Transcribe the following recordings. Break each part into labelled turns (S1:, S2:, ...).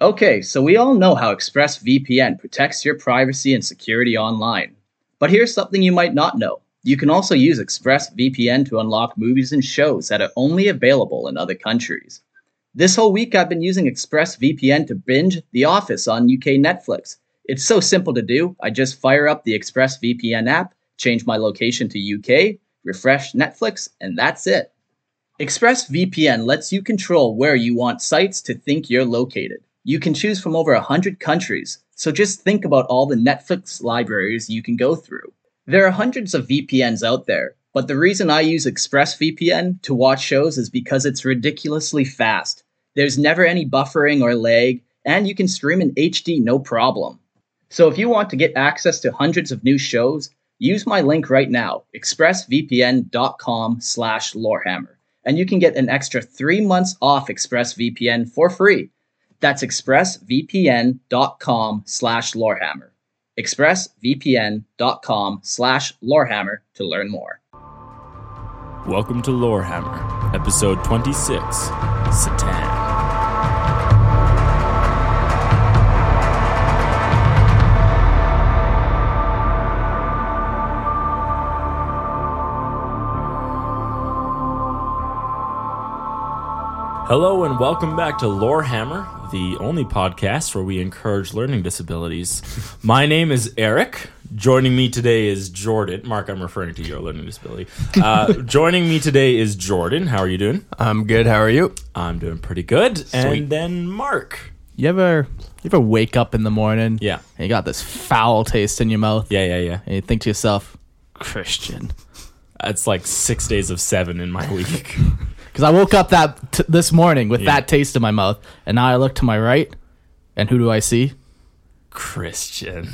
S1: Okay, so we all know how ExpressVPN protects your privacy and security online. But here's something you might not know. You can also use ExpressVPN to unlock movies and shows that are only available in other countries. This whole week, I've been using ExpressVPN to binge The Office on UK Netflix. It's so simple to do. I just fire up the ExpressVPN app, change my location to UK, refresh Netflix, and that's it. ExpressVPN lets you control where you want sites to think you're located. You can choose from over 100 countries, so just think about all the Netflix libraries you can go through. There are hundreds of VPNs out there, but the reason I use ExpressVPN to watch shows is because it's ridiculously fast. There's never any buffering or lag, and you can stream in HD no problem. So if you want to get access to hundreds of new shows, use my link right now, expressvpn.com slash lorehammer, and you can get an extra three months off ExpressVPN for free. That's expressvpn.com slash lorehammer. expressvpn.com slash lorehammer to learn more.
S2: Welcome to Lorehammer, episode 26, Satan. Hello and welcome back to Lorehammer, the only podcast where we encourage learning disabilities. My name is Eric. Joining me today is Jordan. Mark, I'm referring to your learning disability. Uh, joining me today is Jordan. How are you doing?
S3: I'm good. How are you?
S2: I'm doing pretty good. And then Mark.
S3: You ever you ever wake up in the morning?
S2: Yeah.
S3: And you got this foul taste in your mouth.
S2: Yeah, yeah, yeah.
S3: And you think to yourself, Christian,
S2: It's like six days of seven in my week.
S3: because I woke up that t- this morning with that taste in my mouth, and now I look to my right, and who do I see?
S2: Christian.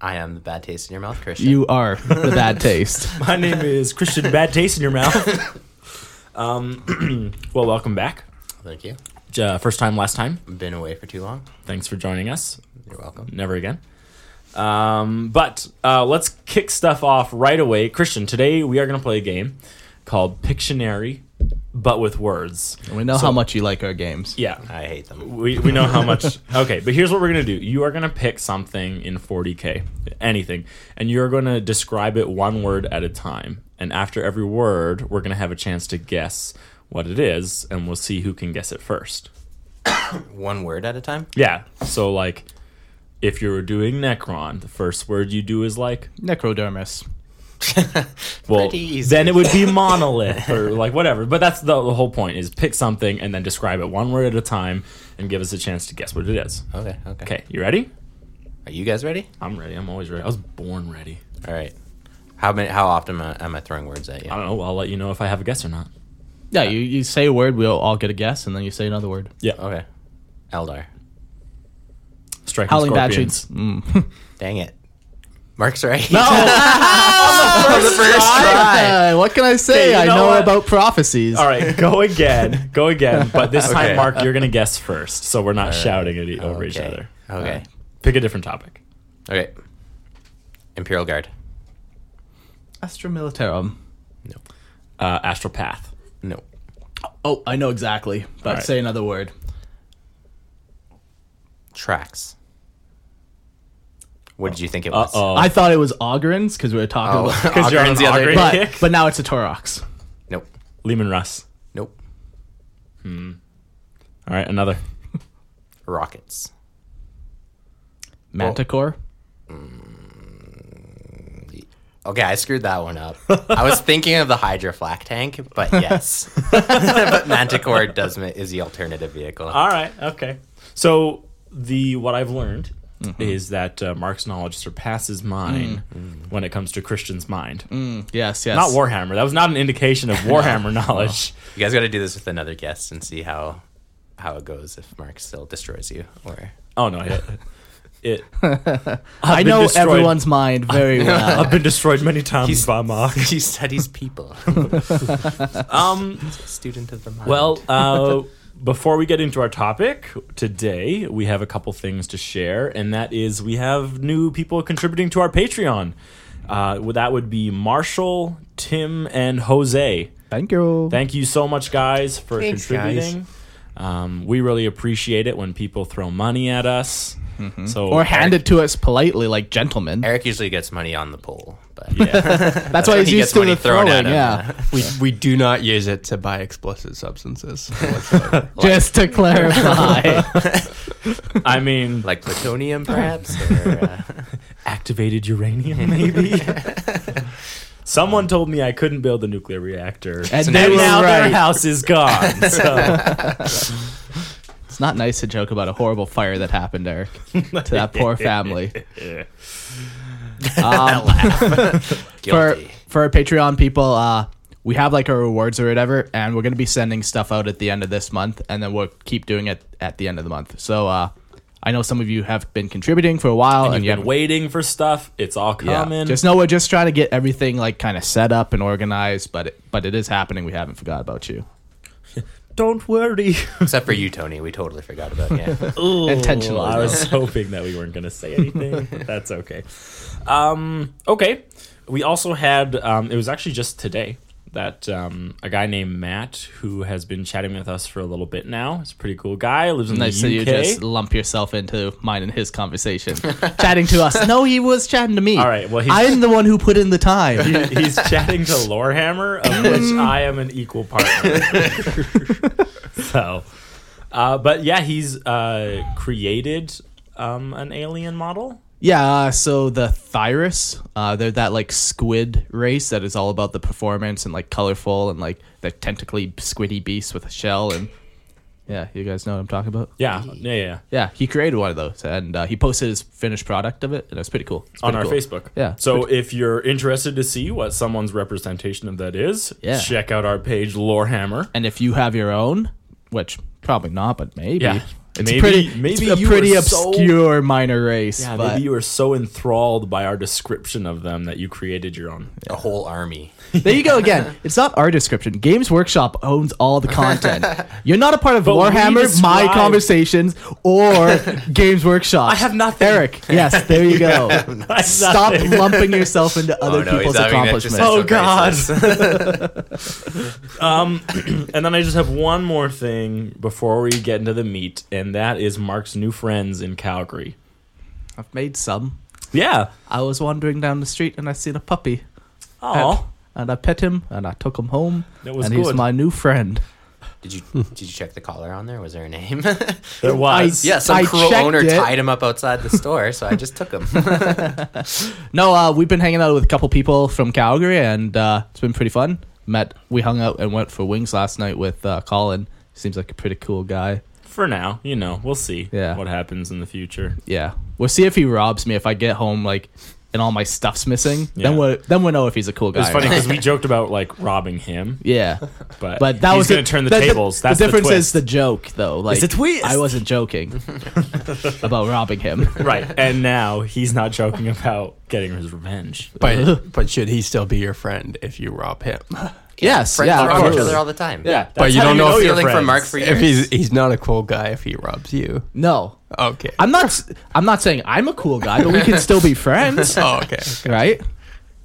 S4: I am the bad taste in your mouth, Christian.
S3: You are the bad taste.
S2: My name is Christian Bad Taste in Your Mouth. Um, well, welcome back.
S4: Thank you.
S2: Uh, first time, last time.
S4: Been away for too long.
S2: Thanks for joining us.
S4: You're welcome.
S2: Never again. Um, but uh, let's kick stuff off right away. Christian, today we are going to play a game called Pictionary, but with words.
S3: We know how much you like our games.
S2: Yeah.
S4: I hate them.
S2: We, we know how much. Okay, but here's what we're going to do. You are going to pick something in 40K, anything, and you're going to describe it one word at a time. And after every word, we're going to have a chance to guess what it is, and we'll see who can guess it first.
S4: One word at a time.
S2: Yeah. So, like, if you were doing Necron, the first word you do is like
S3: Necrodermis.
S2: well,
S4: Pretty easy.
S2: then it would be monolith or like whatever. But that's the, the whole point: is pick something and then describe it one word at a time, and give us a chance to guess what it is.
S4: Okay. Okay.
S2: Okay, you ready?
S4: Are you guys ready?
S2: I'm ready. I'm always ready. I was born ready.
S4: All right. How many? How often am I, am I throwing words at you?
S2: I don't know. I'll let you know if I have a guess or not.
S3: Yeah, you, you say a word, we'll all get a guess, and then you say another word.
S4: Okay. Eldar.
S2: Striking
S3: Howling
S2: scorpions.
S3: Batsheets. Mm.
S4: Dang it. Mark's right.
S3: Uh, what can I say?
S2: Okay, you
S3: I
S2: know
S3: know
S2: what?
S3: about prophecies.
S2: All right, go again, go again. But this
S4: Okay.
S2: time, Mark, you're gonna guess first, so we're not shouting at e- over each
S4: Okay.
S2: other.
S4: Okay.
S2: Pick a different topic.
S4: Okay. Imperial Guard.
S3: Astra Militarum.
S2: Uh, astral path.
S4: No.
S3: Oh, I know exactly, but
S2: All right.
S3: say another word.
S4: Tracks. What did you think it
S2: Uh
S4: was?
S2: oh.
S3: I thought it was Ogrins because we were talking
S4: Oh.
S3: about
S2: Because you're on
S4: Ogren's the other-
S2: Ogren
S3: but
S2: kick.
S3: but now it's a Torox.
S4: Nope.
S2: Lehman Russ.
S4: Nope.
S2: All right, another.
S4: Rockets.
S3: Manticore.
S4: Okay, I screwed that one up. I was thinking of the Hydra flak tank, but yes, but Manticore does ma- is the alternative vehicle.
S2: All right. Okay. So the what I've learned is that uh, Mark's knowledge surpasses mine when it comes to Christian's mind.
S3: Yes, yes.
S2: Not Warhammer. That was not an indication of Warhammer knowledge.
S4: You guys got to do this with another guest and see how how it goes if Mark still destroys you or
S2: Oh no! It. it
S3: I
S2: been
S3: know
S2: destroyed.
S3: everyone's mind very well.
S2: I've been destroyed many times
S4: He's-
S2: by Mark.
S4: he studies people,
S2: Um.
S4: student of the mind.
S2: Well, uh, before we get into our topic today, we have a couple things to share, and that is we have new people contributing to our Patreon. Uh, that would be Marshall, Tim, and Jose.
S3: Thank you.
S2: Thank you so much, guys, for
S4: Thanks,
S2: contributing. Um, we really appreciate it when people throw money at us. So
S3: Or hand it to us politely, like gentlemen.
S4: Eric usually gets money on the poll, but
S3: That's why
S4: when
S3: he's
S4: he
S3: used
S4: gets
S3: to
S4: money
S3: the
S4: thrown
S3: throwing.
S4: at him.
S3: Yeah,
S5: We, we do not use it to buy explicit substances.
S3: just to clarify.
S2: I mean,
S4: like plutonium, perhaps. or, uh,
S2: activated uranium, maybe. Someone told me I couldn't build a nuclear reactor, and,
S3: And they were
S2: now
S3: right.
S2: their house is gone. So
S3: it's not nice to joke about a horrible fire that happened, Eric, to that poor family. Um, for
S4: guilty.
S3: for our Patreon people, uh, we have like our rewards or whatever, and we're gonna be sending stuff out at the end of this month, and then we'll keep doing it at the end of the month. So uh, I know some of you have been contributing for a while, and,
S2: You've
S3: you
S2: been
S3: haven't
S2: waiting for stuff. It's all
S3: Yeah.
S2: coming.
S3: Just know we're just trying to get everything like kind of set up and organized, but it, but it is happening. We haven't forgot about you
S2: don't worry.
S4: Except for you, Tony. We totally forgot about you.
S3: intentionally.
S2: I
S3: though.
S2: was hoping that we weren't going to say anything, but that's okay. Um, okay. We also had, um, it was actually just today that um, a guy named Matt, who has been chatting with us for a little bit now, he's a pretty cool guy, lives in
S3: Nice
S2: the
S3: that
S2: UK.
S3: you just lump yourself into mine and his conversation, chatting to us. No, he was chatting to me.
S2: All right, well, he's-
S3: I'm the one who put in the time.
S2: He- he's chatting to Lorehammer, of
S3: Mm.
S2: which I am an equal partner. so, uh, but yeah, he's uh, created um, an alien model.
S3: Yeah, uh, so the Thyrus, uh, they're that like squid race that is all about the performance and like colorful and like the tentacly squiddy beast with a shell and yeah, you guys know what I'm talking about.
S2: Yeah, yeah, yeah.
S3: Yeah, he created one of those and uh, he posted his finished product of it and it's pretty cool. It's
S2: on our
S3: pretty cool.
S2: Facebook.
S3: Yeah.
S2: So if you're interested to see what someone's representation of that is,
S3: Yeah.
S2: check out our page Lorehammer.
S3: And if you have your own, which probably not, but maybe
S2: Yeah.
S3: it's
S2: Maybe-
S3: pretty
S2: maybe
S3: it's
S2: you
S3: a pretty
S2: were so-
S3: obscure minor race.
S2: Yeah,
S3: but
S2: maybe you were so enthralled by our description of them that you created your own.
S4: A whole army.
S3: there you go again. It's not our description. Games Workshop owns all the content. You're not a part of
S2: we
S3: Warhammer, my
S2: describe-
S3: conversations, or Games Workshop.
S2: I have nothing.
S3: Eric, yes, there you go. Stop
S2: nothing.
S3: lumping yourself into other
S4: Oh, no, he's
S3: people's
S4: having an
S3: accomplishments.
S4: existential
S2: Oh, God.
S4: crisis.
S2: Um, And then I just have one more thing before we get into the meat, and that is Mark's new friends in Calgary.
S3: I've made some.
S2: Yeah.
S3: I was wandering down the street and I seen a puppy.
S2: Oh.
S3: And I pet him and I took him home.
S2: That was
S3: and he's
S2: good.
S3: my new friend.
S4: Did you did you check the collar on there? Was there a name?
S2: There was.
S4: yeah, some
S3: I
S4: cruel
S3: checked
S4: owner
S3: it.
S4: tied him up outside the store, so I just took him.
S3: No, uh, we've been hanging out with a couple people from Calgary, and uh, it's been pretty fun. Met, we hung out and went for wings last night with uh, Colin. Seems like a pretty cool guy.
S2: For now, you know, we'll see
S3: Yeah.
S2: what happens in the future.
S3: Yeah, we'll see if he robs me if I get home like and all my stuff's missing.
S2: Yeah.
S3: Then we'll then we'll know if he's a cool guy.
S2: It's
S3: or
S2: funny
S3: not.
S2: because we joked about like robbing him,
S3: Yeah,
S2: but,
S3: but that
S2: he's
S3: was
S2: going
S3: it.
S2: to turn the,
S3: that-
S2: tables. That's
S3: the difference
S2: twist.
S3: is the joke though. Like
S2: a twist.
S3: I wasn't joking about robbing him.
S2: Right. And now he's not joking about getting his revenge.
S5: But but should he still be your friend if you rob him?
S3: Yes,
S4: Friends
S3: yeah, of
S4: rob each
S3: course.
S4: other all the time.
S3: yeah.
S5: But you
S2: how
S5: don't know if
S2: your
S4: Stealing
S2: friends.
S4: from Mark for
S5: If
S4: years.
S5: he's he's not a cool guy if he robs you.
S3: No,
S5: Okay.
S3: I'm not. I'm not saying I'm a cool guy, but we can still be friends,
S5: oh, okay.
S3: right?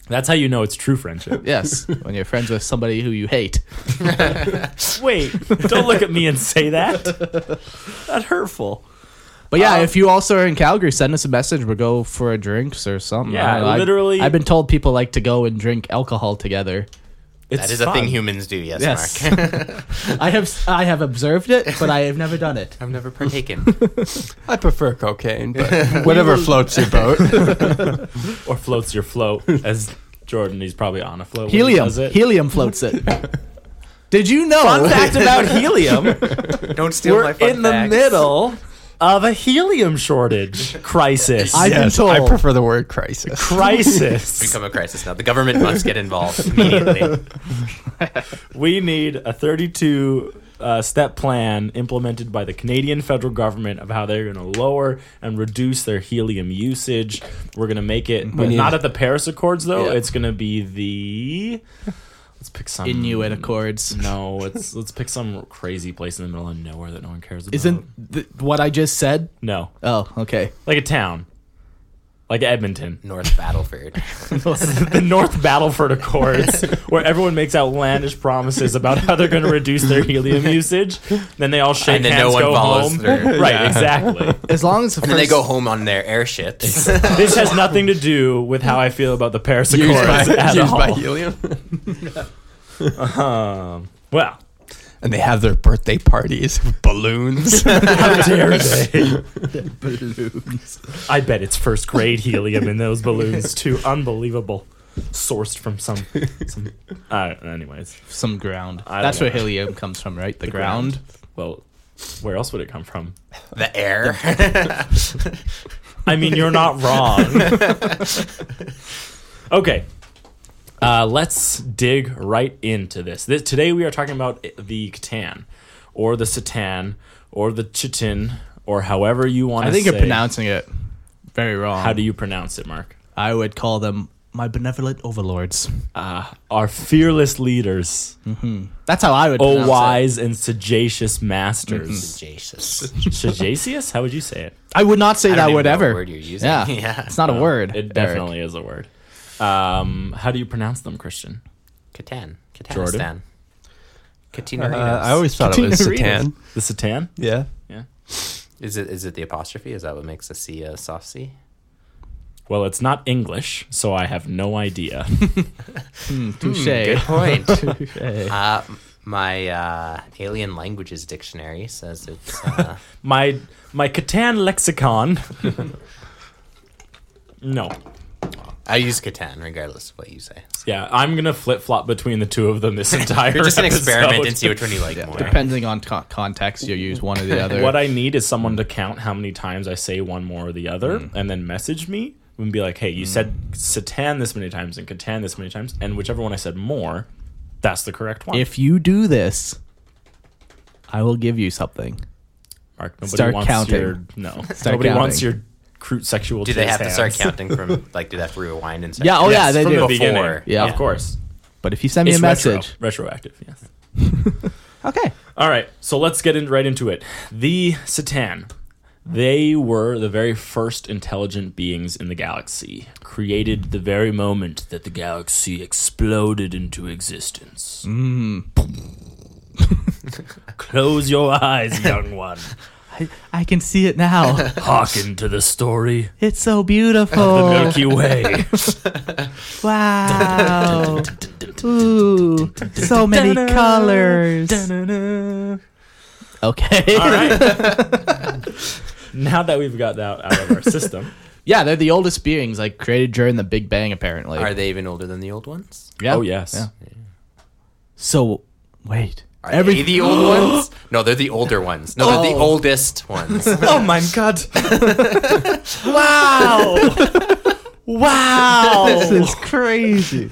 S2: That's how you know it's true friendship.
S3: Yes, when you're friends with somebody who you hate.
S2: Wait, don't look at me and say that. That's hurtful.
S3: But yeah, if you also are in Calgary, send us a message. We'll go for a drinks or something.
S2: Yeah,
S3: I don't know. I-
S2: literally-
S3: I've been told people like to go and drink alcohol together.
S2: It's
S4: that is a
S2: fun.
S4: thing humans do. Yes,
S3: Yes.
S4: Mark.
S3: I have I have observed it, but I have never done it.
S4: I've never partaken.
S5: I prefer cocaine, but whatever floats your boat.
S2: Or floats your float, as Jordan, he's probably on a float. when he
S3: Helium.
S2: does it.
S3: Helium floats it. Did you know?
S2: Fun fact about helium
S4: Don't steal
S2: we're
S4: my fun
S2: in the
S4: facts.
S2: middle of a helium shortage crisis.
S3: I've been told.
S5: I prefer the word crisis.
S2: crisis.
S4: Become a crisis now. The government must get involved immediately.
S2: We need a 32 uh, step plan implemented by the Canadian federal government of how they're going to lower and reduce their helium usage. We're going to make it, but
S5: need-
S2: not at the Paris Accords, though.
S5: Yeah.
S2: It's going to be the. Let's pick some.
S3: Inuit Accords.
S2: No, it's, let's pick some crazy place in the middle of nowhere that no one cares about.
S3: Isn't th- what I just said?
S2: No.
S3: Oh, okay.
S2: Like a town. like Edmonton.
S4: North Battleford.
S2: the North Battleford Accords, where everyone makes outlandish promises about how they're going to reduce their helium usage. Then they all shake
S4: And then
S2: hands,
S4: no one
S2: go
S4: follows
S2: home.
S4: through.
S2: Right,
S5: Yeah.
S2: exactly.
S3: As long as the
S4: and then
S3: first,
S4: they go home on their airships.
S2: This has nothing to do with how I feel about the Paris
S5: Used
S2: Accords
S5: by,
S2: at
S5: used
S2: all.
S5: by helium.
S2: Um, well,
S5: and they have their birthday parties with balloons.
S2: how dare they? I bet it's first grade helium in those balloons too. Unbelievable. Sourced from some, some. Uh, anyways,
S3: some ground.
S2: I don't
S3: That's where
S2: know.
S3: helium comes from, right? The,
S2: ground.
S3: ground.
S2: well, where else would it come from?
S4: the air.
S2: I mean, you're not wrong. okay. Uh, let's dig right into this. this. Today we are talking about the Catan, or the Satan, or the Chitin, or however you want to
S3: I think
S2: say.
S3: you're pronouncing it very wrong.
S2: How do you pronounce it, Mark?
S3: I would call them my benevolent overlords.
S2: Uh, our fearless leaders,
S3: That's how I would.
S2: oh
S3: pronounce it.
S2: wise and sagacious masters.
S4: Jesus.
S2: sagacious? How would you say it?
S3: I would not say
S4: don't
S3: that
S4: even
S3: word
S4: know what
S3: ever.
S4: word you're using.
S3: Yeah.
S4: Yeah.
S3: It's not a word.
S2: It
S3: Eric.
S2: definitely is a word. Um, how do you pronounce them, Christian?
S4: Catan. Catanistan.
S2: Jordan?
S4: Katina.
S5: Uh, I always thought it was Satan.
S2: The Satan?
S5: Yeah.
S2: Yeah.
S4: Is it is it the apostrophe? Is that what makes a C a soft C?
S2: Well, it's not English, so I have no idea. Hmm,
S3: Touche.
S4: Point.
S3: Touche.
S4: uh, my uh, alien languages dictionary says it's uh,
S2: my my Catan lexicon. no.
S4: I use Catan regardless of what you say.
S2: Yeah, I'm gonna flip flop between the two of them this entire.
S4: You're just gonna
S2: episode.
S4: experiment and see which one you like more.
S3: Depending on co- context, you use one or the other.
S2: What I need is someone to count how many times I say one more or the other,
S4: Mm.
S2: and then message me and be like, "Hey, you said Satan this many times and Catan this many times, and whichever one I said more, that's the correct one."
S3: if you do this, I will give you something.
S2: Mark, nobody
S3: start
S2: wants
S3: counting.
S2: your no, nobody
S3: counting.
S2: wants your crude sexual.
S4: Do they have to start
S2: hands.
S4: counting from like? Do they have to rewind and start?
S3: Yeah, oh yeah, they
S2: from
S3: do.
S2: the beginning.
S4: Before.
S3: Yeah.
S2: of course.
S3: But if you send me a
S2: retro-
S3: message,
S2: retroactive. Yes.
S3: okay.
S2: All right, so let's get in, right into it. The Satan. They were the very first intelligent beings in the galaxy, created the very moment that the galaxy exploded into existence. Close your eyes, young one.
S3: I, I can see it now.
S2: Hearken to the story.
S3: it's so
S2: The
S3: beautiful.
S2: Milky Way.
S3: Wow. Ooh, so many colors. Okay.
S2: All right. now that we've got that out of our system,
S3: Yeah, they're the oldest beings, like created during the Big Bang, apparently.
S4: Are they even older than the old ones?
S3: yeah.
S2: oh yes,
S3: Yeah. So, wait.
S4: Are they the old ones? No, they're the older ones. No, they're the oldest ones.
S2: Oh my god! wow! wow!
S3: is crazy.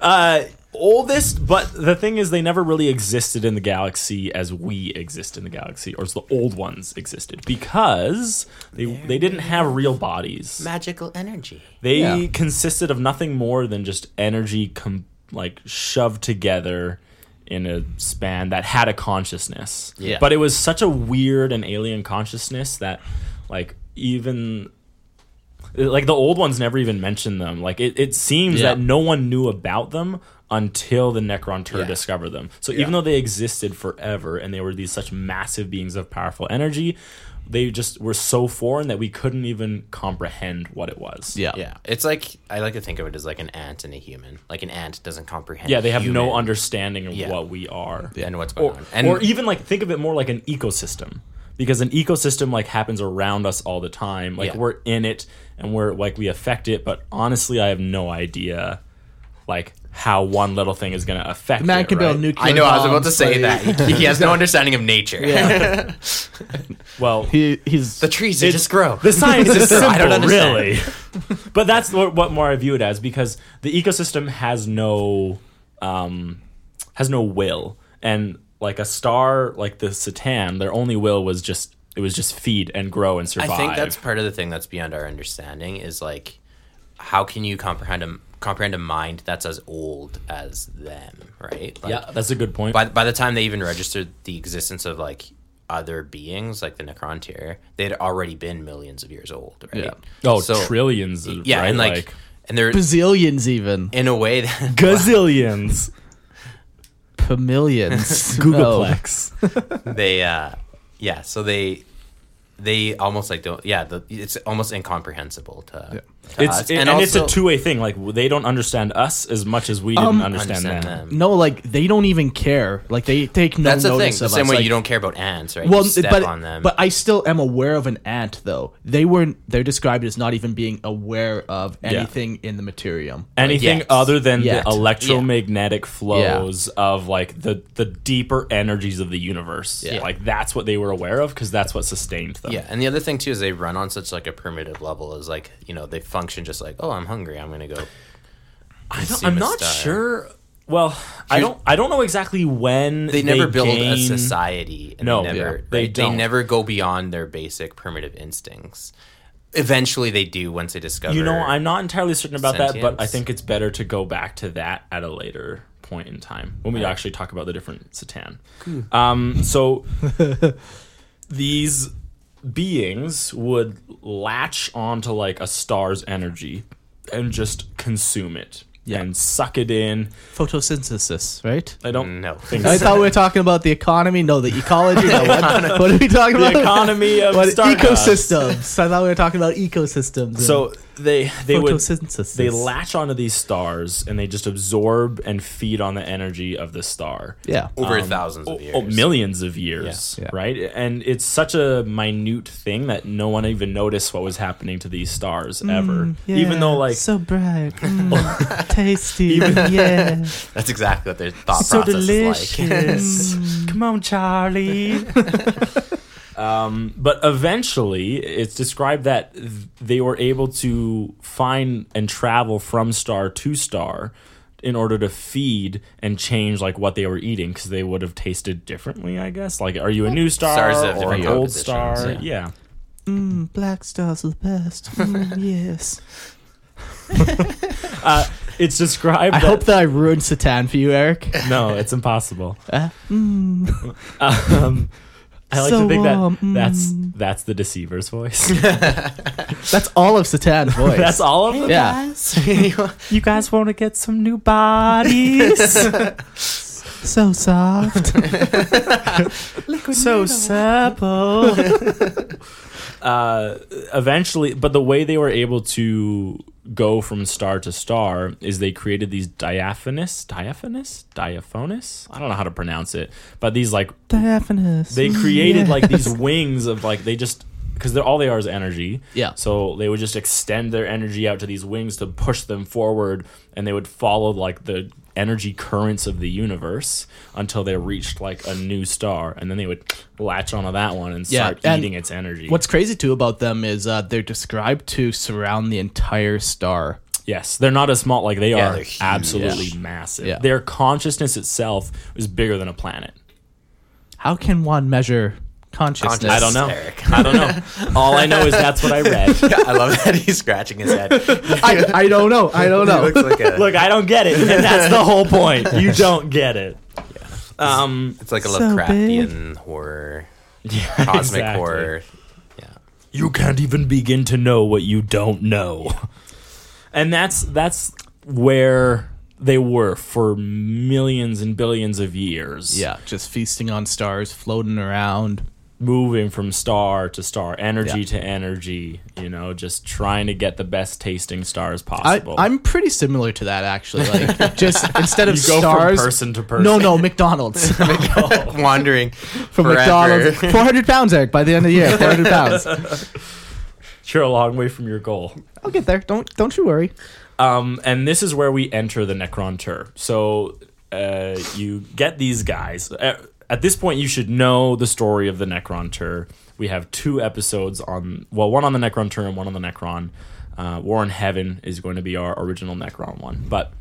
S2: Uh, oldest, but the thing is, they never really existed in the galaxy as we exist in the galaxy, or as the old ones existed, because they they didn't have real bodies.
S4: Magical energy.
S2: They
S3: Yeah.
S2: consisted of nothing more than just energy, com- like shoved together in a span that had a consciousness.
S4: Yeah.
S2: But it was such a weird and alien consciousness that, like, even like the old ones never even mentioned them. Like it, it seems
S3: Yeah.
S2: that no one knew about them until the Necron Tur
S4: Yeah.
S2: discovered them. So even though they existed forever and they were these such massive beings of powerful energy, they just were so foreign that we couldn't even comprehend what it was.
S3: Yeah.
S4: Yeah, it's like I like to think of it as like an ant and a human. Like an ant doesn't comprehend.
S2: Yeah, they have no
S4: human
S2: understanding of
S4: Yeah.
S2: what we are.
S4: and what's going
S2: Or,
S4: on. And
S2: or even like think of it more like an ecosystem because an ecosystem like happens around us all the time. Like
S4: Yeah.
S2: we're in it and we're like we affect it, but honestly I have no idea like how one little thing is going to affect
S3: Man
S2: it,
S3: can build
S2: right?
S3: nuclear
S4: I know I was about to
S3: bombs,
S4: say
S3: but
S4: that
S3: he-
S4: he, he has no understanding of nature.
S2: Well,
S3: He, he's
S4: the trees they
S2: It-
S4: just grow.
S2: The science is simple,
S4: I don't understand.
S2: really. but that's what, what more I view it as because the ecosystem has no um, has no will, and like a star like the Satan, their only will was just it was just feed and grow and survive.
S4: I think that's part of the thing that's beyond our understanding is like, how can you comprehend a comprehend a mind that's as old as them, right? Like,
S2: yeah, that's a good point.
S4: By by the time they even registered the existence of like other beings like the Necrontyr, they'd already been millions of years old, right?
S3: Yeah.
S2: Oh,
S4: So-
S2: trillions. Of,
S4: Yeah,
S2: right?
S4: and like, and they're
S3: bazillions even
S4: in a way that
S2: gazillions.
S3: Pamillions.
S2: Oh. Googleplex.
S4: they uh yeah, so they they almost like don't yeah, the, it's almost incomprehensible to, to
S2: It's
S4: us.
S2: it- and,
S4: also- Um,
S2: it's a two way thing. Like w- they don't understand us as much as we didn't understand,
S4: understand
S2: them.
S4: them.
S3: No, like they don't even care. Like they take no
S4: Mm, That's the thing.
S3: notice
S4: The
S3: of
S4: same
S3: us.
S4: way
S3: like,
S4: you don't care about ants, right?
S3: Well,
S4: you step
S3: but
S4: on them.
S3: but I still am aware of an ant though. They weren't. They're described as not even being aware of anything in the materium.
S2: Anything
S4: Yes.
S2: other than
S3: Yet.
S2: the electromagnetic flows of like the the deeper energies of the universe.
S4: Yeah.
S2: Like that's what they were aware of because that's what sustained them.
S4: Yeah, and the other thing too is they run on such like a primitive level is like you know they function just like oh I'm hungry I'm gonna go.
S2: I don't,
S4: consume
S2: I'm
S4: a
S2: not
S4: star.
S2: sure. Well, I don't. I don't know exactly when
S4: They never build a
S2: gain-
S4: society. And
S2: No,
S4: they never,
S2: yeah,
S4: right?
S2: they
S4: they,
S2: don't.
S4: never go beyond their basic primitive instincts. Eventually, they do once they discover.
S2: You know, I'm not entirely certain about that, but I
S4: Sentience.
S2: think it's better to go back to that at a later point in time when we actually talk about the different Satan.
S3: Hmm.
S2: Um, so these beings would latch onto like a star's energy and just consume it and suck it in.
S3: Photosynthesis, right?
S2: I don't
S4: no.
S2: think
S3: I
S2: so.
S3: thought we were talking about the economy. No, the ecology. No, what, what are we talking about?
S2: the economy of
S3: What,
S2: stardust.
S3: ecosystems. I thought we were talking about ecosystems. and
S2: So they they would
S3: photosynthesis.
S2: they latch onto these stars and they just absorb and feed on the energy of the star.
S3: Yeah.
S4: over thousands of
S2: Oh,
S4: years.
S2: Oh, millions of years,
S3: Yeah. Yeah.
S2: right? And it's such a minute thing that no one even noticed what was happening to these stars ever. Even though, like,
S3: Mm, so bright, mm, tasty, yeah,
S4: That's exactly what their thought
S3: so
S4: process is like.
S3: delicious.
S2: come on, Charlie. um, but eventually, it's described that th- they were able to find and travel from star to star in order to feed and change like what they were eating because they would have tasted differently i guess like are you a new star
S4: Stars have
S2: or an
S4: different
S2: old
S4: compositions,
S2: star
S4: yeah.
S2: yeah.
S3: Mm, black stars are the best. Mm, yes.
S2: uh, it's described.
S3: I
S2: that-
S3: hope that I ruined Satan for you, Eric.
S2: no, it's impossible.
S3: Uh, mm,
S2: Um, I like to
S3: So,
S2: think that
S3: um,
S2: that's that's the deceiver's voice.
S3: that's all of Satan's voice.
S2: that's all of them.
S3: Yeah.
S2: You guys want to get some new bodies?
S3: So soft.
S2: so supple. uh, eventually, but the way they were able to go from star to star is they created these diaphanous, diaphanous, diaphonous. I don't know how to pronounce it, but these like
S3: Diaphanous. Mm,
S2: they created like these wings of like they just because they're all they are is energy.
S3: Yeah.
S2: So they would just extend their energy out to these wings to push them forward, and they would follow like the energy currents of the universe until they reached like a new star, and then they would latch onto that one and
S3: Yeah,
S2: start
S3: and
S2: eating its energy.
S3: What's crazy too about them is uh, they're described to surround the entire star.
S2: yes, they're not as small like they
S4: Yeah,
S2: are.
S4: they're huge.
S2: Absolutely massive.
S3: Yeah.
S2: Their consciousness itself is bigger than a planet.
S3: How can one measure consciousness?
S4: Conscious.
S2: I don't know.
S4: Eric.
S2: I don't know. All I know is that's what I read.
S4: I love that he's scratching his head. He
S3: I, I don't know. I don't know.
S4: looks like a,
S2: Look, I don't get it, and that's the whole point. You don't get it. Um,
S4: it's like a
S3: So
S4: Lovecraftian horror, cosmic
S2: exactly.
S4: horror. Yeah.
S2: you can't even begin to know what you don't know, and that's that's where they were for millions and billions of years.
S3: Yeah, just feasting on stars, floating around.
S2: moving from star to star, energy to
S3: Yeah.
S2: energy. You know, just trying to get the best tasting stars
S3: I,
S2: possible.
S3: I'm pretty similar to that actually. Like just instead of
S2: You go from
S3: stars,
S2: person to person.
S3: No, no, McDonald's.
S4: Wandering
S3: From
S4: forever.
S3: McDonald's, 400 pounds, Eric. By the end of the year, 400 pounds.
S2: you're a long way from your goal.
S3: I'll get there. Don't don't you worry.
S2: Um, and this is where we enter the Necron Tour. So uh, you get these guys. At, at this point, you should know the story of the Necron Tour. We have two episodes on, well, one on the Necron Tour and one on the Necron. Uh, War in Heaven is going to be our original Necron one. But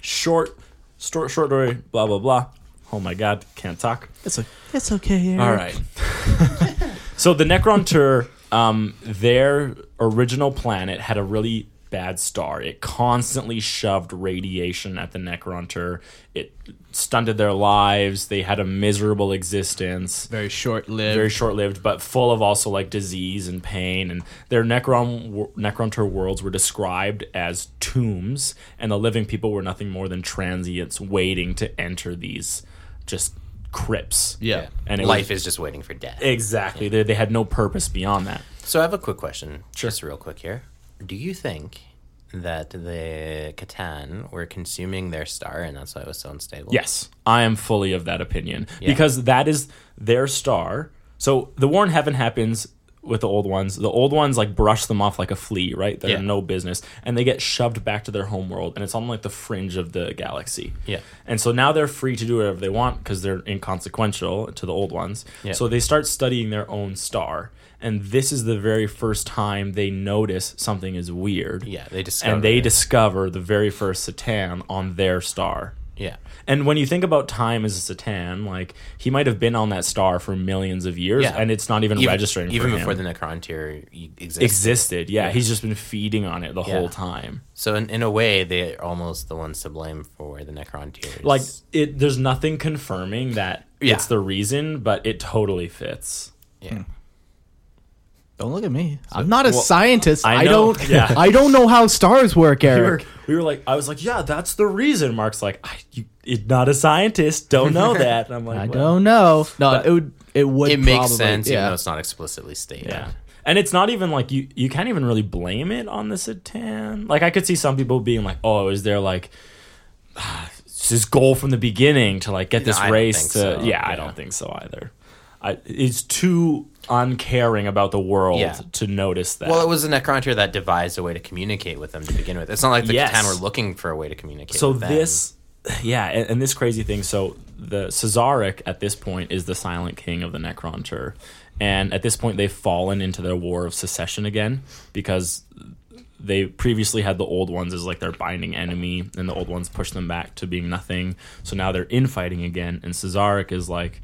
S2: short, short, short story, blah, blah, blah. Oh my God, can't talk.
S3: It's like it's okay. Eric.
S2: All right. so the Necron Tour, um, their original planet had a really bad star. It constantly shoved radiation at the Necronter. It stunted their lives. They had a miserable existence
S3: Very short lived.
S2: very short lived, but full of also like disease and pain. And their Necron wor- Necronter worlds were described as tombs, and the living people were nothing more than transients waiting to enter these just crypts.
S3: yeah.
S2: and it
S4: Life
S2: was,
S4: is just waiting for death.
S2: exactly. They, they had no purpose beyond that.
S4: So I have a quick question, just real quick here. Do you think that the Catan were consuming their star and that's why it was so unstable?
S2: Yes, I am fully of that opinion because that is their star. So the war in heaven happens with the old ones. The old ones like brush them off like a flea, right? They're
S4: Yeah.
S2: no business, and they get shoved back to their home world, and it's on like the fringe of the galaxy.
S4: Yeah.
S2: and so now they're free to do whatever they want because they're inconsequential to the old ones.
S4: Yeah.
S2: So they start studying their own star, and this is the very first time they notice something is weird.
S4: Yeah, they discovered.
S2: and they
S4: it.
S2: discover the very first Satan on their star.
S4: Yeah.
S2: And when you think about time as a Satan, like he might have been on that star for millions of years,
S4: Yeah.
S2: and it's not even,
S4: Even-
S2: registering.
S4: Even
S2: for
S4: before
S2: him.
S4: the Necrontyr e- existed.
S2: existed, yeah, he's just been feeding on it the whole time.
S4: So in, in a way, they're almost the ones to blame for the Necrontyrs.
S2: Like it, there's nothing confirming that
S4: Yeah.
S2: it's the reason, but it totally fits.
S4: yeah.
S3: Don't look at me. I'm not a scientist.
S2: I
S3: I,
S2: know,
S3: don't.
S2: yeah.
S3: I don't know how stars work,
S2: We were,
S3: Eric.
S2: we were like, I was like, yeah, that's the reason. Mark's like, I, you, it, not a scientist, don't know that. And I'm like,
S3: I
S2: "Well."
S3: don't know. No, it would. It would.
S4: It makes
S3: probably-
S4: sense, even
S3: Yeah.
S4: though it's not explicitly stated.
S2: Yeah. And it's not even like you you can't even really blame it on the Satan. Like I could see some people being like, "Oh, is there like ah, it's his goal from the beginning to like get this
S4: I don't
S2: race
S4: think
S2: to?"
S4: so.
S2: Yeah, I
S4: Yeah.
S2: don't think so either. I, it's too uncaring about the world
S4: Yeah.
S2: to notice that.
S4: Well, it was the Necrontyr that devised a way to communicate with them to begin with. It's not like the
S2: Yes.
S4: Catan were looking for a way to communicate.
S2: so
S4: with them.
S2: this, yeah, and, and this crazy thing. So the Cesaric at this point is the Silent King of the Necronter, and at this point they've fallen into their war of secession again because they previously had the old ones as like their binding enemy, and the old ones pushed them back to being nothing. So now they're infighting again, and Cesaric is like,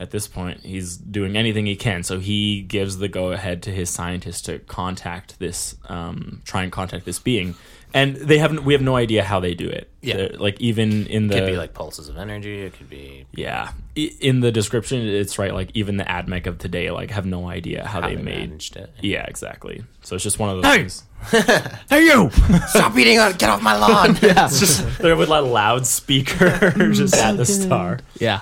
S2: at this point, he's doing anything he can. So he gives the go ahead to his scientist to contact this, um, try and contact this being, and they haven't. We have no idea how they do it.
S4: Yeah.
S2: They're- like even in the
S4: It could be like pulses of energy. It could be
S2: yeah I- in the description, it's right. Like even the AdMech of today, like have no idea how,
S4: how
S2: they,
S4: they
S2: made.
S4: managed it.
S2: Yeah, exactly. So it's just one of those.
S3: Hey!
S2: things.
S3: Hey you!
S4: Stop eating on! Get off my lawn! yeah.
S2: It's just there with like a loudspeaker just at the star.
S3: yeah.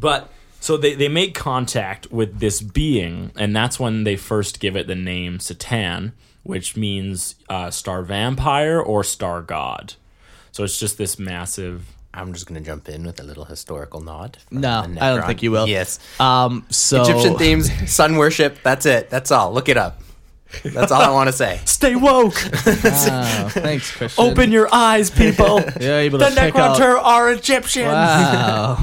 S2: But so they, they make contact with this being, and that's when they first give it the name Satan, which means uh, star vampire or star god. So it's just this massive.
S4: I'm just gonna jump in with a little historical nod. from
S3: No,
S4: the
S3: I don't
S4: Necron.
S3: think you will.
S4: Yes,
S3: Um. So
S4: Egyptian themes, sun worship. That's it. That's all. Look it up. That's all I want to say.
S2: Stay woke!
S3: Wow, thanks, Christian.
S2: Open your eyes, people!
S3: You're able
S2: the
S3: to pick up.
S2: Necronter are Egyptians!
S3: Wow.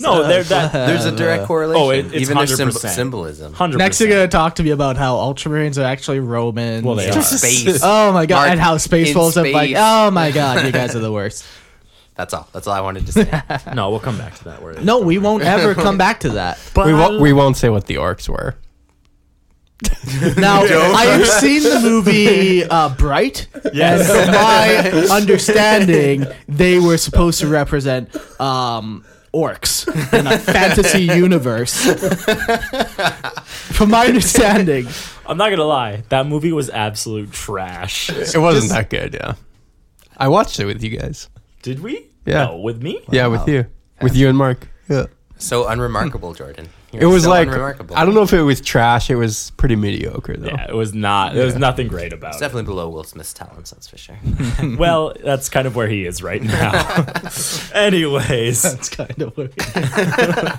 S2: No, they're that.
S4: There's a direct correlation.
S2: Oh, it- it's
S4: even there's symb-
S2: 100%.
S4: symbolism.
S2: 100%.
S3: Next, you're gonna talk to me about how Ultramarines are actually Romans.
S2: Well, they
S4: In
S2: are.
S4: space.
S3: Oh my god!
S4: Mark,
S3: and how space
S4: in
S3: wolves are like.
S4: space.
S3: Oh my god! You guys are the worst.
S4: That's all. That's all I wanted to say.
S2: No, we'll come back to that word.
S3: No, we won't ever come back to that.
S5: We won't. We won't say what the orcs were.
S3: Now, I have seen the movie uh, Bright.
S2: Yes.
S3: And from my understanding, they were supposed to represent um, orcs in a fantasy universe. from my understanding,
S2: I'm not gonna lie. That movie was absolute trash.
S5: It wasn't that good. Yeah, I watched it with you guys.
S2: Did we?
S5: Yeah.
S2: No, with me?
S5: Yeah, with you, with you and Mark. Yeah.
S4: so unremarkable, Jordan. You're
S5: It was
S4: so
S5: like
S4: unremarkable.
S5: I don't know if it was trash. It was pretty mediocre though.
S2: Yeah, it was not. There was nothing great about
S4: It's
S2: it.
S4: definitely below Will Smith's talents. That's for sure.
S2: Well, that's kind of where he is right now. Anyways,
S3: that's kind of weird.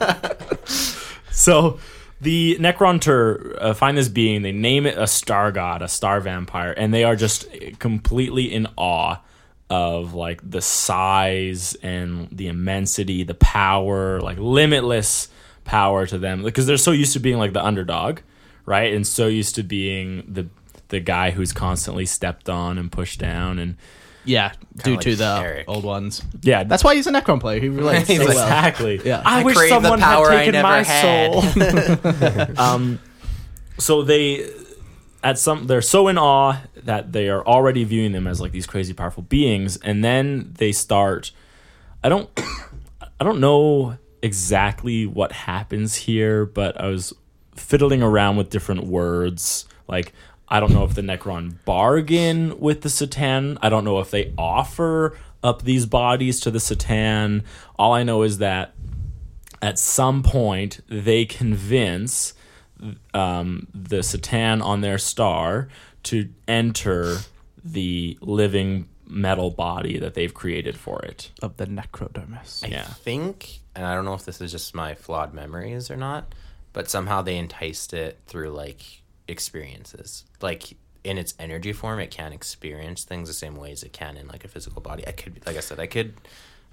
S2: so the Necronter uh, find this being. They name it a star god, a star vampire, and they are just completely in awe of like the size and the immensity, the power, like limitless power to them because they're so used to being like the underdog, right? And so used to being the the guy who's constantly stepped on and pushed down and
S3: Yeah, due
S4: like
S3: to the
S4: Eric.
S3: old ones.
S2: yeah,
S3: That's why he's a Necron player. He relates so
S4: He's like,
S3: well.
S2: Exactly.
S3: Yeah.
S2: I,
S4: I
S2: wish
S4: crave the
S2: someone had
S4: power I
S2: taken
S4: never
S2: my
S4: had.
S2: soul. um, so they at some they're so in awe that they are already viewing them as like these crazy powerful beings and then they start I don't I don't know exactly what happens here, but I was fiddling around with different words. Like I don't know if the Necron bargain with the Satan. I don't know if they offer up these bodies to the Satan. All I know is that at some point they convince um, the Satan on their star to enter the living metal body that they've created for it.
S3: of the necrodermis.
S2: Yeah.
S4: I think, and I don't know if this is just my flawed memories or not, but somehow they enticed it through like experiences. Like in its energy form, it can experience things the same way as it can in like a physical body. I could, like I said, I could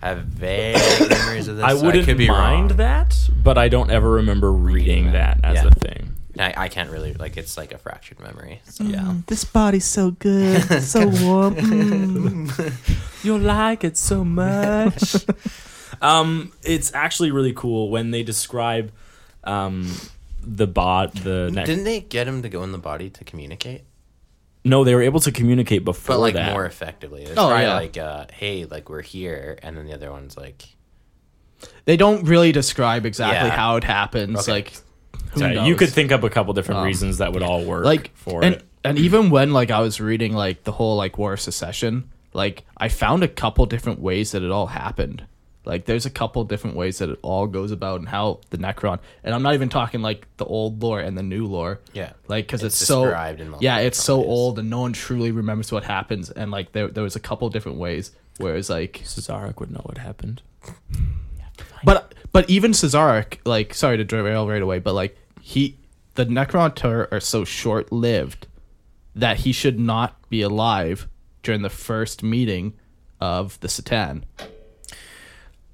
S4: have vague memories of this.
S2: I
S4: so
S2: wouldn't
S4: could be
S2: mind
S4: wrong.
S2: that, but I don't ever remember reading, that as
S4: yeah.
S2: a thing.
S4: And I, I can't really like it's like a fractured memory. So
S2: Yeah.
S3: Um, This body's so good, so warm. Mm,
S2: You'll like it so much. um, it's actually really cool when they describe um, the bot, the neck.
S4: didn't they get him to go in the body to communicate?
S2: no, they were able to communicate before
S4: But like
S2: that.
S4: more effectively. It's
S3: Oh,
S4: probably
S3: yeah.
S4: like uh, hey, like we're here, and then the other one's like
S3: They don't really describe exactly
S4: Yeah.
S3: how it happens.
S4: Okay.
S3: Like, who
S2: Yeah,
S3: knows?
S2: you could think up a couple different reasons that would all work
S3: like
S2: for
S3: and,
S2: it.
S3: and even when like I was reading like the whole like War of Secession, like I found a couple different ways that it all happened. Like there's a couple different ways that it all goes about and how the Necron. And I'm not even talking like the old lore and the new lore.
S4: Yeah.
S3: like because it's,
S4: It's
S3: so
S4: described in multiple
S3: yeah, it's so
S4: different ways.
S3: old and no one truly remembers what happens. And like there there was a couple different ways. Whereas like
S2: Cesarek would know what happened.
S3: But but even Cesarek, like sorry to derail right away, but like he the Necronter are so short lived that he should not be alive during the first meeting of the Satan.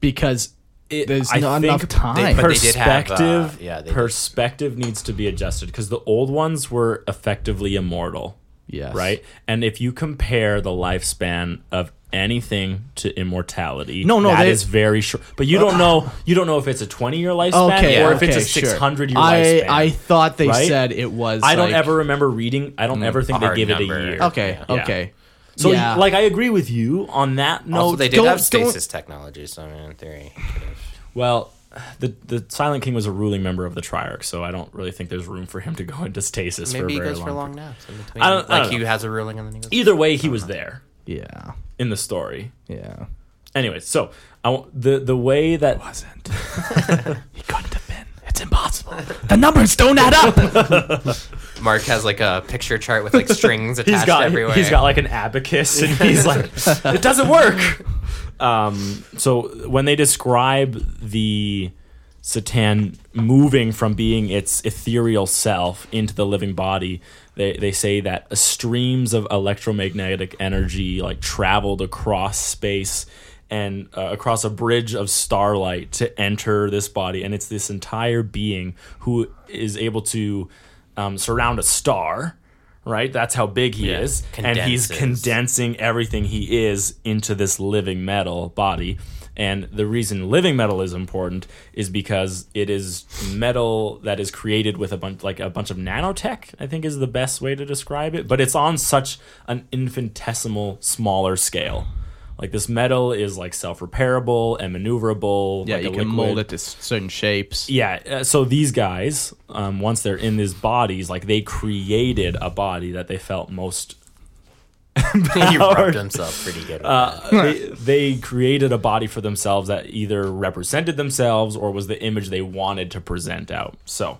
S3: Because there's
S2: I
S3: not
S2: think
S3: enough
S2: they-
S3: time.
S4: but- they did have,
S2: perspective
S4: uh, yeah, they did.
S2: perspective needs to be adjusted because the old ones were effectively immortal
S3: Yes.
S2: right and if you compare the lifespan of anything to immortality
S3: No, no,
S2: that
S3: they- Uh,
S2: is very short but you don't know you don't know if it's a 20 year lifespan
S3: okay,
S2: or if it's a
S3: okay, sure.
S2: 600 year
S3: I,
S2: lifespan
S3: I thought they
S2: right?
S3: said it was
S2: I don't
S3: like-
S2: ever remember reading i don't ever think they
S4: hard
S2: gave it a
S4: number.
S2: year
S3: Okay,
S2: Yeah.
S3: okay.
S2: so
S3: Yeah.
S2: like i agree with you on that note
S4: also, they did
S3: don't-
S4: have
S3: don't-
S4: stasis technology, so I mean, in theory, he could have-
S2: Well, the the Silent King was a ruling member of the Triarch, so I don't really think there's room for him to go into stasis for a
S4: maybe he
S2: very
S4: goes
S2: long.
S4: for long
S2: period.
S4: naps in between.
S2: I don't- I
S4: like
S2: don't
S4: he
S2: know.
S4: has a ruling and then he goes.
S2: Either way, he was there
S3: Yeah.
S2: in the story.
S3: Yeah.
S2: Anyway, so I w- the the way that
S3: Wasn't. he couldn't have been. It's impossible. The numbers don't add up.
S4: Mark has like a picture chart with like strings attached
S2: he's got
S4: everywhere.
S2: he's got like an abacus and he's like it doesn't work um, so when they describe the satan moving from being its ethereal self into the living body they, they say that streams of electromagnetic energy like traveled across space and uh, across a bridge of starlight to enter this body and it's this entire being who is able to um, surround a star right that's how big he is and he's
S4: Condenses.
S2: condensing everything he is into this living metal body. And the reason living metal is important is because it is metal that is created with a bunch, like a bunch of nanotech. I think is the best way to describe it. But it's on such an infinitesimal, smaller scale. Like this metal is like self-repairable and maneuverable.
S3: Yeah,
S2: like
S3: you
S2: a
S3: can mold
S2: liquid.
S3: it to s- certain shapes.
S2: Yeah, uh, so these guys, um, once they're in these bodies, like they created a body that they felt most
S4: he rubbed himself pretty good. with that.
S2: they, they created a body for themselves that either represented themselves or was the image they wanted to present out. So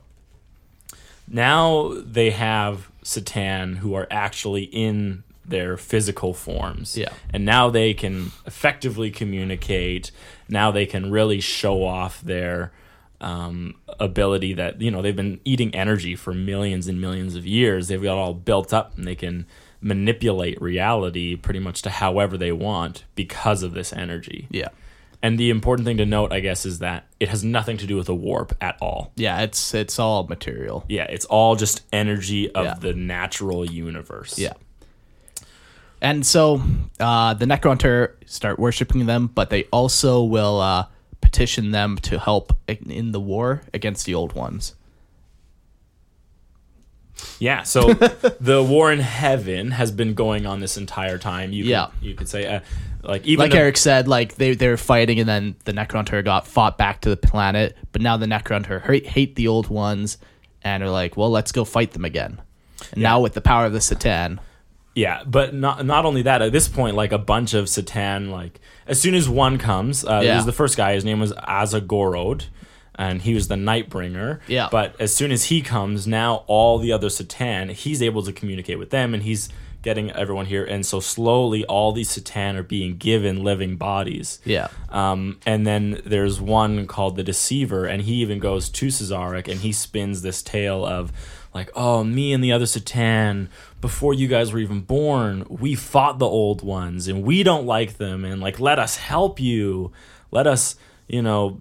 S2: now they have Satan who are actually in their physical forms.
S3: Yeah.
S2: And now they can effectively communicate. Now they can really show off their um, ability that, you know, they've been eating energy for millions and millions of years. They've got all built up and they can manipulate reality pretty much to however they want because of this energy.
S3: Yeah.
S2: And the important thing to note, I guess, is that it has nothing to do with a warp at all.
S3: Yeah, it's it's all material.
S2: Yeah, it's all just energy of
S3: Yeah.
S2: the natural universe.
S3: Yeah. And so uh, the Necronter start worshiping them, but they also will uh, petition them to help in- in the war against the old ones.
S2: Yeah, so the war in heaven has been going on this entire time. You
S3: Yeah.
S2: could, you could say uh, like even
S3: Like
S2: the-
S3: Eric said, like they, they were fighting, and then the Necronter got fought back to the planet. But now the Necronter hate, hate the old ones, and are like, well, let's go fight them again. And now with the power of the Satan,
S2: Yeah, but not not only that. At this point, like a bunch of Satan, like as soon as one comes, uh, it
S3: Yeah.
S2: was the first guy. His name was Azagorod, and he was the Nightbringer.
S3: Yeah.
S2: But as soon as he comes, now all the other Satan, he's able to communicate with them, and he's getting everyone here. And so slowly, all these Satan are being given living bodies.
S3: yeah,
S2: Um, and then there's one called the Deceiver, and he even goes to Cesarek and he spins this tale of like, oh, me and the other Satan, before you guys were even born, we fought the old ones and we don't like them, and like, let us help you, let us, you know,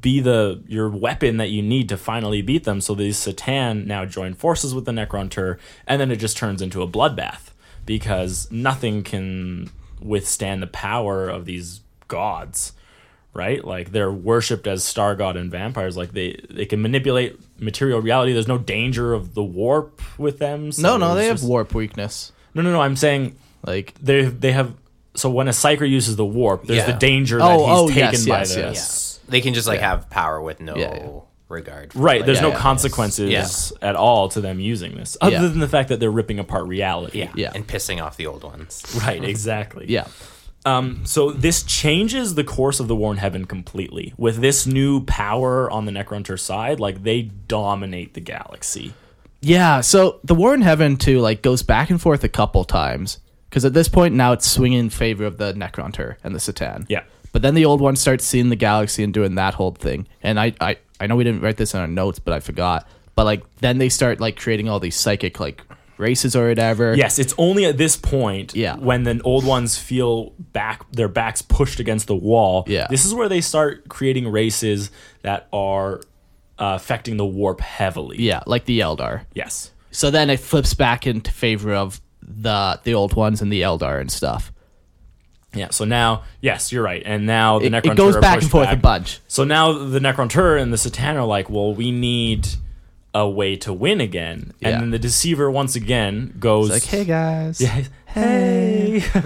S2: be the your weapon that you need to finally beat them. So these Satan now join forces with the Necronter, and then it just turns into a bloodbath because nothing can withstand the power of these gods, right? Like they're worshipped as star god and vampires. Like they they can manipulate material reality. There's no danger of the warp with them. so
S3: no, no,
S2: it's
S3: they have
S2: just-
S3: warp weakness.
S2: no, no, no. I'm saying
S3: Like
S2: they they have. So when a psyker uses the warp, there's
S4: Yeah.
S2: the danger that
S3: Oh,
S2: he's
S3: oh,
S2: taken
S3: yes,
S2: by
S3: yes,
S2: this.
S3: yes.
S4: They can just like have power with no
S3: Yeah, yeah.
S4: regard. For,
S2: Right,
S4: like,
S2: there's no
S3: yeah,
S2: consequences at all to them using this, other
S3: Yeah.
S2: than the fact that they're ripping apart reality.
S4: yeah,
S3: Yeah.
S4: and pissing off the old ones.
S2: Right, exactly.
S3: yeah,
S2: Um, so this changes the course of the war in heaven completely. With this new power on the Necrunter side, like they dominate the galaxy.
S3: Yeah, so the war in heaven too like goes back and forth a couple times because at this point now it's swinging in favor of the Necronter and the Satan.
S2: Yeah.
S3: but then the old one starts seeing the galaxy and doing that whole thing. And I, I, I know we didn't write this in our notes, but I forgot. But like then they start like creating all these psychic like races or whatever.
S2: Yes, it's only at this point
S3: Yeah.
S2: when the old ones feel back their backs pushed against the wall.
S3: Yeah.
S2: This is where they start creating races that are uh, affecting the warp heavily.
S3: yeah, like the Eldar.
S2: Yes.
S3: So then it flips back into favor of the the old ones and the Eldar and stuff.
S2: Yeah. So now, yes, you're right. And now the
S3: It-
S2: Necron
S3: it goes
S2: Terror
S3: back
S2: pushed
S3: and forth a
S2: back.
S3: bunch.
S2: So now the Necronter and the Satan are like, well, we need a way to win again.
S3: Yeah.
S2: And then the Deceiver once again goes
S3: Like hey guys,
S2: Yes. Hey,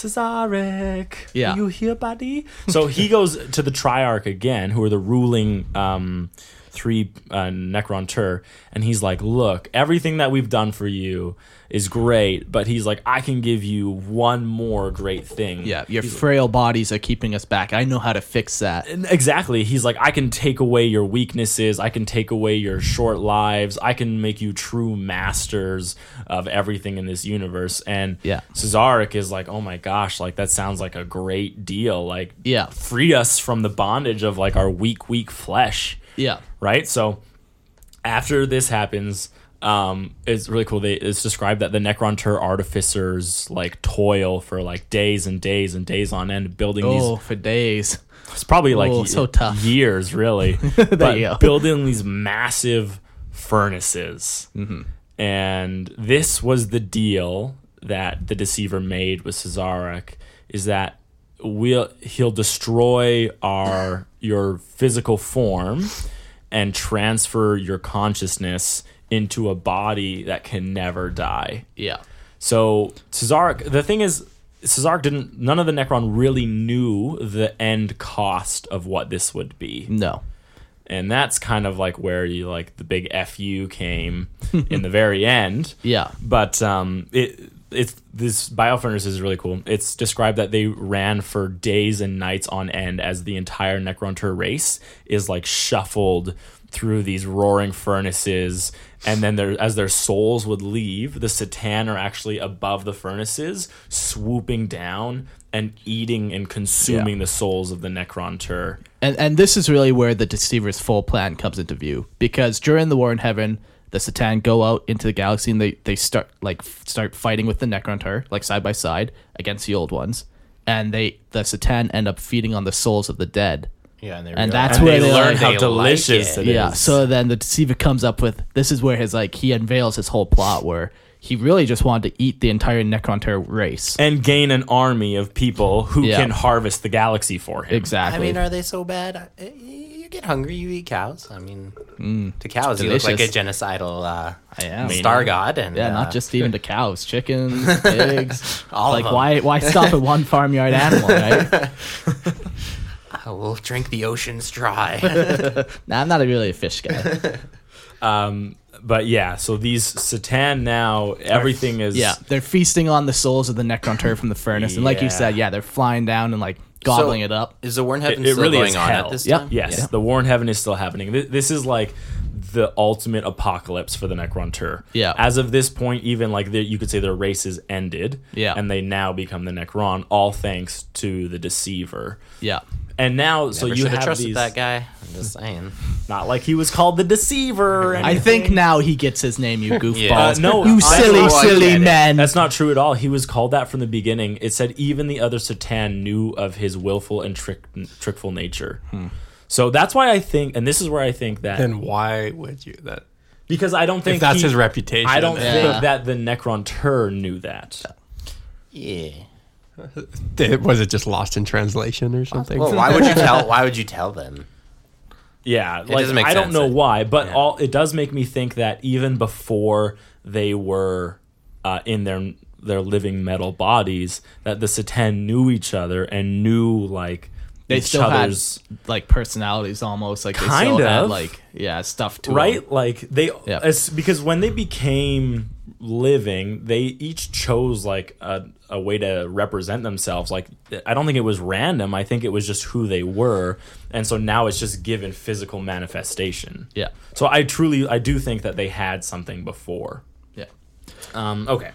S2: Cesarek.
S3: Yeah.
S2: You here, buddy? So he goes to the Triarch again, who are the ruling um, three uh, Necronter, and he's like, Look, everything that we've done for you is great, but he's like, I can give you one more great thing.
S3: yeah, your frail bodies are keeping us back. I know how to fix that.
S2: And Exactly. He's like, I can take away your weaknesses. I can take away your short lives. I can make you true masters of everything in this universe. And
S3: Yeah.
S2: Cesarek is like, oh my gosh, like that sounds like a great deal. Like,
S3: Yeah.
S2: free us from the bondage of like our weak, weak flesh.
S3: Yeah.
S2: Right. So after this happens, um, it's really cool. They it's described that the Necronter artificers like toil for like days and days and days on end building these
S3: Oh, for days.
S2: it's probably like
S3: Oh,
S2: ye-
S3: so tough.
S2: years, really. but
S3: you go.
S2: building these massive furnaces, and this was the deal that the deceiver made with Cesarek is that we'll he'll destroy our your physical form and transfer your consciousness into a body that can never die.
S3: Yeah.
S2: So Cesarek, the thing is, Cesarek didn't. None of the Necron really knew the end cost of what this would be,
S3: No.
S2: and that's kind of like where you like the big fu came in the very end.
S3: Yeah.
S2: But um, it it's this biofurnace is really cool. It's described that they ran for days and nights on end as the entire Necronter race is like shuffled through these roaring furnaces, and then their as their souls would leave, the Satan are actually above the furnaces, swooping down and eating and consuming the souls of the Necronter.
S3: And and this is really where the deceiver's full plan comes into view because during the war in heaven, the Satan go out into the galaxy and they they start like f- start fighting with the Necronter like side by side against the old ones, and they the Satan end up feeding on the souls of the dead.
S4: Yeah, and, they
S3: And that's
S2: And
S3: where
S2: they
S3: they
S2: learn
S3: like-
S2: how
S4: they like
S2: delicious
S4: it.
S2: it is.
S3: Yeah. So then the deceiver comes up with this is where his like he unveils his whole plot where he really just wanted to eat the entire Necronter race.
S2: and gain an army of people who
S3: Yeah.
S2: can harvest the galaxy for him.
S3: Exactly.
S4: I mean, are they so bad? I- you get hungry, you eat cows. I mean, to cows, you look like a
S3: Mm, delicious.
S4: genocidal uh,
S3: I am.
S4: star god, and
S3: Yeah,
S4: uh,
S3: not just even to cows, chickens, pigs.
S4: All of
S3: like
S4: them.
S3: why why stop at one farmyard animal, right?
S4: I will Oh, drink the ocean's dry.
S3: Nah, I'm not a, really a fish guy.
S2: But yeah, so these Satan now, everything is
S3: Yeah, they're feasting on the souls of the Necrontur from the furnace, and like you
S2: Yeah.
S3: said, yeah, they're flying down and like gobbling
S4: So-
S3: it up.
S4: is the Warren Heaven
S2: it
S4: still
S2: really
S4: going
S2: is
S4: on
S2: hell.
S4: at this
S3: Yep.
S4: time?
S2: Yes,
S3: Yeah.
S2: the Warren Heaven is still happening. Th- This is like the ultimate apocalypse for the Necrontur.
S3: Yeah.
S2: As of this point, even like the, you could say their race is ended.
S3: Yeah.
S2: And they now become the Necron, all thanks to the Deceiver.
S3: Yeah.
S2: And now, so
S4: Never
S2: you
S4: should have
S2: have
S4: trusted
S2: these.
S4: that guy. I'm just saying.
S2: Not like he was called the Deceiver. or
S3: I
S2: anything.
S3: think now he gets his name, you goofball.
S4: Yeah. Uh,
S2: no,
S3: you
S2: I-
S3: silly,
S4: Oh, I
S3: silly
S4: get it.
S3: man.
S2: That's not true at all. He was called that from the beginning. It said even the other Satan knew of his willful and trick, trickful nature. So that's why I think, and this is where I think that
S5: Then why would you? That
S2: because I don't think
S5: if that's
S2: he-
S5: his reputation.
S2: I don't
S5: then-
S2: think that the Necronter knew that.
S4: Yeah.
S5: Did- was it just lost in translation or something?
S4: Well, why would you tell? Why would you tell them?
S2: Yeah, like
S4: doesn't make
S2: I don't
S4: sense.
S2: know why, but all it does make me think that even before they were uh, in their their living metal bodies, that the Satan knew each other and knew like
S3: they
S2: each
S3: still had
S2: other's
S3: like personalities almost like they
S2: Kind
S3: still had
S2: of.
S3: like yeah stuff to 'em.
S2: right like they
S3: Yeah.
S2: as, because when they became living they each chose like a, a way to represent themselves like i don't think it was random i think it was just who they were and so now it's just given physical manifestation
S3: Yeah.
S2: so i truly i do think that they had something before
S3: Yeah.
S2: um, okay.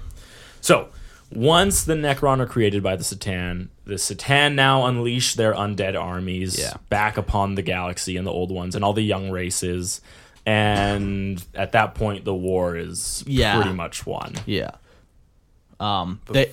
S2: So once the Necron are created by the Satan, the Satan now unleash their undead armies
S3: Yeah.
S2: back upon the galaxy and the old ones and all the young races. And at that point, the war is
S3: Yeah.
S2: pretty much won.
S3: Yeah. Um. They.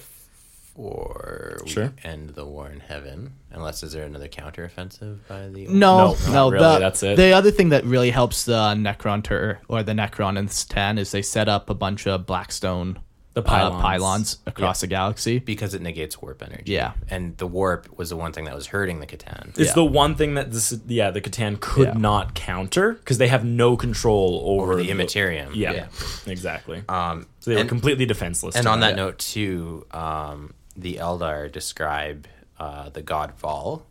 S4: Or we
S2: Sure.
S4: end the war in heaven, unless is there another counteroffensive by the
S3: No,
S2: No,
S3: no,
S2: not really,
S3: the,
S2: that's it.
S3: The other thing that really helps the Necron ter, or the Necron and Stan is they set up a bunch of Blackstone
S2: The
S3: uh,
S2: pylons.
S3: pylons across the galaxy.
S4: because it negates warp energy.
S3: Yeah.
S4: and the warp was the one thing that was hurting the Catan.
S2: It's
S3: Yeah.
S2: the one thing that this, yeah, the Catan could
S3: Yeah.
S2: not counter because they have no control over,
S4: Or the immaterium.
S2: Yeah, exactly.
S4: Um,
S2: so they were
S4: and-
S2: completely defenseless.
S4: And
S2: to
S4: on that note, too, um, the Eldar describe uh, the god Val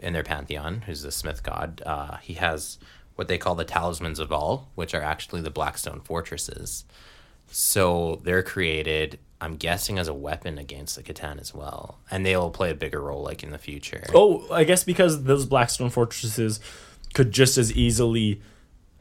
S4: in their pantheon, who's the smith god. Uh, he has what they call the talismans of Val, which are actually the Blackstone fortresses. So they're created, I'm guessing, as a weapon against the Catan as well. And they will play a bigger role, like in the future.
S2: Oh, I guess because those Blackstone fortresses could just as easily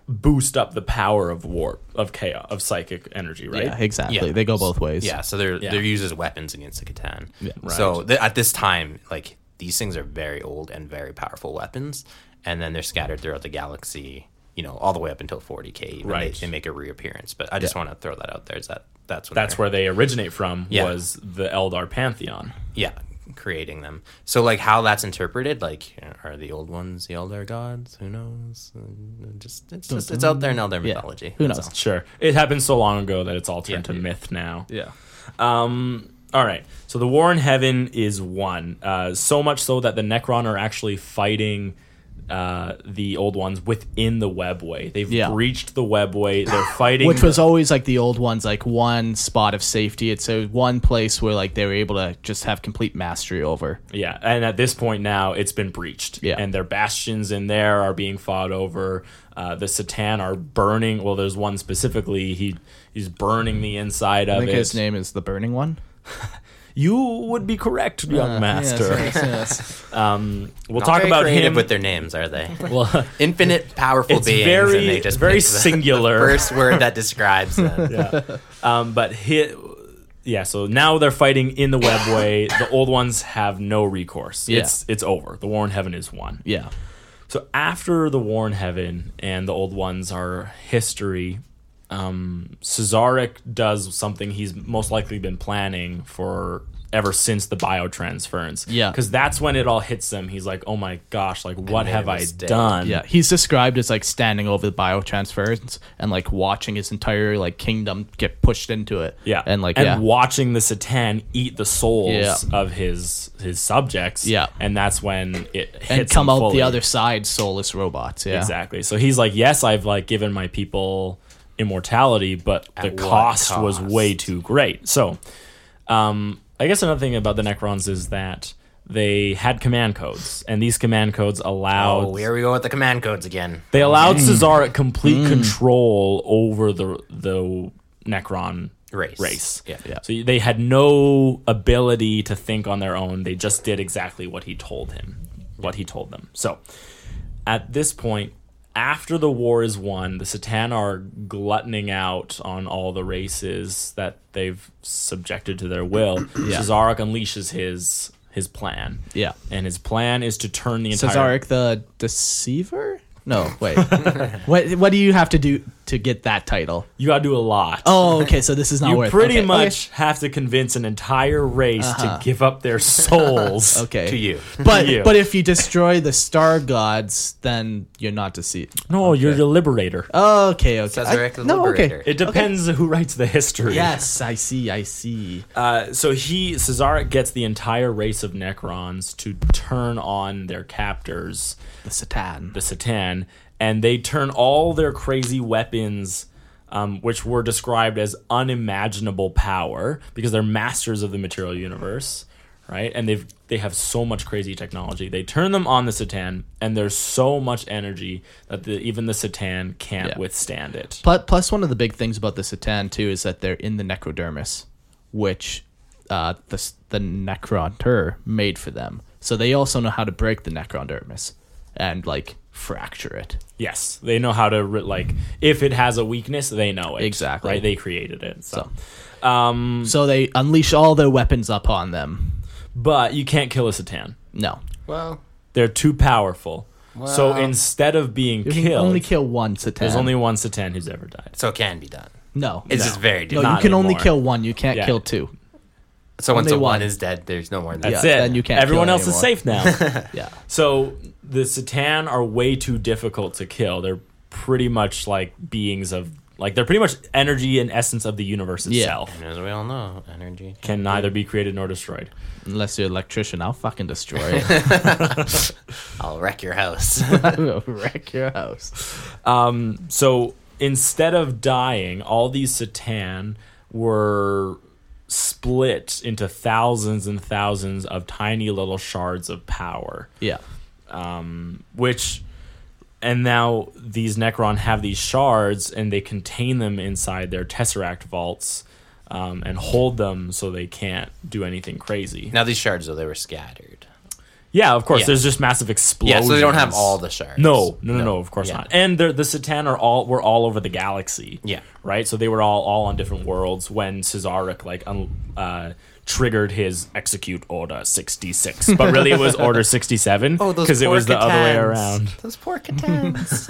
S2: boost up the power of warp, of chaos, of psychic energy, right?
S3: Yeah, exactly.
S4: Yeah.
S3: They go both ways.
S4: Yeah, so they're they're used as weapons against the Catan. So th- at this time, like these things are very old and very powerful weapons, and then they're scattered throughout the galaxy. You know, all the way up until 40k. even.
S2: Right.
S4: They, they make a reappearance, but I just want to throw that out there. Is that that's when
S2: That's
S4: they're-
S2: where they originate from
S4: Yeah.
S2: was the Eldar pantheon.
S4: yeah creating them. So like how that's interpreted, like are the old ones the Elder gods? Who knows? And Just it's just it's out there in Elder
S3: Yeah.
S4: mythology.
S3: Who
S4: That's
S3: knows?
S4: all.
S2: Sure, it happened so long ago that it's all turned to myth now.
S3: Yeah.
S2: Um, all right. So the war in heaven is won. Uh, so much so that the Necron are actually fighting uh, the old ones within the webway. They've
S3: Yeah.
S2: breached the webway. They're fighting.
S3: Which was always like the old ones, like one spot of safety. It's a one place where like they were able to just have complete mastery over.
S2: Yeah, and at this point now, it's been breached.
S3: Yeah.
S2: and their bastions in there are being fought over. Uh, the Satan are burning. Well, there's one specifically. He he's burning the inside
S3: I
S2: of
S3: think
S2: it.
S3: his name is the Burning One.
S2: You would be correct, young
S3: Uh, yes,
S2: master.
S3: yes, yes.
S2: Um, we'll
S4: Not
S2: talk
S4: very
S2: about
S4: creative
S2: him.
S4: with their names, are they?
S2: well,
S4: Infinite powerful
S2: it's
S4: beings,
S2: very
S4: and they just
S2: very
S4: pick the-
S2: singular.
S4: first word that describes them.
S2: Um, but hit, yeah. So now they're fighting in the webway. the old ones have no recourse.
S3: Yeah.
S2: It's it's over. The war in heaven is won.
S3: Yeah.
S2: So after the war in heaven and the old ones are history, um, Cesarek does something he's most likely been planning for ever since the biotransference.
S3: Yeah.
S2: Because that's when it all hits him. He's like, oh my gosh, like, what
S4: made a
S2: have I
S4: mistake."
S2: done?
S3: Yeah, he's described as like standing over the biotransference and like watching his entire like kingdom get pushed into it.
S2: Yeah.
S3: and like
S2: and
S3: yeah,
S2: watching the Satan eat the souls
S3: Yeah.
S2: of his his subjects.
S3: Yeah.
S2: And that's when it hits
S3: and come
S2: him
S3: out
S2: fully.
S3: the other side soulless robots. Yeah,
S2: Exactly. So he's like, yes, I've like given my people immortality, but the
S4: what
S2: cost, was
S4: cost?
S2: way too great. So, um, I guess another thing about the Necrons is that they had command codes, and these command codes allowed
S4: Oh, here we go with the command codes again.
S2: they allowed Cesaric complete
S4: Mm.
S2: control over the the Necron
S4: Race.
S2: Race.
S4: Yeah. Yeah.
S2: So they had no ability to think on their own. They just did exactly what he told him, what he told them. So at this point, after the war is won, the Satan are gluttoning out on all the races that they've subjected to their will.
S3: Yeah.
S2: Cesaric unleashes his his plan.
S3: Yeah.
S2: And his plan is to turn the entire
S3: Cesaric the Deceiver. No, wait. what what do you have to do to get that title?
S2: You gotta do a lot.
S3: Oh, okay. So this is not
S2: You
S3: worth.
S2: pretty
S3: okay, Uh-huh.
S2: much have to convince an entire race to give up their souls.
S3: okay. okay.
S4: To you.
S3: But
S2: you.
S3: but if you destroy the star gods, then you're not deceived.
S2: No, you're the liberator.
S3: Okay, okay.
S4: Cesaric
S3: I-
S4: the
S3: no,
S4: Liberator.
S3: okay.
S2: Uh, It depends who writes the history.
S3: Yes, I see. I see.
S2: Uh, so he Cesaric gets the entire race of Necrons to turn on their captors,
S3: the Satan.
S2: the Satan, and they turn all their crazy weapons, um, which were described as unimaginable power, because they're masters of the material universe, right? And they've they have so much crazy technology. They turn them on the Satan, and there's so much energy that the, even the Satan can't
S3: Yeah.
S2: withstand it.
S3: Plus, plus, one of the big things about the Satan too is that they're in the necrodermis, which uh, the s- the necronter made for them. So they also know how to break the necrodermis and like fracture it.
S2: Yes, they know how to re- like if it has a weakness, they know it
S3: Exactly.
S2: Right, they created it. So,
S3: So they unleash all their weapons upon them.
S2: but you can't kill a Satan.
S3: No,
S4: Well,
S2: They're too powerful. So instead of being
S3: you can
S2: killed,
S3: only kill one Satan.
S2: there's only one Satan who's ever died.
S4: so it can be done.
S3: no.
S4: It's
S3: no.
S4: just very
S3: no.
S4: different.
S3: You
S2: not
S3: can only
S2: anymore.
S3: kill one. You can't
S2: Yeah.
S3: kill two.
S4: so once
S3: only
S4: the one
S3: one.
S4: is dead, there's no more than
S2: That's
S4: that.
S3: Yeah,
S2: it.
S3: then you can't
S2: Everyone
S3: kill
S2: else is safe
S3: anymore.
S2: now.
S3: Yeah.
S2: so the Satan are way too difficult to kill. They're pretty much like beings of like they're pretty much energy and essence of the universe
S3: Yeah.
S2: itself.
S4: And as we all know, energy.
S2: Can neither be created nor destroyed.
S3: Unless you're an electrician, I'll fucking destroy it.
S4: I'll wreck your house.
S3: I will wreck your house.
S2: So instead of dying, all these Satan were split into thousands and thousands of tiny little shards of power,
S3: Yeah.
S2: which. And now these Necron have these shards and they contain them inside their Tesseract vaults um, and hold them so they can't do anything crazy.
S4: now these shards though, they were scattered.
S2: Yeah, of course,
S4: Yeah.
S2: there's just massive explosions.
S4: Yeah, so they don't have all the shards.
S2: No, no, no, no, of course
S4: Yeah.
S2: not. And they're, the Satan are all were all over the galaxy.
S4: Yeah.
S2: right. So they were all all on different worlds when Cesaric like un, uh, triggered his execute order sixty six, but really it was order sixty seven
S4: Oh,
S2: because it was the other way around.
S4: Those poor Catans.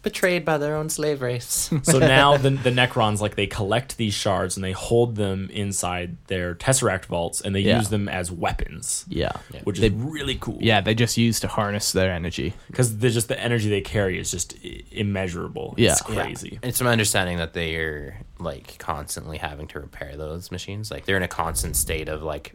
S4: Betrayed by their own slave race.
S2: So now the the Necrons like they collect these shards and they hold them inside their Tesseract vaults and they
S3: Yeah.
S2: use them as weapons.
S3: Yeah.
S2: Which
S3: They-
S2: is really cool.
S3: Yeah, they just use to harness their energy.
S2: because just the energy they carry is just i- immeasurable.
S3: Yeah.
S2: it's crazy.
S4: It's my understanding that they are like constantly having to repair those machines. Like they're in a constant state of like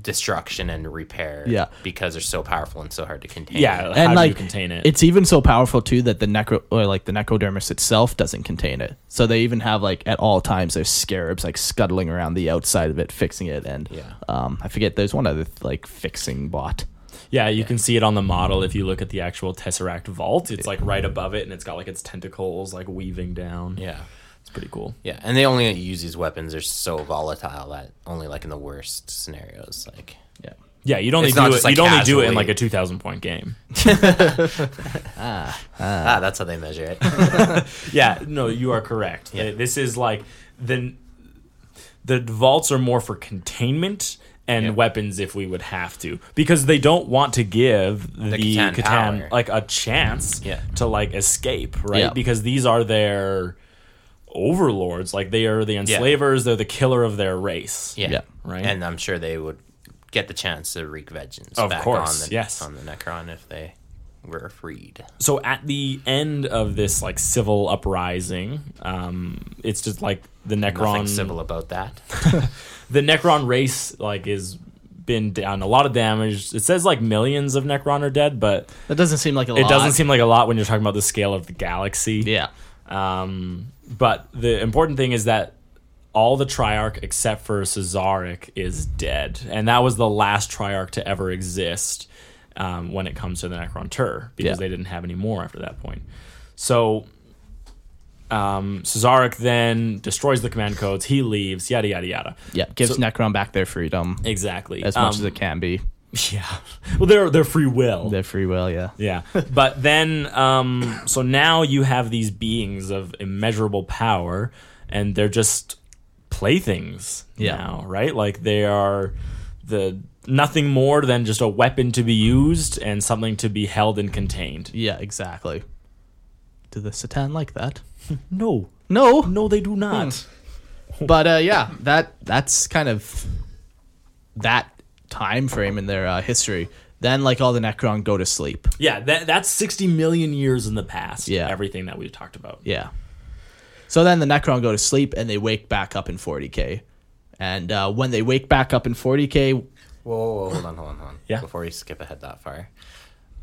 S4: destruction and repair.
S3: Yeah.
S4: Because they're so powerful and so hard to contain.
S2: Yeah, how
S3: and
S2: do
S3: like
S2: you contain it?
S3: It's even so powerful too that the necro or like the necrodermis itself doesn't contain it. So they even have like at all times there's scarabs like scuttling around the outside of it, fixing it. And
S4: Yeah.
S3: um, I forget there's one other like fixing bot.
S2: Yeah, you can see it on the model if you look at the actual Tesseract vault. It's like right above it, and it's got like its tentacles like weaving down.
S4: Yeah.
S2: it's pretty cool.
S4: Yeah. And they only use these weapons. They're so volatile that only like in the worst scenarios. Like
S3: Yeah,
S2: Yeah, you'd only
S4: It's
S2: do
S4: not
S2: it.
S4: just, like,
S2: you'd only do it in
S4: casually.
S2: like a two thousand point game. Uh,
S4: ah, that's how they measure it.
S2: yeah, no, you are correct. Uh, This is like the the vaults are more for containment and weapons if we would have to because they don't want to give the,
S4: Catan
S2: Catan,
S4: power.
S2: like a chance
S4: Yeah.
S2: to like escape, right?
S3: Yeah.
S2: Because these are their overlords. Like they are the enslavers. They're the killer of their race.
S4: Yeah.
S3: Yeah.
S2: Right.
S4: And I'm sure they would get the chance to wreak vengeance
S2: Of
S4: back
S2: course,
S4: on the
S2: yes.
S4: on the Necron if they were freed.
S2: so at the end of this like civil uprising, um, it's just like the
S4: Nothing
S2: Necron
S4: civil about that.
S2: the Necron race like is been down a lot of damage. It says like millions of Necron are dead, but
S3: That doesn't seem like a lot.
S2: it doesn't seem like a lot when you're talking about the scale of the galaxy.
S3: Yeah.
S2: Um, but the important thing is that all the Triarch except for Cesaric is dead, and that was the last Triarch to ever exist um, when it comes to the Necron Tur, because
S3: Yeah.
S2: they didn't have any more after that point. So um, Cesaric then destroys the command codes. He leaves. Yada yada yada.
S3: Yeah. Gives
S2: So-
S3: Necron back their freedom
S2: Exactly.
S3: as much
S2: Um,
S3: as it can be.
S2: yeah. Well, they're they're free will.
S3: Their free will. Yeah.
S2: Yeah. But then, um, so now you have these beings of immeasurable power, and they're just playthings
S3: Yeah.
S2: now, right? Like they are the nothing more than just a weapon to be used and something to be held and contained.
S3: Yeah. Exactly. Do the Satan like that?
S2: No,
S3: No.
S2: no, they do
S3: Hmm.
S2: not.
S3: but uh, yeah, that that's kind of that time frame in their uh, history. Then, like all the Necron go to sleep.
S2: Yeah, that, that's sixty million years in the past.
S3: Yeah.
S2: everything that we've talked about.
S3: Yeah. So then the Necron go to sleep and they wake back up in 40k. And uh, when they wake back up in 40k,
S4: Whoa, whoa, whoa, hold on, hold on, hold on.
S2: Yeah.
S4: Before we skip ahead that far,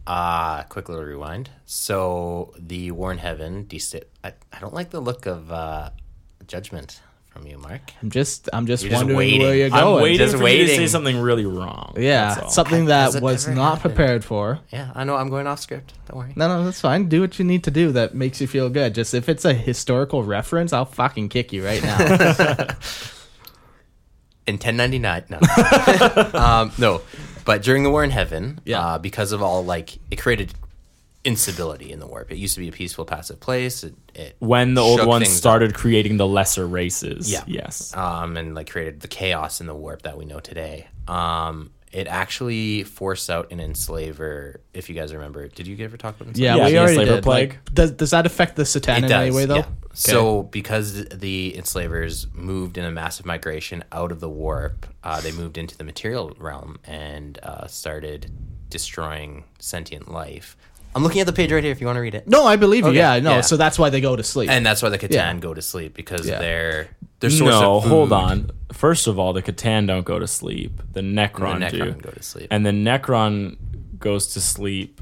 S4: uh, quick little rewind. So the War in Heaven, desti- I, I don't like the look of uh, judgment from you, Mark.
S3: I'm just I'm just
S4: You're just
S3: wondering
S4: waiting.
S3: where you're
S2: I'm
S3: going.
S2: waiting
S4: just
S2: for you to say
S4: waiting.
S2: something really wrong.
S3: yeah,
S2: That's all.
S3: something
S4: Does
S3: that
S4: it
S3: was
S4: ever
S3: not
S4: happen?
S3: prepared for.
S4: Yeah, I know I'm going off script. Don't worry.
S3: No, no, that's fine. Do what you need to do that makes you feel good. Just if it's a historical reference, I'll fucking kick you right now.
S4: in 1099 no um, no but during the war in heaven
S3: Yeah.
S4: uh, because of all like it created instability in the warp it used to be a peaceful passive place it, it
S2: when the old
S4: shook
S2: ones
S4: things
S2: started creating the lesser races.
S4: Yeah.
S2: Yes.
S4: um, and like created the chaos in the warp that we know today um, it actually forced out an enslaver if you guys remember did you ever talk about
S3: Yeah,
S2: Yeah,
S3: we
S2: the
S3: already
S2: Enslaver
S3: did.
S2: Plague.
S3: Like, does does that affect the Satan in any way though?
S4: yeah. So, because the enslavers moved in a massive migration out of the warp, uh, they moved into the material realm and uh, started destroying sentient life. I'm looking at the page right here if you want to read it.
S3: No, I believe you. Yeah, no.
S4: yeah.
S3: So that's why they go to sleep.
S4: And that's why the Catan
S3: Yeah.
S4: go to sleep because
S3: Yeah.
S4: they're their source
S2: No,
S4: of food.
S2: hold on. First of all, the Catan don't go to sleep. The Necron,
S4: The Necron
S2: do.
S4: go to sleep.
S2: And the Necron goes to sleep.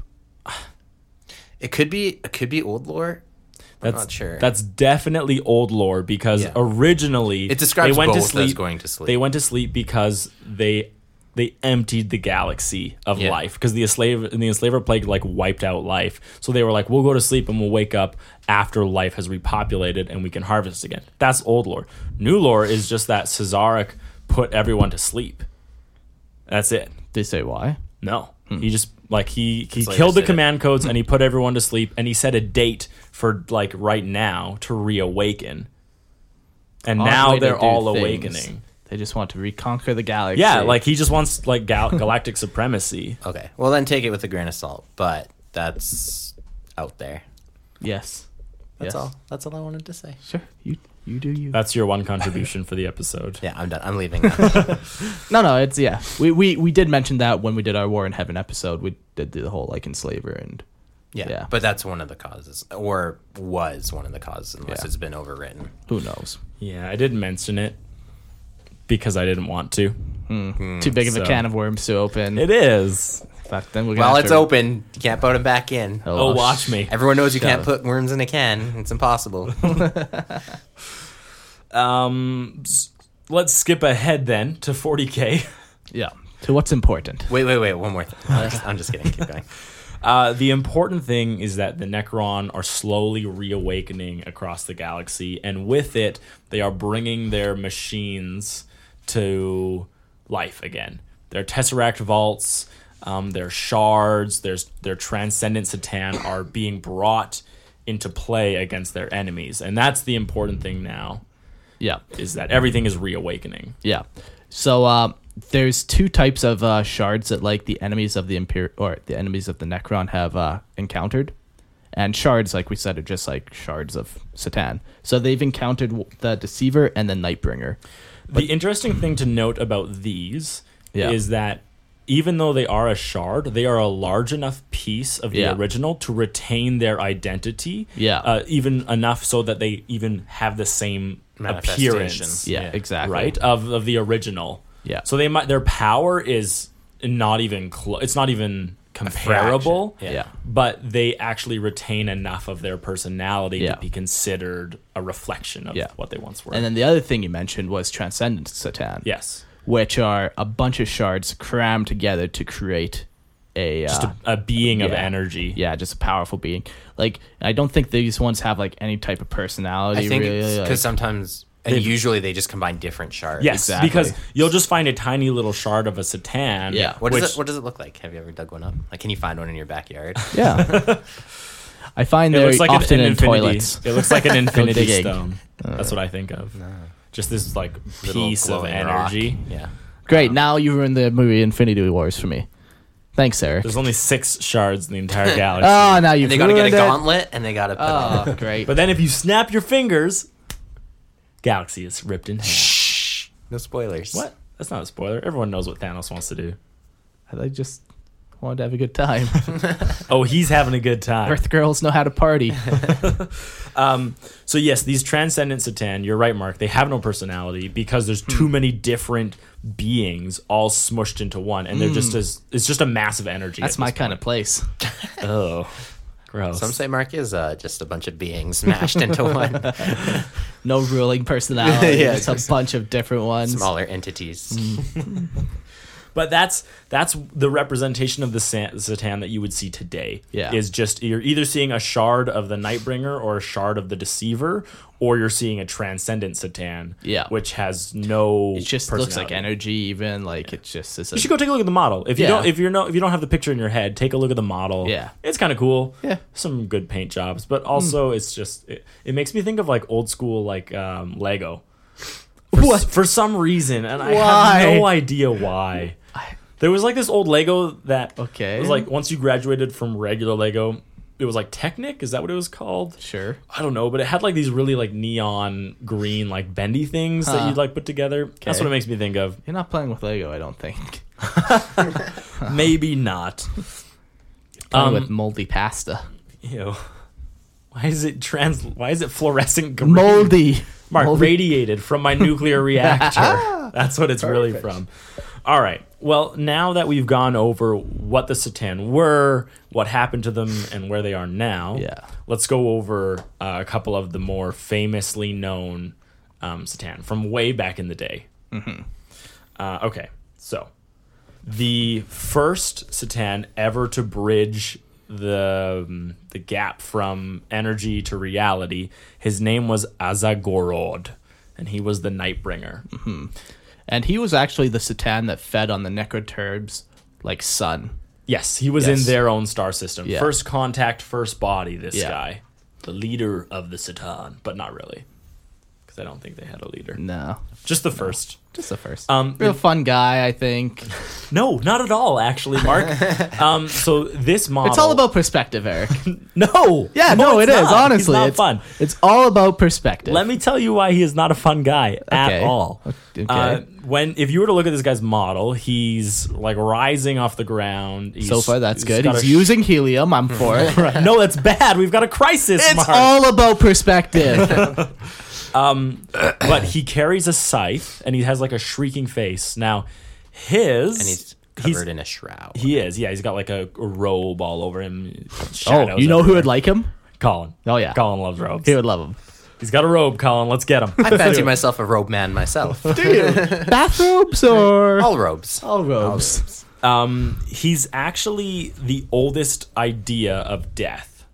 S4: it could be it could be old lore.
S2: That's,
S4: not sure.
S2: That's definitely old lore because
S4: Yeah.
S2: originally
S4: It describes
S2: they went
S4: both
S2: to sleep,
S4: as going to sleep.
S2: They went to sleep because they they emptied the galaxy of
S4: Yeah.
S2: life because the enslave the enslaver plague like wiped out life. So they were like, we'll go to sleep and we'll wake up after life has repopulated and we can harvest again. That's old lore. New lore is just that Cesaric put everyone to sleep. That's it.
S3: they say why?
S2: No.
S3: Hmm.
S2: He just like he he
S4: Slayer
S2: killed the
S4: said it.
S2: command codes and he put everyone to sleep and he set a date for like right now to reawaken. And now
S3: Odd way to
S2: they're
S3: do
S2: all
S3: things.
S2: awakening.
S3: They just want to reconquer the galaxy.
S2: Yeah, like he just wants like gal- galactic supremacy.
S4: Okay, well then take it with a grain of salt, but that's out there.
S3: yes,
S4: That's
S3: Yes.
S4: all. That's all I wanted to say.
S3: Sure, you you do you.
S2: That's your one contribution for the episode.
S4: Yeah, I'm done. I'm leaving.
S3: no, no, it's yeah. We, we we did mention that when we did our War in Heaven episode, we did the whole like enslaver and
S4: Yeah,
S3: Yeah.
S4: but that's one of the causes, or was one of the causes, unless
S3: Yeah.
S4: it's been overwritten.
S3: who knows.
S2: Yeah, I didn't mention it because I didn't want to.
S3: Too big of
S2: Mm, so-
S3: a can of worms to open.
S2: It is.
S3: Fuck, then we're gonna
S4: Well,
S3: have
S4: it's
S3: to-
S4: open. You can't put them back in.
S2: Oh,
S3: sh-
S2: watch me.
S4: Everyone knows you can't
S3: up.
S4: put worms in a can. It's impossible.
S2: Um s- let's skip ahead then to 40K.
S3: Yeah, to what's important.
S4: wait, wait, wait. One more thing. I'm just, I'm just kidding. Keep going.
S2: Uh, the important thing is that the Necron are slowly reawakening across the galaxy, and with it, they are bringing their machines to life again. Their Tesseract vaults, um, their shards, their, their Transcendent Satan are being brought into play against their enemies. And that's the important thing now,
S3: Yeah,
S2: is that everything is reawakening.
S3: yeah. So uh, there's two types of uh, shards that like the enemies of the Imper- or the enemies of the Necron have uh, encountered, And shards, like we said, are just like shards of Satan. So they've encountered w- the Deceiver and the Nightbringer.
S2: the interesting thing to note about these
S3: Yeah.
S2: is that even though they are a shard, they are a large enough piece of the
S3: Yeah.
S2: original to retain their identity.
S3: Yeah.
S2: Uh, even enough so that they even have the same appearance.
S4: Manifestation.
S3: Yeah,
S4: Yeah.
S3: exactly.
S2: Right? Of, of the original.
S3: Yeah.
S2: So they might their power is not even close. It's not even comparable.
S4: fraction.
S3: yeah.
S4: Yeah.
S2: But they actually retain enough of their personality
S3: Yeah.
S2: to be considered a reflection of
S3: Yeah.
S2: what they once were.
S3: And then the other thing you mentioned was Transcendent Satan.
S2: yes.
S3: Which are a bunch of shards crammed together to create a.
S2: Just
S3: uh,
S4: Ah.
S2: a, a being of
S3: yeah.
S2: energy.
S3: yeah, just a powerful being. Like I don't think these ones have like any type of personality.
S4: I think
S3: really.
S4: because
S3: like-
S4: sometimes and usually they just combine different shards.
S2: Yes,
S3: Exactly.
S2: because you'll just find a tiny little shard of a satan.
S3: Yeah.
S4: What does
S2: which-
S4: it What does it look like? Have you ever dug one up? Like, can you find one in your backyard?
S3: yeah, I find
S2: it
S3: they're
S2: looks like an,
S3: often
S2: an
S3: in
S2: infinity.
S3: toilets.
S2: It looks like an infinity
S3: digging.
S2: stone. That's what I think of. Just this like
S4: Uh. Little
S2: piece of
S4: glowing rock.
S2: energy.
S4: Yeah.
S3: Great, now you ruined the movie Infinity Wars for me. Thanks, Eric.
S2: There's only six shards in the entire galaxy.
S4: Ah.
S3: Oh, now you've
S4: And they gotta get a
S3: ruined it.
S4: gauntlet and they gotta put on.
S3: Oh, great.
S2: But then if you snap your fingers, galaxy is ripped in half.
S4: No spoilers.
S2: What? That's not a spoiler. Everyone knows what Thanos wants to do.
S3: I just wanted to have a good time.
S2: Oh, he's having a good time.
S3: Earth girls know how to party.
S2: So yes, these transcendent satan, you're right, Mark. They have no personality because there's too
S3: Hmm.
S2: many different beings all smushed into one, and they're just as it's just a massive energy.
S3: Hmm. That's
S2: at
S3: my
S2: this
S3: kind of place.
S2: point. oh, gross.
S4: Some say Mark is uh, just a bunch of beings mashed into one.
S3: No ruling personality.
S4: Yeah,
S3: It's a bunch of different ones.
S4: Smaller entities.
S2: Mm. but that's that's the representation of the sa- satan that you would see today.
S3: Yeah.
S2: is just you're either seeing a shard of the Nightbringer or a shard of the Deceiver, or you're seeing a transcendent satan.
S3: Yeah.
S2: which has no.
S3: It just looks like
S2: personality.
S3: energy, even like it just is. A,
S2: You should go take a look at the model. If you
S3: Yeah.
S2: don't, if you're no, if you don't have the picture in your head, take a look at the model.
S3: Yeah.
S2: it's kind of cool.
S3: Yeah. Hmm.
S2: some good paint jobs, but also it's just it, it makes me think of like old school like um, Lego. For, what? for some reason, and I have no
S3: Why?
S2: idea why. There was like this old Lego that
S3: Okay.
S2: was like once you graduated from regular Lego, it was like Technic. Is that what it was called?
S3: sure.
S2: I don't know, but it had like these really like neon green like bendy things that
S3: Huh.
S2: you'd like put together. That's
S3: Okay.
S2: what it makes me think of.
S3: You're not playing with Lego, I don't think.
S2: Maybe not.
S3: Playing
S2: Um,
S3: with moldy pasta.
S2: Ew. Why is it trans? Why is it fluorescent green?
S3: Moldy.
S2: Mark
S3: moldy.
S2: radiated from my nuclear reactor. That's what it's really from. All right. Well, now that we've gone over what the Satan were, what happened to them, and where they are now,
S3: Yeah.
S2: let's go over uh, a couple of the more famously known um, Satan from way back in the day.
S3: Mm-hmm.
S2: Uh, okay, so the first Satan ever to bridge the um, the gap from energy to reality. His name was Azagorod, and he was the Nightbringer.
S3: And he was actually the Satan that fed on the Necroturb's like son.
S2: Yes, he was
S3: Yes.
S2: in their own star system.
S3: Yeah.
S2: First contact, first body. This
S3: Yeah.
S2: guy, the leader of the Satan, but not really, because I don't think they had a leader.
S3: No,
S2: Just the first.
S3: just the first.
S2: Um,
S3: Real fun guy, I think.
S2: No, not at all, actually, Mark. um, so this model.
S3: It's all about perspective, Eric.
S2: no.
S3: Yeah, no, it
S2: it's not.
S3: is.
S2: He's
S3: Honestly,
S2: not
S3: it's
S2: fun.
S3: It's all about perspective.
S2: Let me tell you why he is not a fun guy at
S3: Okay.
S2: all.
S3: Okay.
S2: Uh, when if you were to look at this guy's model, he's like rising off the ground. He's-
S3: so far, that's good.
S2: got
S3: He's
S2: a-
S3: using helium. I'm for it.
S2: Right. No, that's bad. We've got a crisis.
S3: It's
S2: Mark.
S3: all about perspective.
S2: but he carries a scythe and he has like a shrieking face. Now, his
S4: And he's covered in a shroud.
S2: he is yeah. He's got like a, a robe all over him.
S3: oh,
S2: shadows
S3: you know who
S2: everywhere.
S3: would like him?
S2: Colin.
S3: Oh, yeah.
S2: Colin loves robes.
S3: He would love him.
S2: He's got a robe, Colin. Let's get him.
S4: I fancy myself a robe man myself.
S3: Bathrobes or
S4: All robes.
S2: Oh.
S3: all robes.
S2: Um, he's actually the oldest idea of death,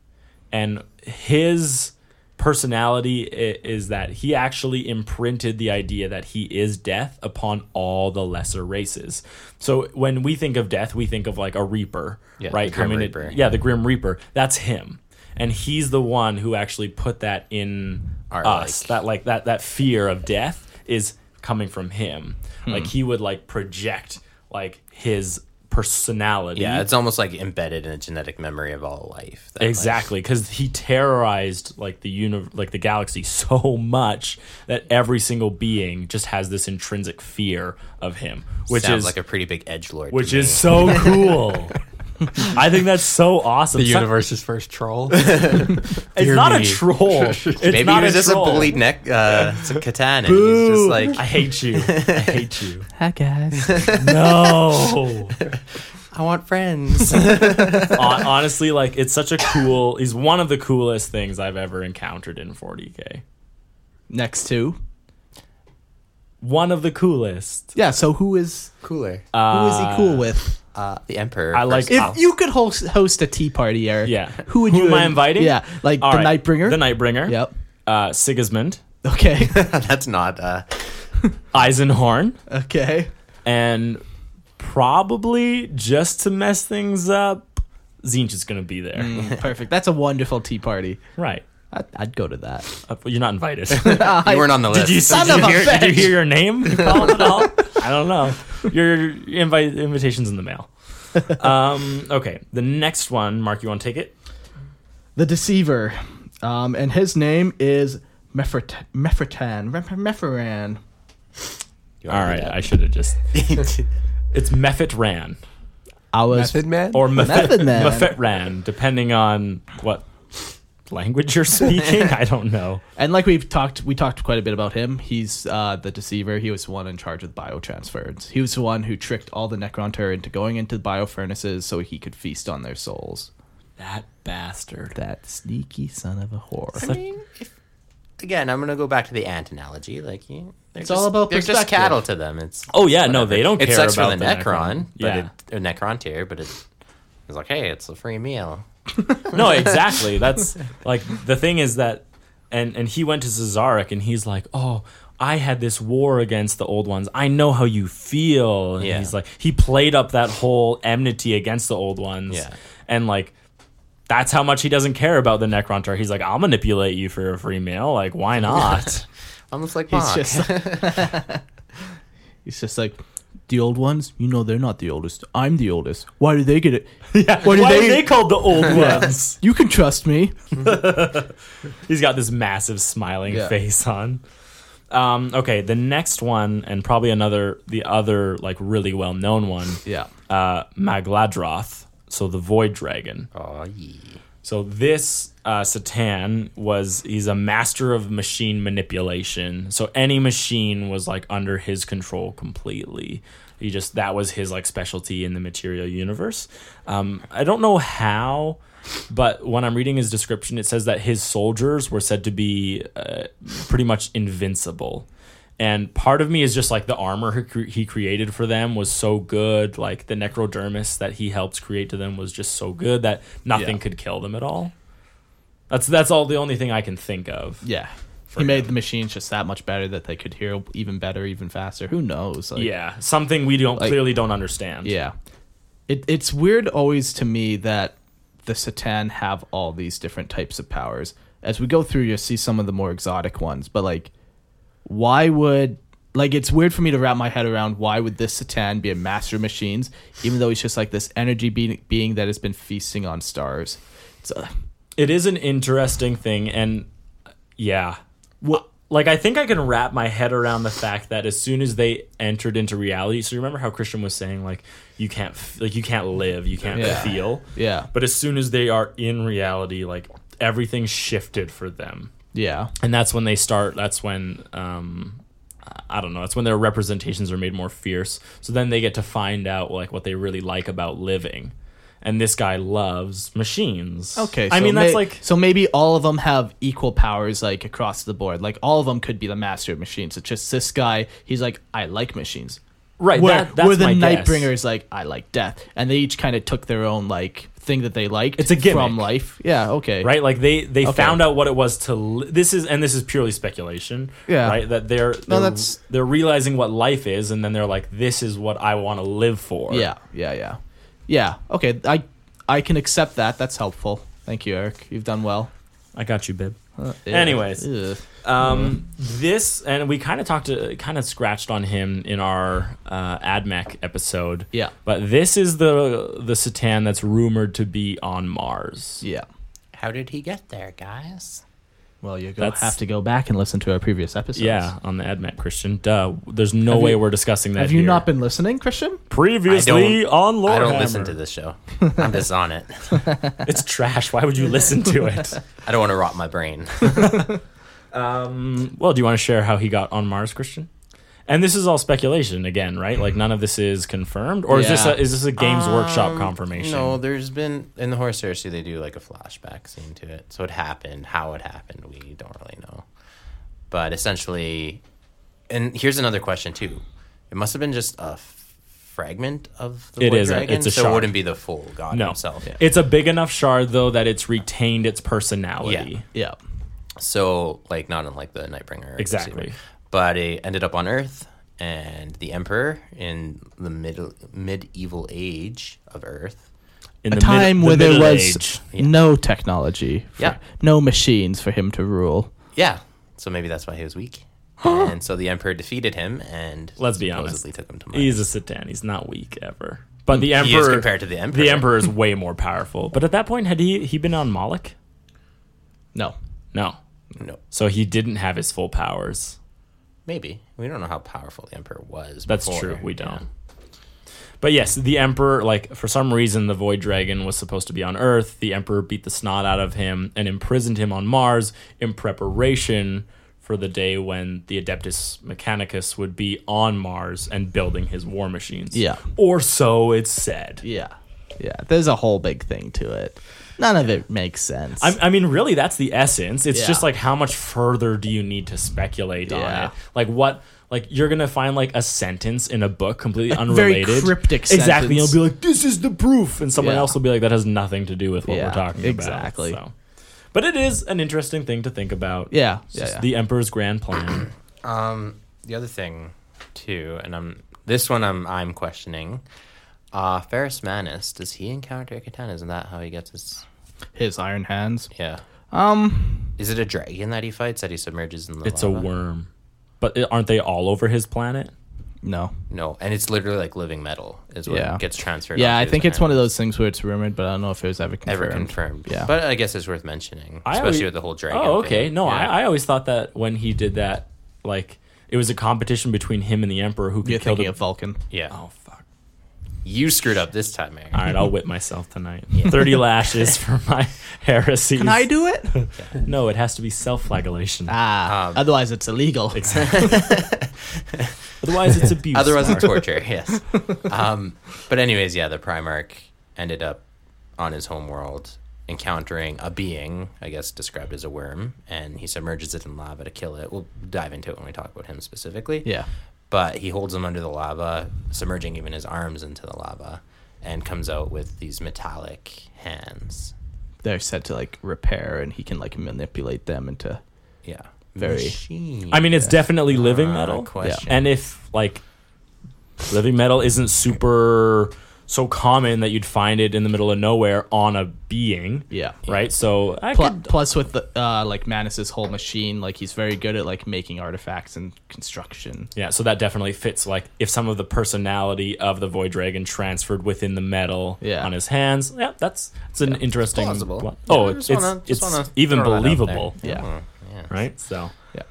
S2: and his personality i- is that he actually imprinted the idea that he is death upon all the lesser races. So when we think of death, we think of like a reaper,
S4: Yeah,
S2: right?
S4: the Grim
S2: Coming in-
S4: Reaper.
S2: yeah, the Grim Reaper. That's him. And he's the one who actually put that in
S4: Our,
S2: us.
S4: like-
S2: That like that that fear of
S4: Hmm.
S2: death is coming from him. Like he would like project like his personality.
S4: Yeah, it's almost like embedded in a genetic memory of all life. that, like,
S2: exactly because he terrorized like the uni- like the galaxy so much that every single being just has this intrinsic fear of him, which
S4: sounds
S2: is
S4: like a pretty big edge lord.
S2: which is so cool. I think that's so awesome.
S5: The
S2: So-
S5: universe's first troll.
S2: it's
S5: Dear
S2: not a
S5: me.
S2: troll. It's
S4: maybe
S2: not
S4: he was
S2: a
S4: just
S2: troll.
S4: a bullied neck, uh, it's a katan, and he's just like
S2: I hate you. I hate you.
S3: Hi guys.
S2: No.
S4: I want friends.
S2: Hon- honestly, like it's such a cool. He's one of the coolest things I've ever encountered in 40k.
S3: Next two.
S2: One of the coolest.
S3: Yeah. So who is
S5: Cooler.
S3: who is he cool with?
S4: uh, the emperor.
S2: I like.
S3: If
S2: I'll-
S3: you could host host a tea party, Eric,
S2: yeah.
S3: Who would you
S2: am I
S3: in-
S2: inviting?
S3: Yeah, like
S2: All
S3: the
S2: right,
S3: Nightbringer.
S2: The Nightbringer.
S3: Yep.
S2: Uh, Sigismund,
S3: Okay.
S4: that's not. Uh,
S2: Eisenhorn,
S3: okay.
S2: and probably just to mess things up, Zinch is gonna be there.
S3: Perfect. That's a wonderful tea party.
S2: Right.
S3: I'd, I'd go to that.
S2: Uh, you're not invited.
S4: you weren't on the list.
S2: Did you,
S3: Son
S2: did
S3: of
S2: you
S3: a
S2: hear, did you
S3: bitch.
S2: hear your name? You called it all? I don't know. Your invite invitations in the mail. Um, okay, the next one, Mark, you want to take it?
S3: The Deceiver, um, and his name is Mefert- Mefertan. Mef- Meferan.
S2: All right, I should have just. It's Mephit Ran
S3: I was
S5: Method Man?
S2: or Mephit
S3: Method Man.
S2: Mephit Ran, depending on what language you're speaking. I don't know.
S3: And like we've talked, we talked quite a bit about him. He's uh, the deceiver. He was the one in charge of the biotransference. He was the one who tricked all the Necronter into going into the biofurnaces so he could feast on their souls.
S2: That bastard.
S3: That sneaky son of a
S4: I
S3: whore.
S4: mean, if, again, I'm gonna go back to the ant analogy. Like, you, they're
S3: It's
S4: just,
S3: all about
S4: they're just
S3: perspective.
S4: cattle to them. It's
S2: Oh yeah, no, they don't
S4: it
S2: care
S4: sucks
S2: about
S4: for the, Necron,
S2: Yeah.
S4: but it, or Necron tier, but it, it's like, hey, it's a free meal.
S2: no, exactly. That's like the thing is that, and and he went to Cesarek and he's like, oh. I had this war against the old ones. I know how you feel. And
S4: Yeah.
S2: he's like he played up that whole enmity against the old ones.
S4: Yeah.
S2: And like that's how much he doesn't care about the Necrontar. He's like, I'll manipulate you for a free meal. Like, why not?
S4: Almost like
S3: He's
S4: Bach.
S3: just. he's just like. The old ones, you know, they're not the oldest. I'm the oldest. Why do they get it?
S2: yeah.
S3: What do
S2: why
S3: they-
S2: are they called the old ones?
S3: You can trust me.
S2: He's got this massive smiling
S3: Yeah.
S2: face on. Um, okay, the next one, and probably another, the other like really well known one,
S3: Yeah.
S2: uh, Magladroth. So the Void Dragon.
S4: Oh, yeah.
S2: So this uh, Satan was he's a master of machine manipulation. So any machine was like under his control completely. He just that was his like specialty in the material universe. Um, I don't know how, but when I'm reading his description, it says that his soldiers were said to be uh, pretty much invincible. And part of me is just like the armor he, cre- he created for them was so good. Like the necrodermis that he helped create to them was just so good that nothing
S3: Yeah.
S2: could kill them at all. That's that's all the only thing I can think of.
S3: Yeah. He made the machines just that much better that they could hear even better, even faster. Who knows? Like,
S2: yeah, something we don't
S3: Like-
S2: clearly don't understand.
S3: Yeah. It, it's weird always to me that the Satan have all these different types of powers. As we go through, you'll see some of the more exotic ones, but like, why would. Like, it's weird for me to wrap my head around why would this Satan be a master of machines, even though he's just like this energy be- being that has been feasting on stars. It's, uh,
S2: it is an interesting thing, and uh, yeah,
S3: what,
S2: like I think I can wrap my head around the fact that as soon as they entered into reality, so you remember how Christian was saying like you can't f- like you can't live, you can't
S3: Yeah.
S2: feel.
S3: Yeah.
S2: But as soon as they are in reality, like everything shifted for them.
S3: yeah.
S2: And that's when they start that's when um I- I don't know, that's when their representations are made more fierce. So then they get to find out like what they really like about living. And this guy loves machines.
S3: Okay,
S2: I
S3: so
S2: mean that's
S3: may-
S2: like
S3: so maybe all of them have equal powers like across the board. Like all of them could be the master of machines. It's just this guy, he's like, I like machines.
S2: right.
S3: Where,
S2: that, that's
S3: where
S2: my
S3: the
S2: guess.
S3: Nightbringer is like, I like death, and they each kind of took their own like thing that they liked.
S2: It's a gimmick.
S3: from life. Yeah. Okay.
S2: right like they they found out what it was to li- this is and this is purely speculation
S3: Yeah.
S2: right that they're, they're
S3: that's-
S2: they're realizing what life is and then they're like this is what i want to live for
S3: Yeah. Yeah. Yeah. Yeah. Okay. I I can accept that. That's helpful. Thank you, Eric. You've done well. Uh,
S2: i got you bib
S3: Yeah.
S2: Anyways.
S3: Ugh.
S2: Um, This, and we kind of talked, to, kind of scratched on him in our uh, AdMech episode.
S3: Yeah.
S2: But this is the the Satan that's rumored to be on Mars.
S3: yeah.
S4: How did he get there, guys?
S3: Well, you're gonna
S2: That's-
S3: have to go back and listen to our previous episodes.
S2: Yeah, on the AdMech, Christian. Duh. There's no
S3: Have
S2: way
S3: you-
S2: we're discussing that.
S3: Have you
S2: here.
S3: not been listening, Christian?
S2: previously on Lord?
S4: I don't listen to this show. I'm just on it.
S2: It's trash. Why would you listen to it?
S4: I don't want to rot my brain.
S2: Well, do you want to share how he got on Mars, Christian? And this is all speculation again, right? Like none of this is confirmed, or is this
S3: Yeah.
S2: a, is this a Games Workshop
S4: Um,
S2: confirmation?
S4: No, there's been in the horse heresy they do like a flashback scene to it. So it happened. How it happened, we don't really know. But essentially, and here's another question too. It must have been just a f- fragment of the
S2: It
S4: war
S2: is a-
S4: dragon,
S2: it's a
S4: so
S2: shard.
S4: it wouldn't be the full god
S2: no.
S4: himself.
S2: It's a big enough shard though that it's retained its personality.
S4: Yeah.
S3: Yeah.
S4: So like not unlike the Nightbringer, or
S2: Exactly.
S4: Deceiver. But it ended up on Earth, and the Emperor in the middle medieval age of Earth
S2: In the
S3: A
S2: mid-
S3: time
S2: the
S3: where there
S2: Middle
S3: was
S2: Age.
S3: no technology. for-
S4: Yeah.
S3: No machines for him to rule.
S4: Yeah. So maybe that's why he was weak. and so the emperor defeated him and
S2: Let's be
S4: supposedly
S2: honest.
S4: took him to Mars.
S2: He's a Satan. He's not weak ever. But the emperor
S4: Mm, is compared to the Emperor.
S2: The emperor is way more powerful. But at that point, had he he been on Moloch?
S3: No.
S2: No.
S4: no,
S2: So he didn't have his full powers.
S4: maybe we don't know how powerful the emperor was.
S2: That's
S4: before.
S2: true. We don't. But yes, the Emperor, like, for some reason, the Void Dragon was supposed to be on Earth. The Emperor beat the snot out of him and imprisoned him on Mars in preparation for the day when the Adeptus Mechanicus would be on Mars and building his war machines.
S3: Yeah.
S2: Or so it's said.
S3: Yeah. Yeah. There's a whole big thing to it. None of it makes sense.
S2: I, I mean, really, that's the essence. It's
S3: Yeah.
S2: just like how much further do you need to speculate on
S3: Yeah.
S2: it? Like what? Like you're gonna find like a sentence in a book completely
S3: very
S2: unrelated,
S3: cryptic
S2: Exactly.
S3: sentence.
S2: You'll be like, "This is the proof," and someone
S3: Yeah.
S2: else will be like, "That has nothing to do with what
S3: Yeah,
S2: we're talking
S3: exactly.
S2: about." Exactly. But it is an interesting thing to think about.
S3: Yeah,
S2: It's
S3: yeah,
S2: just
S3: yeah.
S2: The emperor's grand plan.
S4: Um, the other thing, too, and I'm this one I'm I'm questioning. Uh, Ferris Manus does he encounter Catan? Isn't that how he gets his?
S3: His iron hands.
S4: Yeah.
S3: Um.
S4: Is it a dragon that he fights that he submerges in the?
S2: it's a
S4: lava?
S2: worm. But it- aren't they all over his planet?
S3: No.
S4: No, and it's literally like living metal is what
S3: Yeah.
S4: gets transferred.
S3: Yeah,
S4: onto
S3: I
S4: his
S3: think it's one of
S4: hand.
S3: those things where it's rumored, but I don't know if it was ever confirmed.
S4: ever confirmed.
S3: Yeah.
S4: but I guess it's worth mentioning,
S2: I
S4: especially
S2: always-
S4: with the whole dragon.
S2: Oh, okay.
S4: thing.
S2: No,
S4: Yeah.
S2: I, I always thought that when he did that, like it was a competition between him and the emperor who could
S3: You're
S2: kill
S3: thinking
S2: the
S3: of Vulcan.
S4: Yeah.
S2: Oh fuck!
S4: You screwed up this time, Aaron.
S2: All right, I'll whip myself tonight. Thirty lashes for my heresies.
S3: Can I do it?
S2: No, it has to be self-flagellation.
S3: Ah,
S4: Um,
S3: otherwise it's illegal.
S2: Otherwise, it's abuse.
S4: Otherwise, it's
S2: Mark.
S4: torture. Yes. Um, but anyways, yeah, the Primarch ended up on his homeworld encountering a being, I guess described as a worm, and he submerges it in lava to kill it. We'll dive into it when we talk about him specifically.
S3: Yeah.
S4: But he holds him under the lava, submerging even his arms into the lava, and comes out with these metallic hands.
S3: They're said to like repair, and he can like manipulate them into.
S4: Yeah.
S3: Very-
S4: Machine.
S2: I mean, it's definitely living
S4: Uh,
S2: metal.
S4: question.
S2: And if like living metal isn't super so common that you'd find it in the middle of nowhere on a being,
S3: Yeah.
S2: right? So I
S3: Pl-
S2: could.
S3: plus, with the uh, like Manus's whole machine, like he's very good at like making artifacts and construction.
S2: Yeah, so that definitely fits. Like, if some of the personality of the Void Dragon transferred within the metal
S3: Yeah.
S2: on his hands, yeah, that's it's an interesting.
S4: plausible.
S2: pl-
S4: Yeah,
S2: oh,
S4: I
S2: it's
S4: just wanna-
S2: it's,
S4: just wanna
S2: even
S4: throw that out
S2: believable,
S4: there.
S3: Yeah.
S4: Mm, yeah. Uh-huh.
S2: right? So,
S3: Yeah,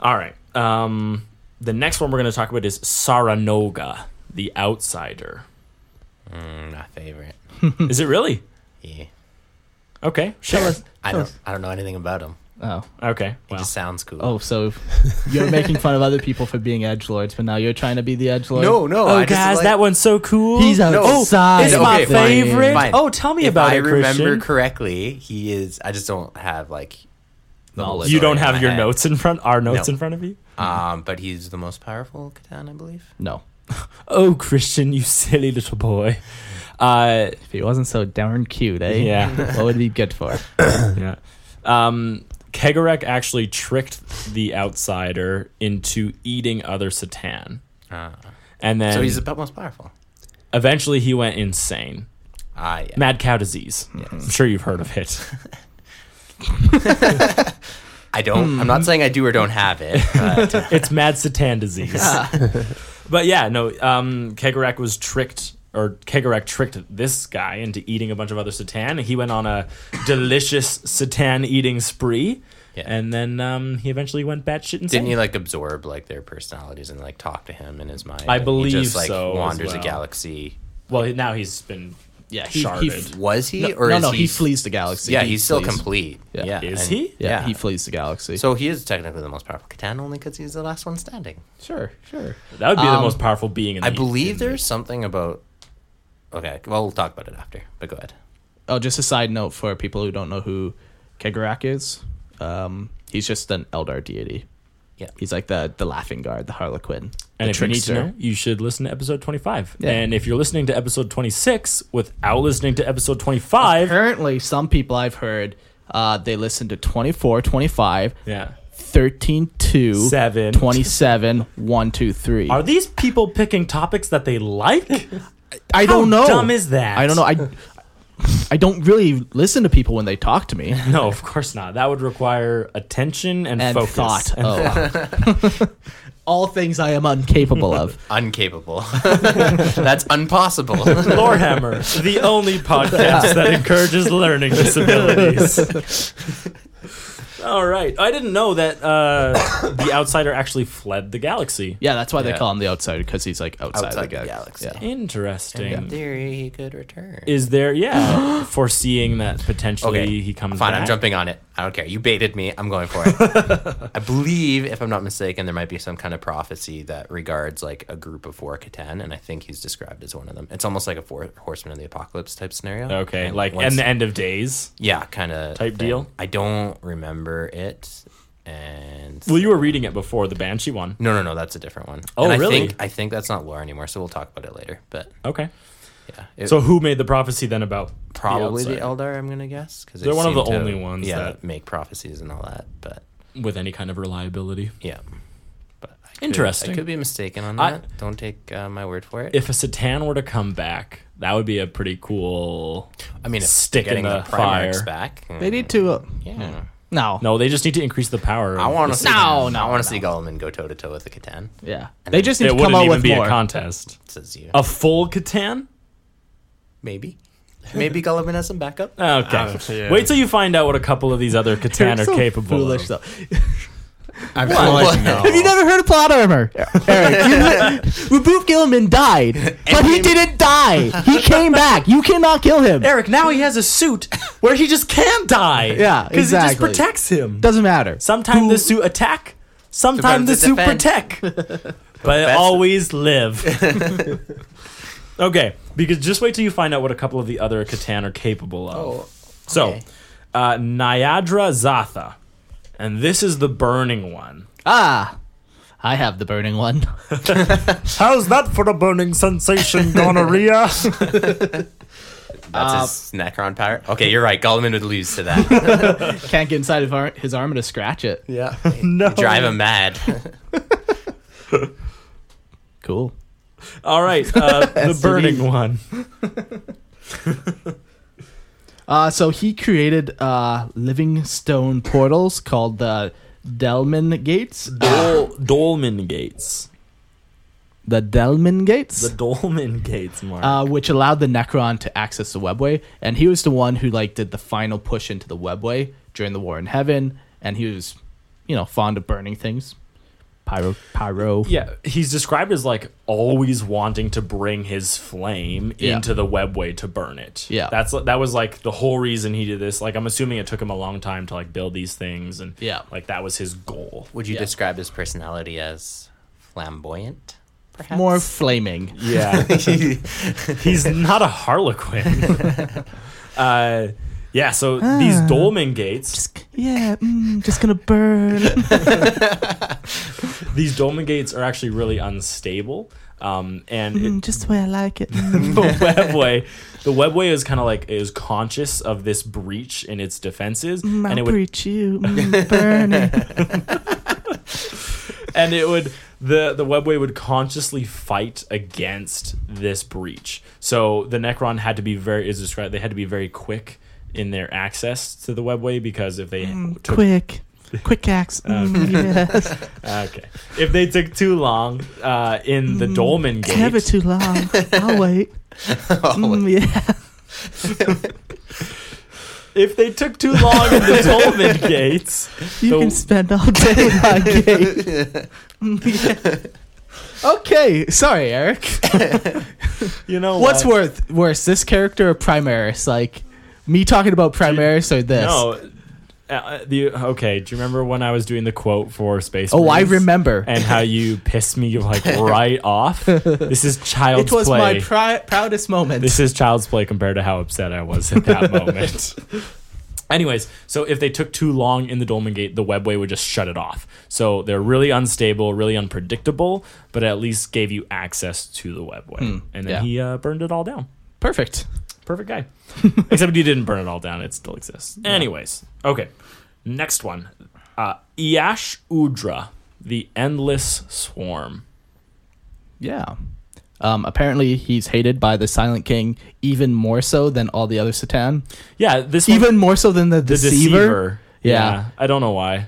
S2: all right. Um, the next one we're going to talk about is Saranoga, the Outsider.
S4: Mm, my favorite.
S2: Is it really?
S4: Yeah.
S2: Okay. Show us.
S4: I don't. I don't know anything about him.
S3: Oh,
S2: Okay.
S4: It
S2: Well,
S4: just sounds cool.
S3: oh, so you're making fun of other people for being edge lords, but now you're trying to be the edge lord. Oh,
S4: no.
S2: oh, guys, that one's so cool.
S3: he's
S4: No.
S3: outside.
S2: it's
S4: Okay,
S2: my
S4: fine,
S2: favorite.
S4: fine.
S2: Oh, tell me
S4: if
S2: about
S4: I
S2: it,
S4: remember
S2: Christian.
S4: correctly, he is. I just don't have like
S3: Knowledge.
S2: you
S4: Sorry,
S2: don't
S4: in
S2: have
S4: my
S2: your
S4: head.
S2: notes in front. Our notes
S4: No.
S2: in front of you.
S4: Um, but he's the most powerful Catan, I believe.
S3: No,
S2: Oh, Christian, you silly little boy. Uh,
S3: if he wasn't so darn cute, eh?
S2: Yeah.
S3: what would he be good for?
S2: yeah. Um, Kegarek actually tricked the outsider into eating other Satan,
S4: Uh,
S2: and then
S4: so he's the p- most powerful.
S2: eventually he went insane.
S4: Ah, yeah.
S2: Mad cow disease. I'm sure you've heard of it.
S4: I don't. I'm
S2: Hmm.
S4: not saying I do or don't have it. But
S2: it's mad satan disease. but yeah, no, um, Kegarek was tricked, or Kegarek tricked this guy into eating a bunch of other satan. He went on a delicious satan eating spree.
S4: Yeah.
S2: And then um, he eventually went batshit insane.
S4: didn't you like absorb like their personalities and like talk to him in his mind?
S2: I
S4: and
S2: believe
S4: he just, like,
S2: so as
S4: Wanders
S2: well.
S4: a galaxy.
S2: well, now he's been yeah
S3: he- he
S2: sharded.
S3: f-
S4: Was he
S3: No,
S4: or
S3: no,
S4: is
S3: no,
S4: he?
S3: he flees the galaxy.
S4: yeah,
S3: He
S4: he's still
S3: flees.
S4: complete.
S3: Yeah.
S4: Yeah.
S2: Is
S4: and-
S2: he?
S3: Yeah,
S4: yeah.
S3: he flees the galaxy.
S4: So he is technically the most powerful Catan only because he's the last one standing.
S3: sure, sure.
S2: that would be
S3: um,
S2: the most powerful being. in the,
S4: I believe
S2: in-
S4: there's something about. Okay, well, we'll talk about it after. But go ahead.
S3: Oh, just a side note for people who don't know who Kegarak is. Um, he's just an Eldar deity.
S4: Yeah.
S3: He's like the the laughing guard, the Harlequin,
S2: And
S3: the
S2: if you need to
S3: trickster.
S2: know, you should listen to episode 25.
S3: Yeah.
S2: And if you're listening to episode 26 without listening to episode 25,
S3: Apparently, some people I've heard uh, they listen to 24, 25,
S2: yeah.
S3: 13, 2,
S2: Seven.
S3: 27, 1, 2, 3.
S2: Are these people picking topics that they like?
S3: I don't
S2: How
S3: know.
S2: dumb is that?
S3: I don't know. I I don't really listen to people when they talk to me.
S2: No, of course not. That would require attention and,
S3: And
S2: focus.
S3: thought.
S2: And
S3: Oh. All things I am incapable of.
S4: Uncapable. That's impossible.
S2: Lorehammer, the only podcast that encourages learning disabilities. All right. I didn't know that uh, the outsider actually fled the galaxy.
S3: Yeah, that's why they
S4: Yeah.
S3: call him the outsider because he's like outside,
S4: Outside
S3: the,
S4: the
S3: galaxy.
S4: galaxy.
S3: Yeah.
S2: Interesting.
S4: In theory, he could return.
S2: Is there, yeah, foreseeing that potentially
S4: okay,
S2: he comes
S4: Fine,
S2: back?
S4: I'm jumping on it. I don't care. You baited me. I'm going for it. I believe, if I'm not mistaken, there might be some kind of prophecy that regards like a group of four Catan, and I think he's described as one of them. It's almost like a four horseman of the apocalypse type scenario.
S2: Okay,
S4: And
S2: like
S4: once-
S2: and the end of days.
S4: yeah, kind of
S2: Type deal?
S4: I don't remember it, and
S2: Well, you were reading it before the Banshee one.
S4: No, no, no. That's a different one.
S2: Oh,
S4: And I
S2: really?
S4: Think, I think that's not lore anymore. So we'll talk about it later. But
S2: Okay.
S4: yeah, it,
S2: So who made the prophecy then about the
S4: probably the,
S2: outside?
S4: Eldar. I'm gonna guess because
S2: They're one of the only ones
S4: Yeah,
S2: that-
S4: make prophecies and all that. But
S2: with any kind of reliability?
S4: yeah, but I could,
S2: Interesting.
S4: I could be mistaken on
S2: I-
S4: that. Don't take uh, my word for it.
S2: If a Satan were to come back, that would be a pretty cool.
S4: I mean, if
S2: stick
S4: getting
S2: in the
S4: Primarchs
S2: fire.
S4: back. mm,
S3: They need to. Uh,
S4: Yeah.
S3: no.
S2: No, they just need to increase the power.
S4: I
S2: of
S4: want
S2: the
S4: to see.
S2: Satan.
S3: No, no,
S4: I want
S3: no.
S4: to see Gulliman go toe to toe with the Catan.
S3: Yeah. They just need
S2: It
S3: to come
S2: wouldn't
S3: out
S2: even
S3: with
S2: be
S3: more.
S2: a contest.
S4: Says you.
S2: A full Catan?
S4: Maybe, maybe Gulliman has some backup.
S2: Okay.
S5: yeah.
S2: Wait till you find out what a couple of these other Catan are
S3: So
S2: capable
S3: foolish
S2: of.
S3: stuff.
S5: I feel like no.
S3: Have you never heard of plot armor? Eric, you, Reboot Gilman died, but he didn't die. He came back. You cannot kill him.
S2: Eric, now he has a suit where he just can die.
S3: Yeah,
S2: because it just
S3: exactly.
S2: protects him.
S3: Doesn't matter.
S2: Sometimes the suit attack. Sometimes
S4: Sometimes
S2: the
S4: it
S2: suit
S4: defend.
S2: protect. but it always live. okay, because just wait till you find out what a couple of the other Catan are capable of. So,
S4: Oh, okay.
S2: uh, Nyadra Zatha. And this is the burning one.
S3: Ah, I have the burning one.
S2: How's that for a burning sensation, gonorrhea?
S4: That's his Necron power. Okay, you're right. Gulliman would lose to that.
S3: Can't get inside of ar- his armor to scratch it.
S5: Yeah.
S2: no.
S4: Drive him mad.
S3: Cool.
S2: All right, uh, the burning one.
S3: Uh, so he created uh, living stone portals called the Delman Gates.
S2: Dol- Dolmen Gates.
S3: The Delman Gates.
S2: The Dolmen Gates, Mark.
S3: uh, which allowed the Necron to access the webway, and he was the one who like did the final push into the webway during the War in Heaven, and he was, you know, fond of burning things, pyro, pyro.
S2: Yeah, he's described as like always wanting to bring his flame
S3: Yeah.
S2: into the webway to burn it.
S3: Yeah.
S2: that's that was like the whole reason he did this. Like, I'm assuming it took him a long time to like build these things, and
S3: Yeah.
S2: like that was his goal.
S4: Would you
S3: Yeah.
S4: describe his personality as flamboyant? Perhaps
S3: more flaming.
S2: Yeah, he's not a harlequin. uh, yeah, so these dolmen gates,
S3: Yeah, mm, just gonna burn.
S2: these dolmen gates are actually really unstable. Um, and it,
S3: Mm, just the way I like it. Mm,
S2: the webway the webway is kind of like is conscious of this breach in its defenses and it would
S3: you, Mm, burn.
S2: and it would the the webway would consciously fight against this breach so the necron had to be very is described they had to be very quick in their access to the webway because if they took
S3: Mm,
S2: Uh,
S3: Quick. Quick axe. Mm, yes.
S2: Okay. If they took too long uh, in
S3: Mm,
S2: the Dolmen Gate,
S3: Never too long. I'll wait. Mm, yeah.
S2: if they took too long in the Dolmen Gates,
S3: You
S2: The-
S3: can spend all day in my gate. Mm, yeah. Okay, sorry, Eric.
S2: you know
S3: What's
S2: what?
S3: worth worse, this character or Primaris? Like me talking about Primaris or this?
S2: No. Uh, the, okay, do you remember when I was doing the quote for Space
S3: oh, I
S2: Marines?
S3: remember.
S2: And how you pissed me like right off? This is child's
S3: it was
S2: play.
S3: my pri- proudest moment.
S2: This is child's play compared to how upset I was at that moment. Anyways, so if they took too long in the Dolmen Gate, the webway would just shut it off. So they're really unstable, really unpredictable, but at least gave you access to the webway. and then
S3: Hmm, yeah.
S2: he uh, burned it all down.
S3: Perfect.
S2: Perfect guy. Except he didn't burn it all down, it still exists. Anyways, okay. Next one uh, Iash Udra, the Endless Swarm.
S3: Yeah. Um, apparently, he's hated by the Silent King even more so than all the other Satan.
S2: Yeah, this one-
S3: Even more so than the
S2: the
S3: Deceiver. Yeah.
S2: I don't know why.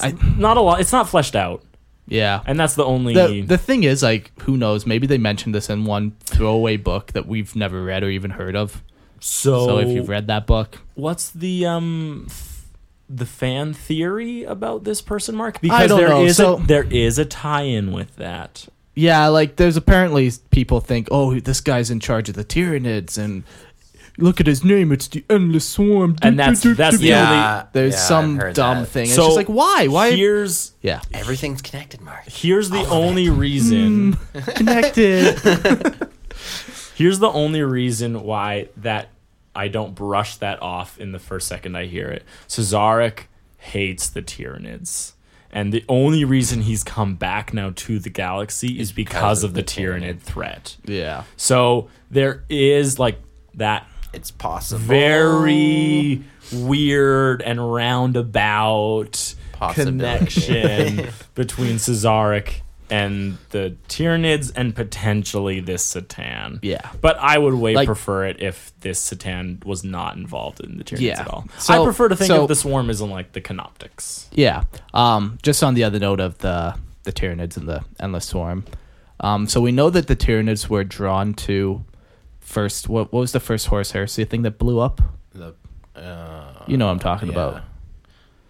S3: I-
S2: not a lot. It's not fleshed out,
S3: Yeah.
S2: and that's the only.
S3: the, the thing is, like, who knows? Maybe they mentioned this in one throwaway book that we've never read or even heard of.
S2: so,
S3: So if you've read that book,
S2: what's the um f- the fan theory about this person, Mark?
S3: I don't
S2: there
S3: know,
S2: is
S3: so-
S2: a, there is a tie-in with that.
S3: yeah, like, there's apparently s- people think, oh, this guy's in charge of the Tyranids, and look at his name, it's the Endless Swarm.
S2: And that's- that's the
S3: Yeah.
S2: only-
S3: There's
S4: yeah,
S3: some
S4: I've heard
S3: dumb
S4: that.
S3: thing.
S2: So
S3: it's just like, why? Why?
S2: Here's
S3: yeah.
S4: Everything's connected, Mark.
S2: here's the only
S3: Hmm.
S2: reason.
S3: Connected.
S2: Here's the only reason why that I don't brush that off in the first second I hear it. Cesarek hates the Tyranids. And the only reason he's come back now to the galaxy is because of the Tyranid threat.
S3: yeah.
S2: So there is like that
S4: It's possible.
S2: very weird and roundabout
S4: Possibility.
S2: connection between Cesarek and the Tyranids and potentially this Satan.
S3: Yeah.
S2: But I would way
S3: Like-
S2: prefer it if this Satan was not involved in the Tyranids
S3: Yeah.
S2: at all. I
S3: So-
S2: prefer to think
S3: so-
S2: of the Swarm as in like the Canoptics.
S3: Yeah. Um, just on the other note of the the Tyranids and the Endless Swarm. Um, so we know that the Tyranids were drawn to first. What, what was the first horse heresy thing that blew up?
S4: The, uh,
S3: You know what I'm talking about.
S4: yeah.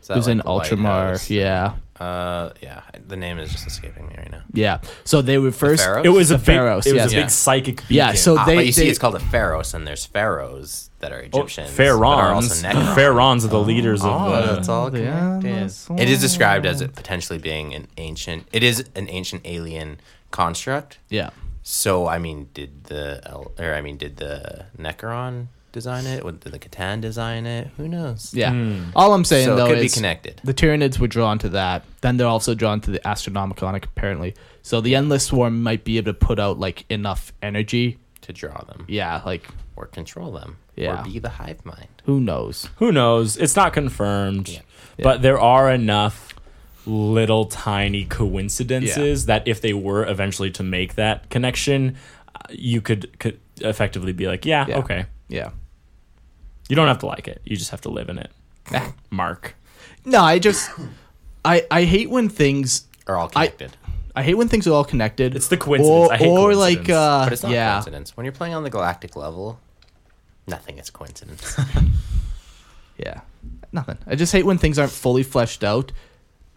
S4: Is that
S3: It was
S4: like
S3: in
S4: the
S3: Ultramar.
S4: lighthouse?
S3: Yeah.
S4: Uh, yeah. The name is just escaping me right now.
S3: Yeah. So they were first.
S4: pharaohs?
S2: It was
S3: The
S2: a big,
S3: Pharaohs,
S2: it was
S3: yes.
S2: a
S4: Yeah.
S2: big psychic beacon.
S3: Yeah. So
S4: Ah,
S3: they.
S4: but you see,
S3: they-
S4: it's called a pharaohs, and there's pharaohs that are
S2: Oh,
S4: Egyptians. but are
S2: Pharaohs.
S4: also Necrons.
S2: Pharaohs are the leaders
S4: Oh,
S2: of the
S4: that's all
S3: the
S4: connected.
S3: Endless
S4: It is described as it potentially being an ancient. It is an ancient alien construct.
S3: yeah.
S4: So I mean, did the El- or I mean, did the Necron design it? Or Did the Catan design it? Who knows?
S3: Yeah. All I'm saying
S4: Hmm. So it
S3: though
S4: could be
S3: is
S4: connected.
S3: the Tyranids were drawn to that. Then they're also drawn to the Astronomicon apparently. So the Endless Swarm might be able to put out like enough energy.
S4: to draw them
S3: Yeah. Like
S4: or control them
S3: Yeah.
S4: or be the hive mind.
S3: who knows?
S2: who knows? It's not confirmed, but there are enough little tiny coincidences that if they were eventually to make that connection, uh, you could could effectively be like, yeah,
S3: Yeah.
S2: okay.
S3: Yeah.
S2: You don't have to like it. You just have to live in it. Mark.
S3: No, I just I I hate when things
S4: Are all
S3: I-
S4: connected.
S3: I hate when things are all connected.
S2: It's the coincidence.
S3: Or,
S2: I hate
S3: or
S2: coincidence.
S3: like uh
S4: but it's not
S3: yeah.
S4: coincidence. When you're playing on the galactic level, nothing is coincidence.
S3: Yeah. Nothing. I just hate when things aren't fully fleshed out.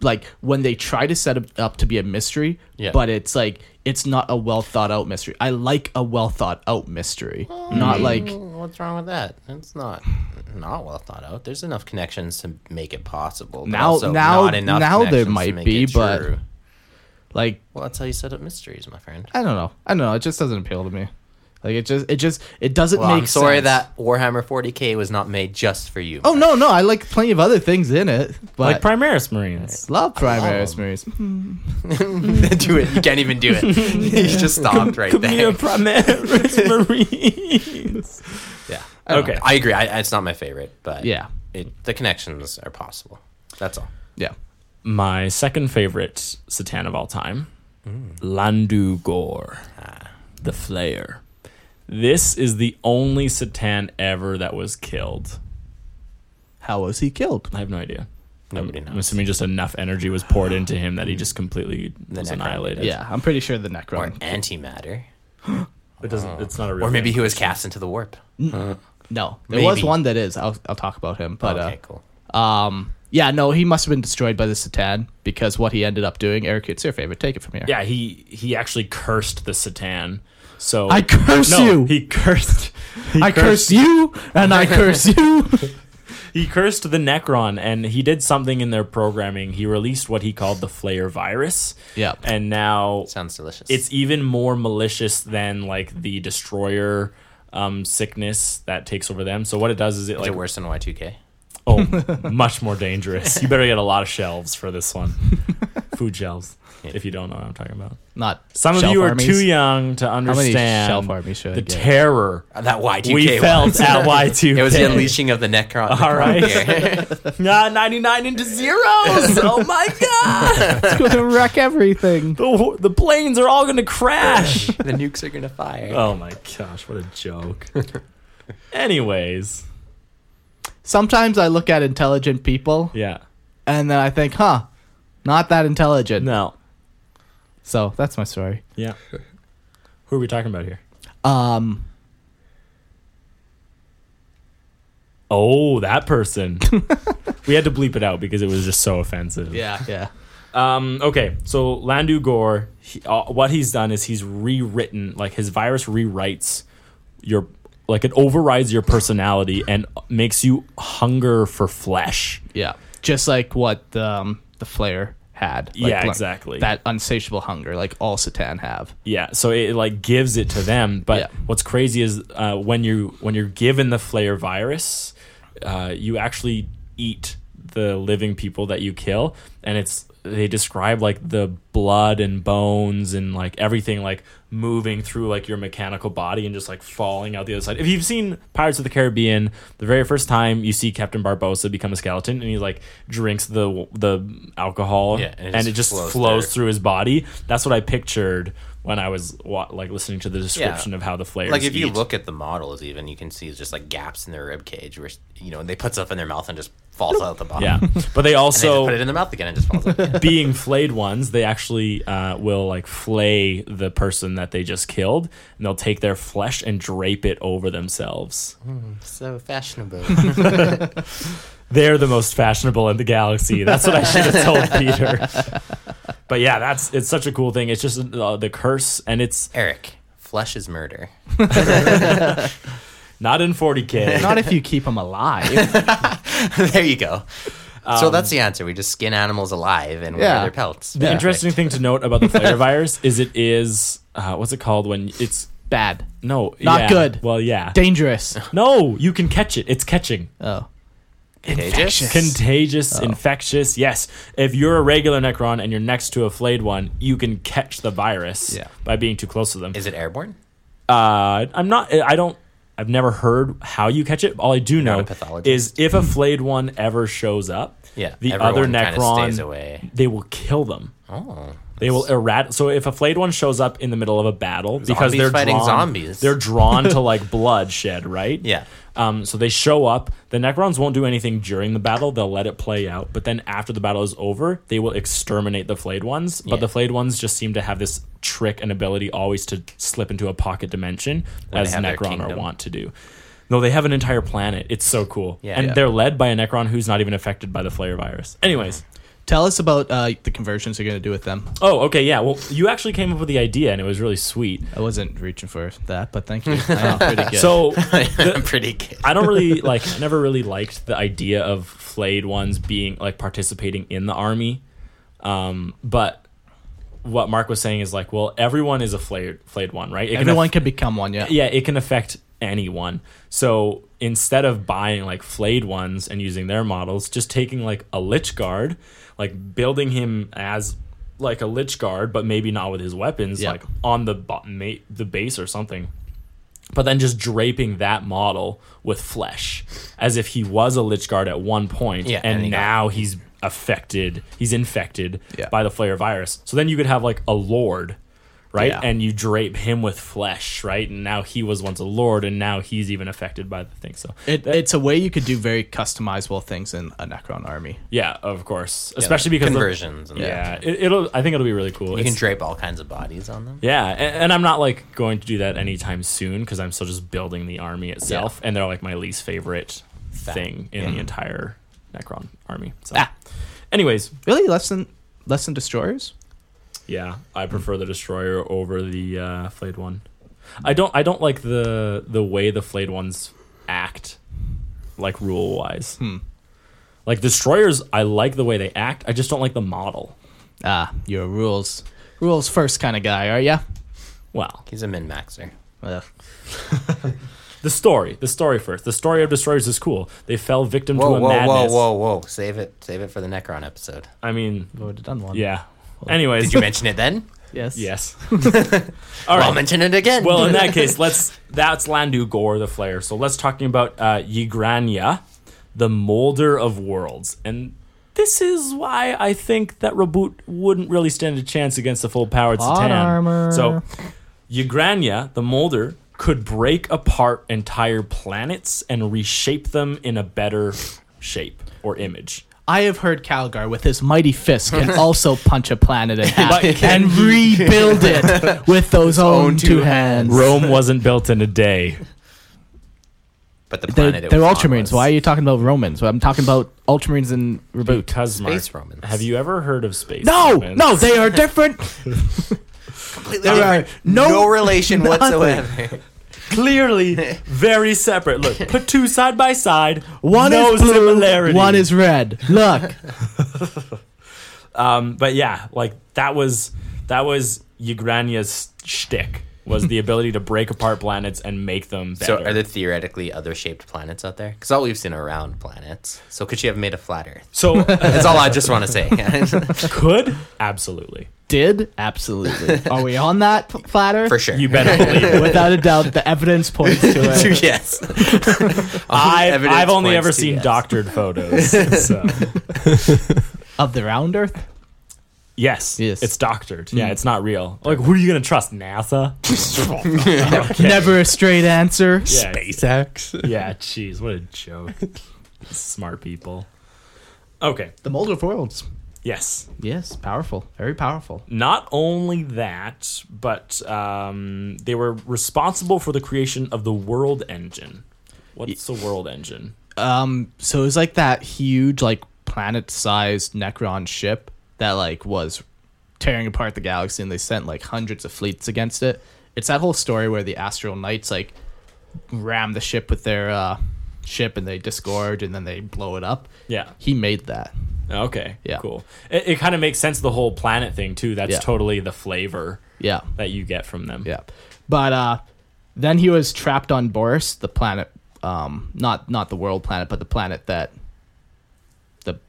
S3: Like when they try to set it up to be a mystery,
S4: Yeah.
S3: but it's like it's not a well thought out mystery. I like a well thought out mystery, not
S4: Mm.
S3: like
S4: What's wrong with that? It's not not well thought out. There's enough connections to make it possible. but
S3: Now-
S4: also
S3: now-
S4: not enough
S3: now there
S4: connections to
S3: might
S4: make
S3: be,
S4: it
S3: but-
S4: true.
S3: like
S4: well, that's how you set up mysteries, my friend.
S3: I don't know. I don't know. It just doesn't appeal to me. Like it just it just it doesn't
S4: Well,
S3: make
S4: I'm sorry
S3: sense.
S4: that Warhammer 40k was not made just for you.
S3: Oh no, no, I like plenty of other things in it,
S2: like
S3: but
S2: Primaris Marines.
S3: love primary
S4: love 'em.
S3: mysteries.
S4: do it! You can't even do it. you just stopped right
S2: Come here,
S4: there.
S2: Primaris Marines.
S4: Yeah.
S3: don't
S2: Okay.
S4: I agree. I, it's not my favorite, but
S3: Yeah.
S4: it, the connections are possible. That's all.
S3: Yeah.
S2: My second favorite Satan of all time,
S3: Mm.
S2: Landu Gore,
S3: Ah.
S2: the Flayer. This is the only Satan ever that was killed.
S3: How was he killed?
S2: I have no idea.
S4: Nobody
S3: Um,
S4: knows.
S2: I'm assuming just enough energy was poured into him that he just completely was
S4: Necron.
S2: annihilated.
S3: Yeah, I'm pretty sure the
S4: or
S3: Necron.
S4: antimatter,
S2: it doesn't. It's not a real.
S4: or maybe
S2: thing.
S4: he was cast into the warp.
S3: No, there was
S4: Maybe.
S3: one that is. I'll I'll talk about him, but
S4: okay,
S3: uh,
S4: cool.
S3: Um, yeah, no, he must have been destroyed by the Satan because what he ended up doing, Eric, it's your favorite. Take it from here.
S2: Yeah, he he actually cursed the Satan. So
S3: I curse
S2: No,
S3: you!
S2: He cursed. he
S3: I curse you and I curse you.
S2: He cursed the Necron, and he did something in their programming. He released what he called the Flayer virus.
S3: Yep.
S2: and now
S4: Sounds delicious.
S2: it's even more malicious than like the Destroyer um, sickness that takes over them. So what it does is it
S4: Is
S2: like
S4: it worse than Y2K?
S2: Oh, much more dangerous. You better get a lot of shelves for this one. Food shelves, if you don't know what I'm talking about.
S3: Not
S2: Some of
S3: shelf
S2: you are
S3: armies.
S2: too young to
S3: many
S2: understand
S3: shelf armies should I
S2: the
S3: get?
S2: terror
S4: Uh, That Y2K.
S2: we felt at Y2K.
S4: It was the unleashing of the Necron.
S2: All right. Nah, 99 into zeros. Oh my God.
S3: It's gonna wreck everything.
S2: The, the planes are all going to crash.
S4: the nukes are gonna fire.
S2: Oh my gosh, what a joke. Anyways,
S3: Sometimes I look at intelligent people
S2: yeah.
S3: and then I think, huh, not that intelligent.
S2: No.
S3: So that's my story.
S2: Yeah. Who are we talking about here?
S3: Um,
S2: Oh, that person. we had to bleep it out because it was just so offensive.
S3: yeah, yeah.
S2: Um, okay, so Landu Gore, he, uh, what he's done is he's rewritten, like his virus rewrites your, like it overrides your personality and makes you hunger for flesh.
S3: Yeah. Just like what um, the Flare had. Like,
S2: Yeah,
S3: like,
S2: exactly.
S3: That unsatiable hunger, like all Satan have.
S2: Yeah, so it like gives it to them. But
S3: Yeah.
S2: what's crazy is uh, when you when you're given the flare virus, uh, you actually eat the living people that you kill, and it's they describe like the blood and bones and like everything like moving through like your mechanical body and just like falling out the other side. If you've seen Pirates of the Caribbean, the very first time you see Captain Barbosa become a skeleton and he like drinks the the alcohol
S4: Yeah,
S2: and it just, flows,
S4: there.
S2: through his body. That's what I pictured when I was wa- like listening to the description of how the flares.
S4: Like if you
S2: eat.
S4: look at the models, even you can see just like gaps in their rib cage where you know they put stuff in their mouth and just falls out the bottom.
S2: yeah,
S4: And
S2: but they
S4: they just
S2: also
S4: put it in their mouth again and just falls out. Again.
S2: being flayed ones, they actually uh, will like flay the person that they just killed, and they'll take their flesh and drape it over themselves.
S4: Mm-hmm. so fashionable.
S2: They're the most fashionable in the galaxy. That's what I should have told Peter. But yeah, that's it's such a cool thing. It's just uh, the curse, and it's
S4: Eric, flesh is murder.
S2: not in 40k.
S3: Not if you keep them alive.
S4: there you go. so that's the answer. We just skin animals alive and
S3: Yeah.
S4: wear their pelts.
S2: Um, The interesting thing to note about the flare virus is it is uh, what's it called when it's
S3: Bad.
S2: no
S3: Not
S2: yeah,
S3: good.
S2: Well, yeah,
S3: Dangerous.
S2: no, you can catch it. It's catching
S3: Oh.
S4: Contagious.
S2: contagious,
S4: Oh.
S2: infectious. Yes, if you're a regular Necron and you're next to a flayed one, you can catch the virus
S3: Yeah.
S2: by being too close to them.
S4: Is it airborne?
S2: Uh, I'm not. I don't. I've never heard how you catch it. All I do
S4: not
S2: know
S4: a pathologist.
S2: is if a flayed one ever shows up,
S4: Yeah,
S2: the
S4: everyone
S2: other
S4: kinda
S2: Necron
S4: stays away.
S2: They will kill them.
S4: Oh,
S2: They will erat. So if a flayed one shows up in the middle of a battle because
S4: Zombies
S2: they're
S4: fighting
S2: drawn,
S4: zombies.
S2: they're drawn to like bloodshed, right?
S4: Yeah.
S2: Um, so they show up. The Necrons won't do anything during the battle. They'll let it play out. But then after the battle is over, they will exterminate the flayed ones. But
S4: Yeah.
S2: the flayed ones just seem to have this trick and ability always to slip into a pocket dimension,
S4: they
S2: as
S4: have their
S2: Necron are
S4: kingdom.
S2: wont to do. No, they have an entire planet. It's so cool.
S4: Yeah.
S2: and
S4: Yeah.
S2: they're led by a Necron who's not even affected by the Flayer virus. Anyways.
S3: Tell us about uh, the conversions you're going to do with them.
S2: Oh, okay, yeah. Well, you actually came up with the idea and it was really sweet.
S3: I wasn't reaching for that, but thank you. I'm pretty good.
S2: So
S4: I'm pretty good.
S2: I don't really like. I never really liked the idea of flayed ones being like participating in the army. Um, but what Mark was saying is like, well, everyone is a flayed flayed one, right? It can
S3: everyone
S2: aff-
S3: can become one, yeah.
S2: yeah, it can affect anyone. So instead of buying like flayed ones and using their models, just taking like a lich guard, like building him as like a lich guard, but maybe not with his weapons,
S3: Yeah.
S2: like on the bo- ma- the base or something. But then just draping that model with flesh, as if he was a lich guard at one point,
S4: Yeah,
S2: and,
S4: and he got-
S2: now he's affected, he's infected
S3: Yeah.
S2: by the flare virus. So then you could have like a lord right?
S3: Yeah.
S2: And you drape him with flesh, right? And now he was once a lord, and now he's even affected by the thing. So
S3: It, it's a way you could do very customizable things in a Necron army.
S2: yeah, of course, especially because the-
S4: conversions. and
S2: yeah, it, it'll. I think it'll be really cool.
S4: you can
S2: It's-
S4: drape all kinds of bodies on them.
S2: Yeah, and, and I'm not like going to do that anytime soon because I'm still just building the army itself, and they're like my least favorite thing in the entire Necron army. So,
S3: Ah.
S2: anyways,
S3: Really, less than less than destroyers.
S2: yeah,
S4: Hmm.
S2: I prefer the destroyer over the uh, flayed one. I don't. I don't like the the way the flayed ones act, like rule wise.
S4: Hmm.
S2: Like destroyers, I like the way they act. I just don't like the model.
S3: Ah, you're a rules rules first kind of guy, are ya?
S2: Well,
S4: He's a min maxer.
S3: Ugh.
S2: the story, the story first. The story of destroyers is cool. They fell victim
S4: Whoa,
S2: to a
S4: whoa, whoa,
S2: madness.
S4: whoa, whoa! Save it, save it for the Necron episode.
S2: I mean,
S3: We would have done one.
S2: Yeah. Anyways,
S4: Did you mention it then?
S3: Yes.
S2: yes. All
S4: I'll
S2: right.
S4: mention it again.
S2: Well, in that case, let's that's Landu Gore the Flayer. So let's talking about uh, Yigrania, the Molder of Worlds, and this is why I think that Reboot wouldn't really stand a chance against the full powered
S3: Plot
S2: Satan.
S3: armor.
S2: So Yigrania, the Molder, could break apart entire planets and reshape them in a better shape or image.
S3: I have heard Calgar with his mighty fist can also punch a planet in half
S2: But can
S3: and rebuild it with those own,
S5: own two
S3: two hands.
S2: Rome wasn't built in a day.
S4: but the
S3: They're,
S4: planet it
S3: they're
S4: was on
S3: Ultramarines.
S4: was
S3: Why are you talking about Romans? I'm talking about Ultramarines and Reboot.
S2: Because Mark,
S4: Space Romans.
S2: Have you ever heard of space?
S3: No,
S2: Romans?
S3: no, they are different.
S4: completely
S3: There are
S4: different.
S3: no,
S4: no relation
S3: nothing.
S4: whatsoever.
S2: Clearly, very separate. Look, put two side by side.
S3: One
S2: no
S3: is blue,
S2: similarity.
S3: one is red. Look,
S2: Um, but yeah, like that was that was Ygrania's shtick was the ability to break apart planets and make them better.
S4: So are there theoretically other shaped planets out there? Because all we've seen are round planets. So could she have made a flat Earth?
S2: so
S4: That's all I just want to say.
S2: could absolutely.
S3: did absolutely. Are we on that p- flat Earth?
S4: For sure.
S2: You better believe it.
S3: Without a doubt, the evidence points to it.
S4: yes.
S2: I've,
S4: Evidence
S2: I've only
S4: points
S2: ever
S4: to
S2: seen
S4: yes.
S2: doctored photos. So.
S3: of the round Earth.
S2: Yes,
S3: Yes. Mm.
S2: it's doctored. Yeah, it's not real. Like, who are you gonna trust? NASA? Okay.
S3: Never a straight answer.
S2: Yeah.
S5: SpaceX.
S2: Yeah, jeez, what a joke. Smart people. Okay.
S3: The mold of worlds.
S2: Yes.
S3: Yes, powerful. Very powerful.
S2: Not only that, but um, they were responsible for the creation of the world engine. What's the world engine?
S3: Um, so it was like that huge, like planet-sized Necron ship that like was tearing apart the galaxy, and they sent like hundreds of fleets against it. It's that whole story where the Astral Knights like ram the ship with their uh, ship, and they disgorge, and then they blow it up.
S2: Yeah.
S3: He made that.
S2: Okay.
S3: Yeah.
S2: Cool. It, it kind of makes sense the whole planet thing too. That's
S3: Yeah.
S2: totally the flavor
S3: Yeah.
S2: that you get from them.
S3: Yeah. But uh then he was trapped on Boris, the planet um not not the world planet, but the planet that the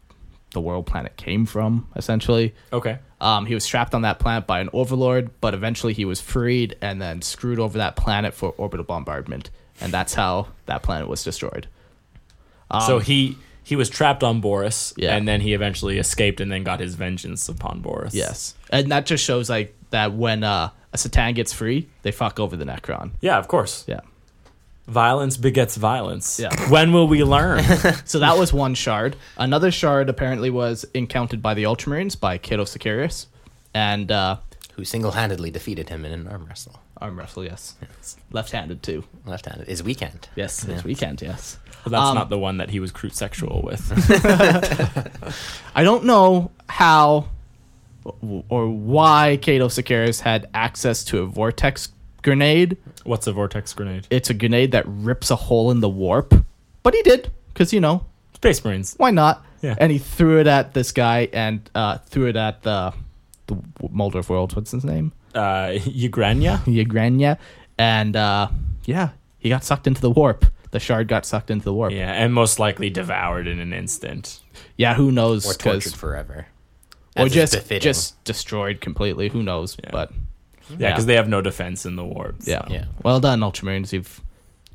S3: the world planet came from, essentially.
S2: Okay.
S3: Um he was trapped on that planet by an overlord, but eventually he was freed and then screwed over that planet for orbital bombardment. And that's how that planet was destroyed.
S2: so he he was trapped on Boris,
S3: Um, Yeah.
S2: and then he eventually escaped, and then got his vengeance upon Boris.
S3: Yes. And that just shows like that when uh a Satan gets free, they fuck over the Necron.
S2: Yeah. Of course.
S3: Yeah.
S2: Violence begets violence.
S3: Yeah.
S2: When will we learn?
S3: So that was one shard. Another shard apparently was encountered by the Ultramarines by Kato Sicarius. And uh,
S4: Who single handedly defeated him in an arm wrestle.
S3: arm wrestle, yes. Left handed too.
S4: Left handed. Is weekend.
S3: Yes, this weekend, yes.
S2: But that's
S3: Um,
S2: not the one that he was crude sexual with.
S3: I don't know how or why Kato Sicarius had access to a vortex grenade.
S2: What's a vortex grenade?
S3: It's a grenade that rips a hole in the warp. But he did, because, you know,
S2: Space Marines.
S3: why not?
S2: Yeah.
S3: And he threw it at this guy and uh, threw it at the, the Mulder of Worlds. What's his name?
S2: Uh, Ugrania?
S3: Yagrania, and uh, yeah, he got sucked into the warp. The shard got sucked into the warp. Yeah,
S2: Yeah, and most likely devoured in an instant.
S3: who knows?
S4: Or
S3: 'cause-
S4: tortured forever.
S3: or
S4: As is
S3: just
S4: befitting.
S3: just destroyed completely. Who knows? But
S2: Yeah, because they have no defense in the wards.
S3: Hmm. yeah.
S4: Yeah.
S3: well done, Ultramarines. You've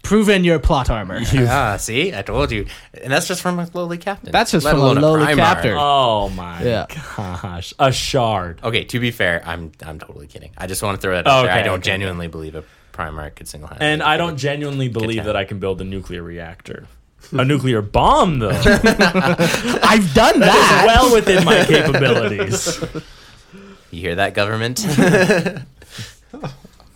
S3: Proven your plot armor.
S4: Ah, see, I told you, and that's just from a lowly captain.
S3: That's just
S4: Let
S3: from a
S4: alone
S3: lowly
S4: Primarch.
S3: captain.
S2: Oh my
S3: Yeah.
S2: gosh, a shard.
S4: Okay, to be fair, I'm I'm totally kidding. I just want to throw that
S2: Oh,
S4: out there.
S2: okay,
S4: I don't
S2: okay.
S4: genuinely believe a Primarch could single handedly.
S2: And I don't genuinely believe that I can build a nuclear reactor. A nuclear bomb, though, is
S3: I've done that.
S2: well within my capabilities.
S4: You hear that, government?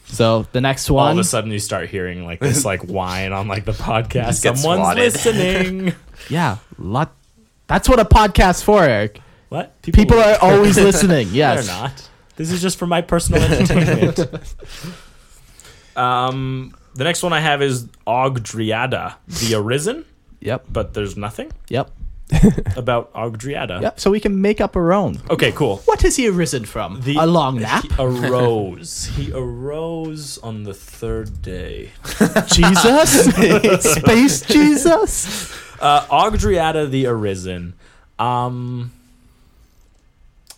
S3: so the next
S2: All of
S3: one,
S2: a sudden, you start hearing like this, like whine on like the podcast.
S4: get
S2: Someone's
S4: swatted.
S2: listening.
S3: yeah, lot. That's what a podcast's for, Eric.
S2: What
S3: People are always listening. Yes.
S2: They're not. This is just for my personal entertainment. um, the next one I have is Ogdriada, the Arisen,
S3: Yep.
S2: but there's nothing
S3: Yep.
S2: about Ogdriada.
S3: Yep. So we can make up our own.
S2: Okay, cool.
S3: What has he arisen from?
S2: The-
S3: a long nap?
S2: He arose. he arose on the third day.
S3: Jesus? Space Jesus?
S2: Uh, Ogdriada the Arisen. Um,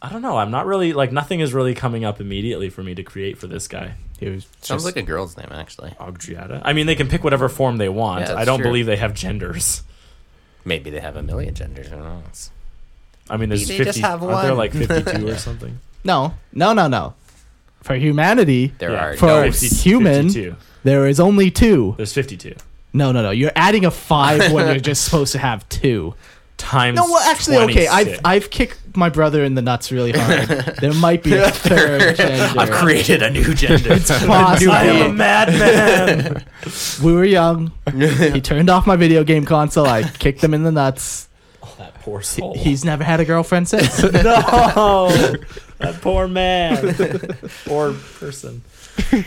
S2: I don't know. I'm not really like nothing is really coming up immediately for me to create for this guy.
S3: He was
S4: Sounds like a girl's name, actually.
S2: Ogdriada. I mean, they can pick whatever form they want.
S4: Yeah, that's
S2: I don't
S4: true.
S2: believe they have genders.
S4: Maybe they have a million genders. Who knows?
S2: I mean, there's
S4: They
S2: 50.
S4: just have
S2: aren't there
S4: one.
S2: like 52 or something?
S3: No, no, no, no. For humanity,
S4: There
S2: Yeah.
S4: are
S3: For-
S4: no.
S3: There's human.
S2: 52.
S3: there is only two.
S2: There's 52
S3: No, no, no. You're adding a five when you're just supposed to have two.
S2: times.
S3: No, well, actually, okay. I've
S2: 26.
S3: I've kicked my brother in the nuts really hard. There might be a third gender.
S4: I've created a new gender.
S2: I am a
S3: Possibly.
S2: madman.
S3: We were young. He turned off my video game console. I kicked him in the nuts.
S2: that poor soul.
S3: He's never had a girlfriend since.
S2: no, that poor man or person.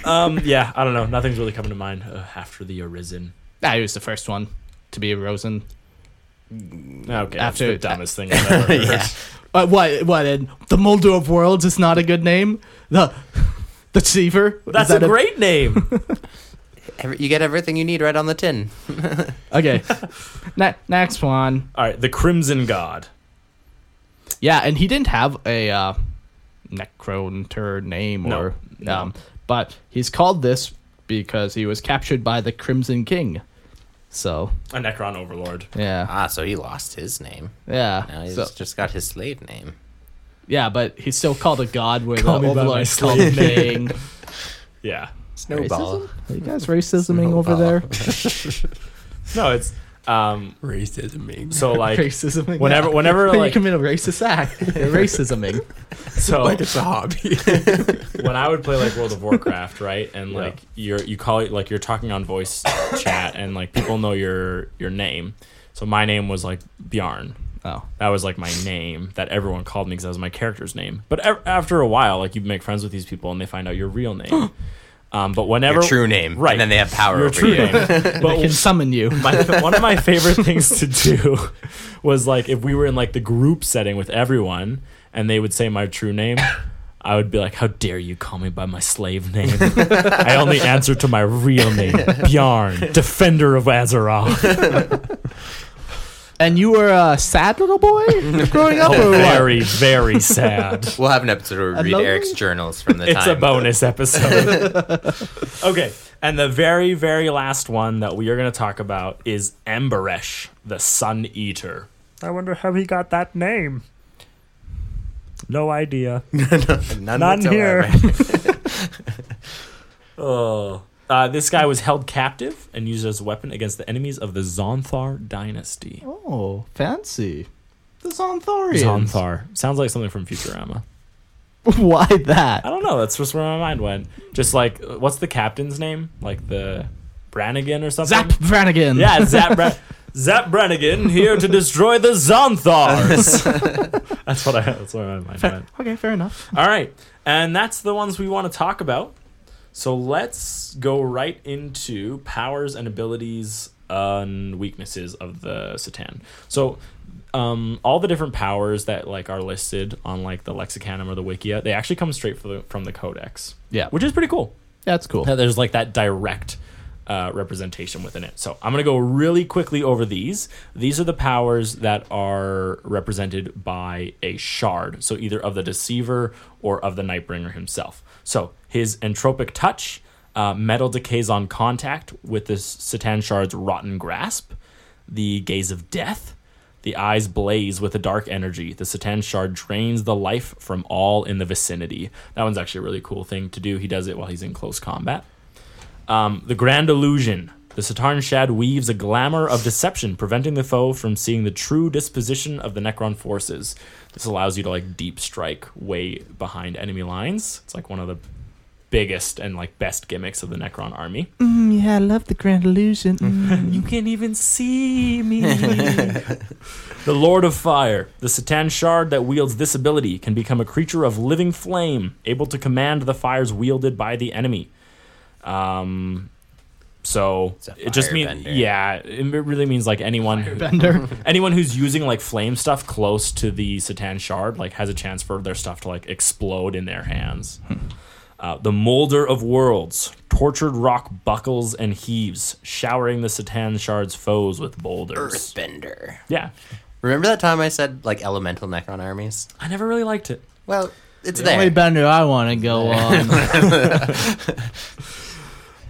S2: Um, yeah, I don't know. Nothing's really coming to mind uh, after the arisen.
S3: Ah, he was the first one to be arisen.
S2: Okay,
S3: After-
S2: after that's the dumbest thing I've ever heard.
S3: Uh, what? What? And the Molder of Worlds is not a good name. The the Deceiver. Is
S2: That's
S3: that
S2: a great name.
S4: Every- you get everything you need right on the tin.
S3: Okay. ne- next one.
S2: All right, the Crimson God.
S3: Yeah, and he didn't have a uh, Necronter name
S2: No,
S3: or
S2: no.
S3: um, but he's called this because he was captured by the Crimson King. So
S2: A Necron Overlord.
S3: yeah,
S4: Ah, so he lost his name. Now
S3: yeah,
S4: he's
S3: so,
S4: just got his slave name.
S3: yeah. But he's still called a god where the
S2: Call me by my
S3: overlords call him
S2: slave
S3: King.
S2: Yeah.
S4: Snowball.
S3: Are you guys racisming over there?
S2: No, it's um.
S5: Racism means
S2: So like
S3: racisming.
S2: whenever, whenever
S3: you
S2: like
S3: commit a racist act, you're racisming.
S2: so
S5: like it's a hobby.
S2: when I would play like World of Warcraft, right? And like you're you call it like you're talking on voice chat and like people know your your name. So my name was like Bjarn. Uh,
S3: Oh,
S2: That was like my name that everyone called me because that was my character's name. But ev- after a while, like you make friends with these people and they find out your real name. um, but whenever
S4: Your true name.
S2: right?
S4: And then they have power
S2: your
S4: over
S2: true
S4: you.
S2: name.
S3: they can
S2: But
S3: summon you.
S2: my, one of my favorite things to do was like if we were in like the group setting with everyone and they would say my true name i would be like how dare you call me by my slave name i only answer to my real name bjarn defender of azeroth
S3: And you were a sad little boy growing up, or what?
S2: very very sad
S4: We'll have an episode where we read
S3: Another-
S4: Eric's journals from the time.
S2: it's a bonus episode okay and the very very last one that we are going to talk about is emberesh the sun eater
S6: I wonder how he got that name. No idea.
S4: None,
S6: None here.
S4: whatsoever.
S2: Oh. Uh, this guy was held captive and used as a weapon against the enemies of the Zonthar dynasty.
S3: Oh, fancy. The Zonthorians.
S2: Zonthar. Sounds like something from Futurama.
S3: Why
S2: I
S3: that?
S2: don't know. That's just where my mind went. Just like, uh, what's the captain's name? Like the Brannigan or something?
S3: Zap Brannigan.
S2: Yeah, Zap Bra- Zap Brannigan here to destroy the Zonthars. that's what I. That's where my mind went.
S3: Okay, fair enough.
S2: All right. And that's the ones we want to talk about. So let's go right into powers and abilities and weaknesses of the Satan. So um, all the different powers that like are listed on like the Lexicanum or the Wikia, they actually come straight from the, from the Codex.
S3: Yeah.
S2: Which is pretty cool
S3: That's cool.
S2: that there's like that direct uh, representation within it. So I'm gonna go really quickly over these. These are the powers that are represented by a shard, so either of the deceiver or of the Nightbringer himself. So his entropic touch. Uh, metal decays on contact with the Satan Shard's rotten grasp. The gaze of death. The eyes blaze with a dark energy. The Satan Shard drains the life from all in the vicinity. That one's actually a really cool thing to do. He does it while he's in close combat. Um, the Grand Illusion. The Satarn Shad weaves a glamour of deception, preventing the foe from seeing the true disposition of the Necron forces. This allows you to like deep strike way behind enemy lines. It's like one of the biggest and like best gimmicks of the Necron army.
S3: Mm, yeah, I love the Grand Illusion. Mm,
S2: You can't even see me. the Lord of Fire, the Satan Shard that wields this ability, can become a creature of living flame, able to command the fires wielded by the enemy. Um, so
S4: a
S2: it just means,
S4: firebender.
S2: yeah, it really means like anyone, who, anyone who's using like flame stuff close to the Satan Shard, like has a chance for their stuff to like explode in their hands. Uh, the molder of worlds, tortured rock buckles and heaves, showering the Satan Shard's foes with boulders.
S4: Earthbender.
S2: Yeah,
S4: Remember that time I said like elemental Necron armies?
S2: I never really liked it.
S4: Well, it's
S3: The
S4: there.
S3: only bender I want to go on.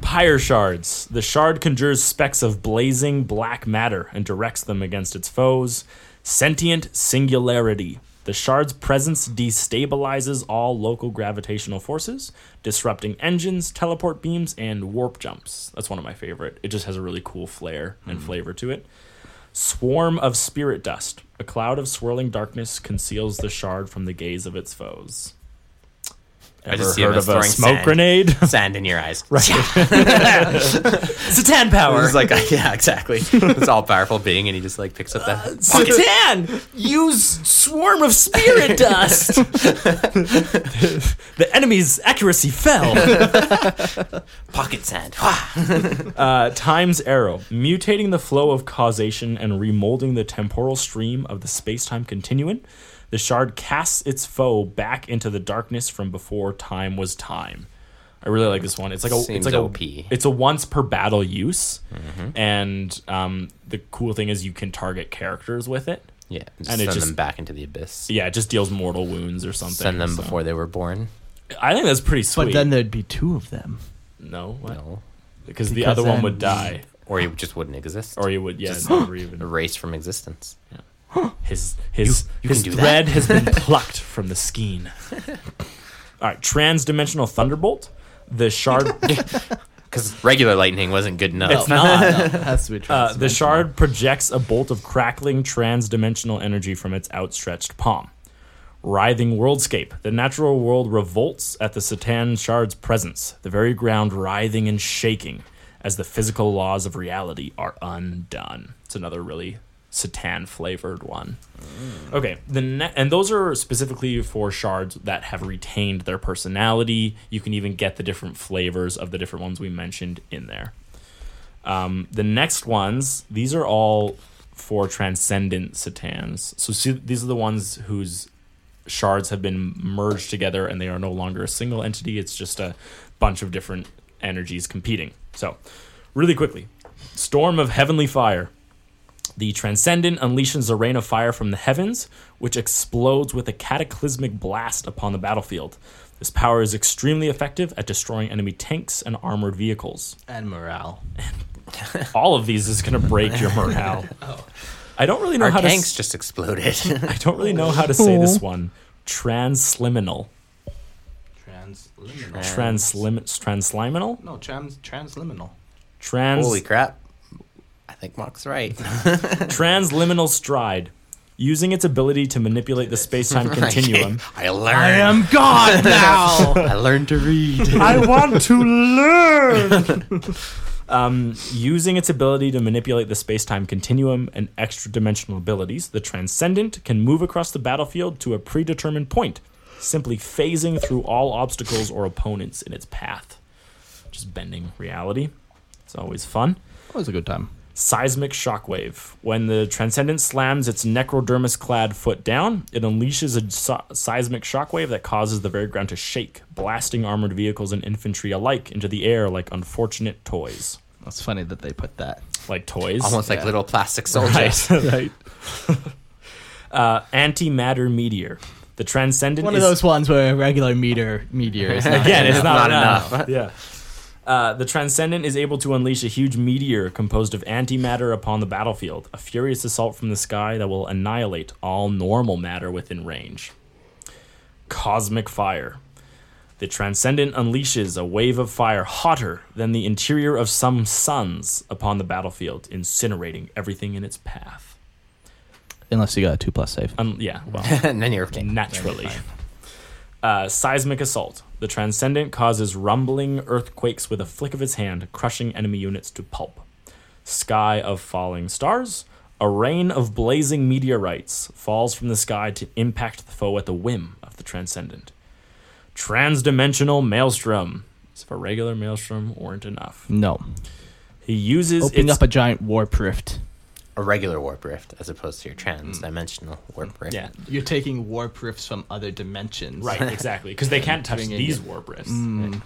S2: Pyre shards. The shard conjures specks of blazing black matter and directs them against its foes. Sentient singularity. The shard's presence destabilizes all local gravitational forces, disrupting engines, teleport beams, and warp jumps. That's one of my favorite. It just has a really cool flair
S4: Hmm.
S2: and flavor to it. Swarm of spirit dust. A cloud of swirling darkness conceals the shard from the gaze of its foes. Ever
S4: just see him
S2: heard of
S4: as
S2: a
S4: throwing
S2: smoke
S4: sand.
S2: grenade?
S4: Sand in your eyes. Right.
S2: Satan power.
S4: It's like yeah, exactly. It's all powerful being, and he just like picks up that.
S2: Satan, use swarm of spirit dust. the enemy's accuracy fell.
S4: pocket sand.
S2: Uh, time's arrow, mutating the flow of causation and remolding the temporal stream of the space-time continuum. The shard casts its foe back into the darkness from before time was time. I really like this one. It's like a it's
S4: Seems Mm-hmm.
S2: like
S4: OP.
S2: a it's a once per battle use, and um, the cool thing is you can target characters with it.
S4: yeah, just
S2: And it
S4: send
S2: just-
S4: them back into the abyss.
S2: Yeah, it just deals mortal wounds or something.
S4: Send them
S2: so.
S4: before they were born.
S2: I think that's pretty sweet.
S3: but then there'd be two of them.
S2: no, what?
S4: No,
S2: because the
S3: Because
S2: other one
S3: then-
S2: would die,
S4: or you just wouldn't exist.
S2: or you would yeah, never even.
S4: erased from existence.
S2: His his
S4: you
S2: his
S4: can do that.
S2: thread has been plucked from the skein. All right, trans-dimensional thunderbolt. The shard,
S4: Because regular lightning wasn't good enough.
S2: it's not.
S3: Has to be
S2: Uh, the
S3: transformed.
S2: shard projects a bolt of crackling trans-dimensional energy from its outstretched palm. Writhing worldscape. The natural world revolts at the Satan shard's presence, the very ground writhing and shaking as the physical laws of reality are undone. It's another really Satan flavored one. Okay, the ne- and those are specifically for shards that have retained their personality. You can even get the different flavors of the different ones we mentioned in there. Um, the next ones, these are all for transcendent satans. So see, these are the ones whose shards have been merged together and they are no longer a single entity. It's just a bunch of different energies competing. So, really quickly, storm of heavenly fire. The Transcendent unleashes a rain of fire from the heavens, which explodes with a cataclysmic blast upon the battlefield. This power is extremely effective at destroying enemy tanks and armored vehicles
S3: and morale.
S2: all of these is going to break your morale. I don't really know
S4: Oh. Our
S2: how
S4: tanks
S2: to. s-
S4: just exploded.
S2: I don't really know how to say this one. Transliminal.
S3: Transliminal.
S2: Translim. Transliminal.
S3: No, trans transliminal.
S2: Trans.
S4: Holy crap! I think Mark's right.
S2: transliminal stride. Using its ability to manipulate the space-time continuum,
S4: I learned.
S3: God now.
S4: I learned to read.
S6: I want to learn.
S2: um, using its ability to manipulate the space-time continuum and extra-dimensional abilities, the transcendent can move across the battlefield to a predetermined point, simply phasing through all obstacles or opponents in its path. Just bending reality. It's always fun.
S3: Always a good time.
S2: Seismic Shockwave. When the Transcendent slams its necrodermis clad foot down, it unleashes a so- seismic shockwave that causes the very ground to shake, blasting armored vehicles and infantry alike into the air like unfortunate toys.
S3: That's funny that they put that.
S2: Like toys.
S4: Almost like little plastic soldiers.
S2: Right, right. Uh, antimatter meteor. The transcendent
S3: One of
S2: is-
S3: those ones where a regular meter meteor is not
S2: again. It's not,
S4: Not
S2: enough. Yeah. Uh, the Transcendent is able to unleash a huge meteor composed of antimatter upon the battlefield, a furious assault from the sky that will annihilate all normal matter within range. Cosmic Fire. The Transcendent unleashes a wave of fire hotter than the interior of some suns upon the battlefield, incinerating everything in its path.
S3: Unless you got a two plus save.
S2: Um, yeah, well,
S4: and then you're okay.
S2: naturally. Uh, seismic assault. The transcendent causes rumbling earthquakes with a flick of its hand, crushing enemy units to pulp. Sky of falling stars. A rain of blazing meteorites falls from the sky to impact the foe at the whim of the transcendent. Transdimensional maelstrom. As if a regular maelstrom weren't enough.
S3: No.
S2: He uses
S3: Opening
S2: its
S3: up a giant warp rift.
S4: A regular warp rift as opposed to your transdimensional warp rift.
S2: yeah.
S3: You're taking warp rifts from other dimensions.
S2: Right, exactly, because they can't touch
S3: Doing it
S2: these
S3: again.
S2: warp rifts.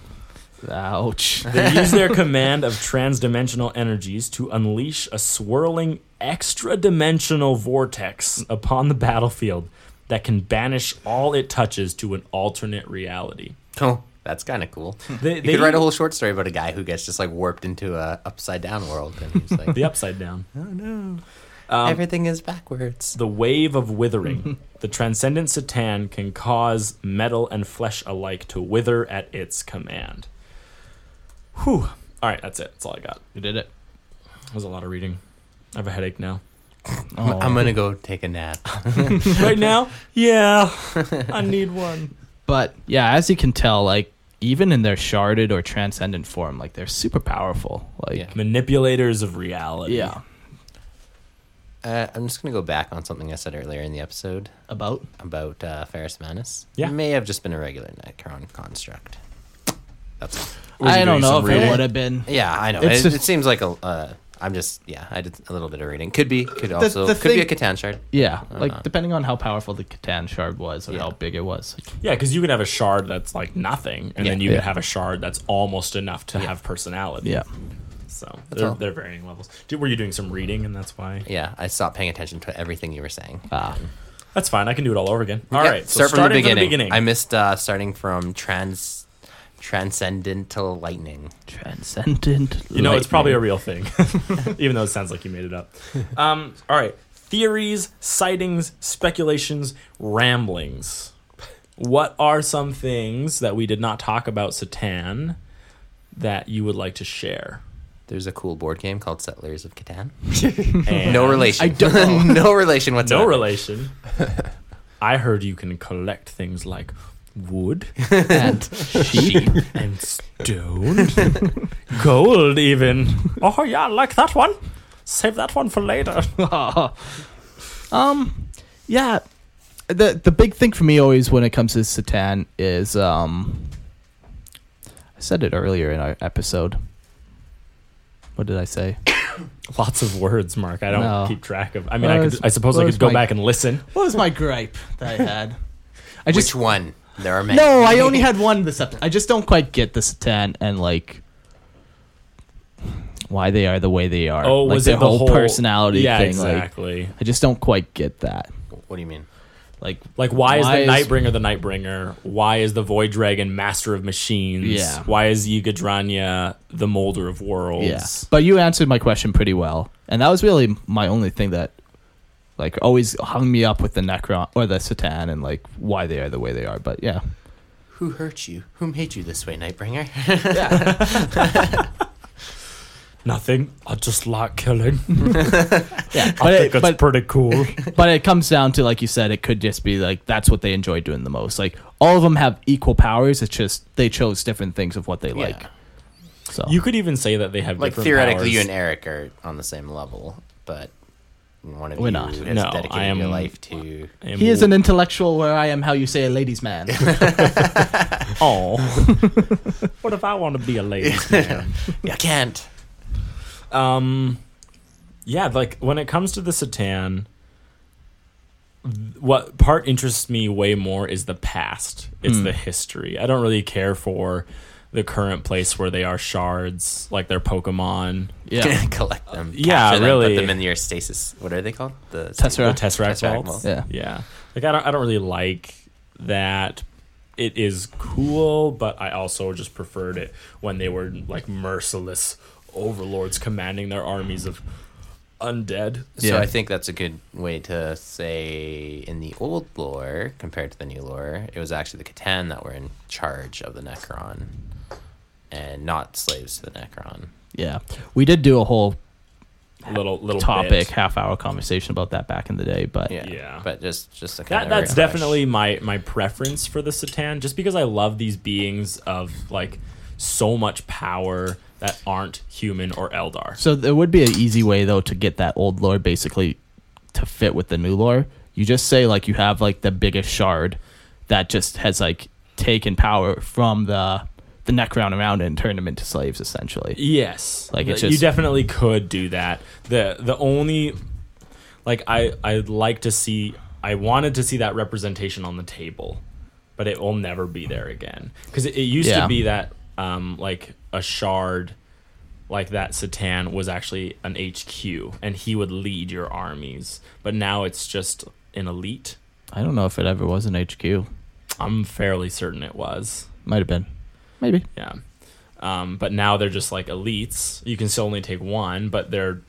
S3: Mm. Ouch.
S2: They use their command of transdimensional energies to unleash a swirling extra dimensional vortex upon the battlefield that can banish all it touches to an alternate reality.
S4: Oh, that's kind of cool.
S2: They-
S4: you
S2: they-
S4: could write a whole short story about a guy who gets just like warped into a upside down world, and he's like,
S2: The upside down.
S4: everything is backwards.
S2: The wave of withering. the transcendent Satan can cause metal and flesh alike to wither at its command. Whew. All right, that's it. That's all I got.
S3: You did it.
S2: That was a lot of reading. I have a headache now.
S4: I'm gonna go take a nap.
S2: right now? Yeah. I need one.
S3: But yeah, as you can tell, like even in their sharded or transcendent form, like they're super powerful. Like
S4: Yeah.
S2: Manipulators of reality.
S3: yeah.
S4: Uh, I'm just gonna go back on something I said earlier in the episode
S3: About
S4: about uh, Ferris Manus.
S2: Yeah.
S4: It may have just been a regular Necron construct. That's all.
S2: Was he
S3: I
S2: doing
S3: don't know
S2: some
S3: if
S2: reading?
S3: it would have been.
S4: Yeah, I know.
S3: It's
S4: it,
S3: just-
S4: it seems like a. Uh, I'm just yeah. I did a little bit of reading. Could be. Could also.
S3: the
S4: could be a
S3: thing-
S4: Catan shard.
S3: Yeah,
S4: Or
S3: like
S4: not.
S3: depending on how powerful the Catan shard was or
S4: Yeah.
S3: how big it was.
S2: Yeah, because you could have a shard that's like nothing, and then
S4: Yeah.
S2: you could
S3: Yeah.
S2: have a shard that's almost enough to have personality.
S3: Yeah.
S2: So they're,
S4: all.
S2: they're varying levels. Did, were you doing some reading, and that's why?
S4: Yeah, I stopped paying attention to everything you were saying.
S3: Ah.
S2: That's fine. I can do it all over again. All right.
S4: Yeah,
S2: So starting from the beginning.
S4: I missed uh, starting from trans transcendental lightning.
S3: Transcendent.
S2: you know, it's probably a real thing, even though it sounds like you made it up. Um, all right. Theories, sightings, speculations, ramblings. What are some things that we did not talk about, Satan, that you would like to share?
S4: There's a cool board game called Settlers of Catan.
S2: And-
S4: No relation.
S3: I don't
S4: no relation whatsoever.
S2: no relation. I heard you can collect things like wood
S3: and sheep.
S2: and stone, gold, even. Oh yeah, I like that one. Save that one for later.
S3: um, yeah. The the big thing for me always when it comes to Satan is um. I said it earlier in our episode. What did I say?
S2: Lots of words, Mark. I don't
S3: No.
S2: keep track of. I mean, I
S3: Where's-
S2: could. I suppose I
S3: where's
S2: could go
S3: my-
S2: back and listen.
S3: What was my gripe that I had? I
S4: Which
S3: just
S4: one? There are many.
S3: no, I only had one this episode. I just don't quite get the Satan and like why they are the way they are.
S2: Oh,
S3: like
S2: was
S3: their
S2: it the
S3: whole,
S2: whole
S3: personality
S2: Yeah,
S3: thing? Like,
S2: exactly.
S3: I just don't quite get that.
S4: What do you mean?
S3: Like,
S2: Like, why,
S3: Why
S2: is
S3: is-
S2: the Nightbringer the Nightbringer? Why is the Void Dragon Master of Machines?
S3: Yeah.
S2: Why is Ygadranya the Molder of Worlds?
S3: yeah. But you answered my question pretty well, and that was really my only thing that like always hung me up with the Necron or the Satan and like why they are the way they are. But yeah,
S4: Who hurt you? Who made you this way, Nightbringer?
S2: Nothing. I just like killing.
S3: yeah. But it, but,
S2: pretty cool.
S3: but it comes down to like you said, it could just be like that's what they enjoy doing the most. Like all of them have equal powers. It's just they chose different things of what they like. So
S2: you could even say that they have
S4: like
S2: different
S4: theoretically, you
S2: powers.
S4: and Eric are on the same level, but one of
S3: We're
S4: you
S3: not.
S4: has
S2: No,
S4: dedicated
S2: I am-
S4: your life to.
S2: I am-
S3: he is an intellectual where I am how you say a ladies' man.
S2: Oh. what if I want to be a lady?
S4: I can't.
S2: um, yeah, like when it comes to the Satan, th- what part interests me way more is the past. It's
S3: Hmm.
S2: the history. I don't really care for the current place where they are shards, like their Pokemon.
S3: yeah.
S4: collect them.
S2: yeah,
S4: capture them,
S2: really.
S4: Put them in your stasis. What are they called? The
S3: Tesseract.
S2: The Tesseract,
S4: Tesseract
S2: vaults.
S4: vaults.
S3: Yeah.
S2: Yeah. Like I don't I don't really like that it is cool, but I also just preferred it when they were like merciless overlords commanding their armies of undead.
S4: So
S3: Yeah.
S4: I think that's a good way to say in the old lore compared to the new lore, it was actually the Catan that were in charge of the Necron, and not slaves to the Necron.
S3: Yeah, we did do a whole
S2: Little little
S3: topic,
S2: bit.
S3: half hour conversation about that back in the day, but
S4: Yeah.
S2: Yeah.
S4: But just just a
S2: That
S4: kinda
S2: that's
S4: refresh.
S2: definitely my my preference for the Satan, just because I love these beings of like so much power that aren't human or Eldar.
S3: So there would be an easy way though to get that old lore basically to fit with the new lore. You just say like you have like the biggest shard that just has like taken power from the the Necron around it and turned them into slaves essentially.
S2: Yes,
S3: Like, it's
S2: Th- you
S3: just-
S2: definitely could do that. the The only like I I'd like to see I wanted to see that representation on the table, but it will never be there again because it, it used
S3: Yeah.
S2: to be that um like a shard like that Satan was actually an HQ and he would lead your armies, but now it's just an elite.
S3: I don't know if it ever was an HQ.
S2: I'm fairly certain it was.
S3: Might have been. Maybe.
S2: Yeah. Um, but now they're just like elites. You can still only take one, but they're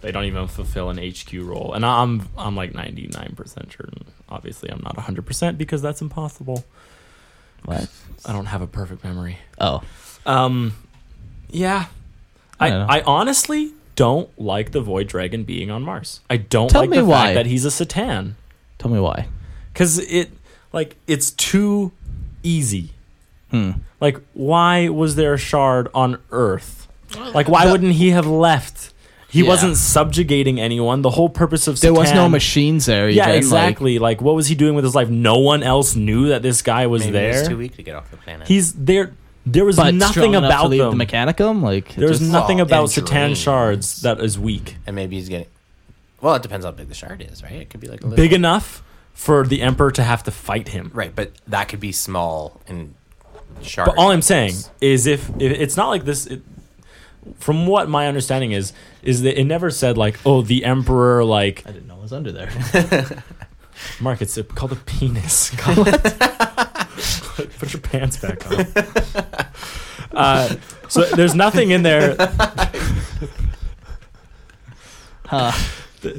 S2: they don't even fulfill an HQ role. And I'm I'm like 99% sure. Obviously, I'm not 100% because that's impossible.
S3: What?
S2: I don't have a perfect memory.
S3: Oh.
S2: Um yeah.
S3: I
S2: I
S3: don't know.
S2: I, honestly don't like the Void Dragon being on Mars. I don't
S3: Tell
S2: like
S3: me
S2: the
S3: why.
S2: fact that he's a Satan
S3: Tell me why.
S2: cuz it like it's too easy.
S3: Hmm.
S2: Like, why was there a shard on Earth? Like, why wouldn't he have left? He
S3: Yeah.
S2: wasn't subjugating anyone. The whole purpose of
S3: There was no
S2: Satan-
S3: machines there.
S2: Yeah,
S3: even, like-
S2: exactly. Like, what was he doing with his life? No one else knew that this guy was
S4: Maybe
S2: there.
S4: He's too weak to get off the planet.
S2: He's there. There was
S3: but
S2: nothing about
S3: the,
S2: them.
S3: the mechanicum. Like it
S2: there was
S3: just-
S2: nothing
S4: Well,
S2: about
S4: and
S2: Satan
S4: dreams.
S2: shards that is weak.
S4: and maybe he's getting. Well, it depends how big the shard is, right? It could be like a little,
S2: Big enough for the Emperor to have to fight him.
S4: right? But that could be small and shard.
S2: But all I'm saying is, if, if it's not like this, it, from what my understanding is, is that it never said like, oh, the emperor like
S3: I didn't know it was under there.
S2: Mark. It's called a penis. Put your pants back on. Uh, so there's nothing in there.
S3: Huh.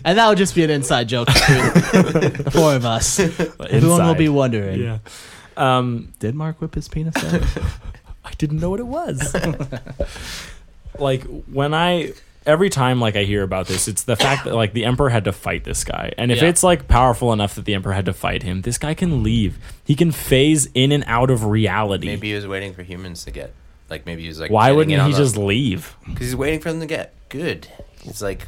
S3: And that would just be an inside joke between the four of us. Everyone will
S2: inside.
S3: be wondering.
S2: Yeah. Um,
S3: Did Mark whip his penis out?
S2: I didn't know what it was. like when I every time like I hear about this, it's the fact that like the emperor had to fight this guy. And if
S3: Yeah.
S2: it's like powerful enough that the emperor had to fight him, this guy can leave. He can phase in and out of reality.
S4: maybe he was waiting for humans to get. Like maybe he was like.
S2: Why
S4: getting
S2: wouldn't
S4: in on
S2: he
S4: the-
S2: just leave?
S4: Because he's waiting for them to get good. He's like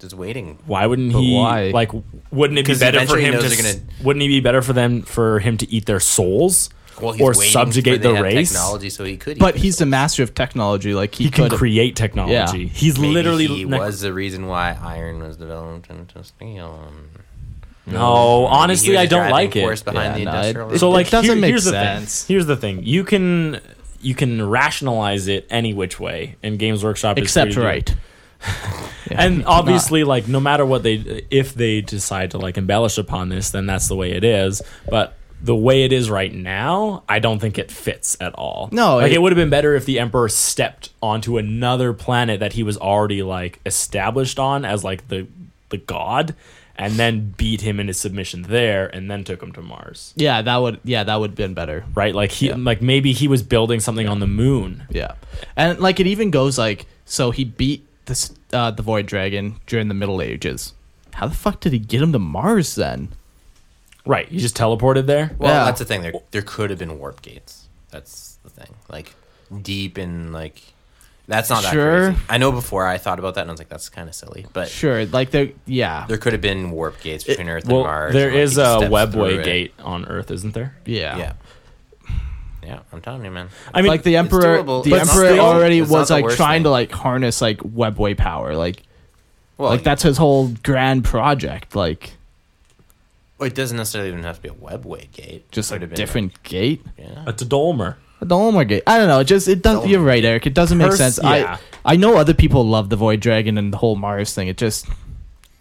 S4: just waiting.
S2: Why wouldn't
S3: But
S2: he
S3: why?
S2: like wouldn't it be
S4: 'Cause
S2: better for
S4: eventually he
S2: him to
S4: knows they're
S2: s-
S4: gonna-
S2: wouldn't it be better for them for him to eat their souls
S4: Well, he's
S2: or
S4: waiting
S2: subjugate
S4: for them
S2: the
S4: to have
S2: race?
S4: Technology, so he could.
S3: But
S4: eat
S3: he's
S4: them.
S3: the master of technology. Like he,
S2: He can
S3: could
S2: create technology.
S3: Yeah.
S2: He's
S4: Maybe
S2: literally
S4: he
S2: ne-
S4: was the reason why iron was developed into steel. and-
S2: No, honestly,
S4: He was
S2: I
S4: the
S2: don't
S4: driving
S2: like it.
S4: force behind the
S3: Yeah, no, it-
S4: industrial
S2: so
S4: revolution.
S2: like
S3: It doesn't
S2: here-
S3: make
S2: here's
S3: sense.
S2: the thing. Here's the thing. You can you can rationalize it any which way, and Games Workshop is free
S3: except
S2: to do it.
S3: right. Yeah, you
S2: And
S3: cannot.
S2: obviously, like no matter what they if they decide to like embellish upon this, then that's the way it is. But the way it is right now, I don't think it fits at all.
S3: No,
S2: like it,
S3: it-
S2: would have been better if the Emperor stepped onto another planet that he was already like established on as like the the god, and then beat him into submission there, and then took him to Mars
S3: yeah, that would yeah that would have been better.
S2: right? Like he, like maybe he was building something on the moon.
S3: Yeah, and like it even goes like so he beat this uh, the void dragon during the Middle Ages. How the fuck did he get him to Mars then?
S2: Right, he just teleported there.
S4: well,
S3: Yeah.
S4: that's the thing. There, there could have been warp gates. That's the thing. Like deep in like. That's not that
S3: Sure.
S4: crazy. I know before I thought about that and I was like, that's kind of silly. But
S3: Sure, like there. Yeah,
S4: there could have been warp gates between Earth
S2: well,
S4: and Mars.
S2: there
S4: and, like,
S2: is
S4: he
S2: a
S4: steps through
S2: webway
S4: it.
S2: gate on Earth, isn't there?
S3: yeah,
S4: Yeah. Yeah, I'm telling you, man.
S2: I mean,
S3: like the
S4: it's
S3: emperor,
S4: doable.
S3: the
S4: But
S3: emperor
S4: still,
S3: already
S4: it's not
S3: was
S4: the
S3: like
S4: worst
S3: trying
S4: thing.
S3: to like harness like webway power. Like
S4: Well,
S3: like that's his whole grand project. Like
S4: It doesn't necessarily even have to be a webway gate.
S3: just
S4: Could
S3: like
S4: have
S3: a
S4: been,
S3: different gate.
S4: yeah.
S2: a Dolmer.
S3: The Olmer gate. I don't know. It just it does.
S4: Dolmer.
S3: You're right, Eric. It doesn't make
S2: Pers-
S3: sense.
S2: yeah.
S3: I I know other people love the Void Dragon and the whole Mars thing. It just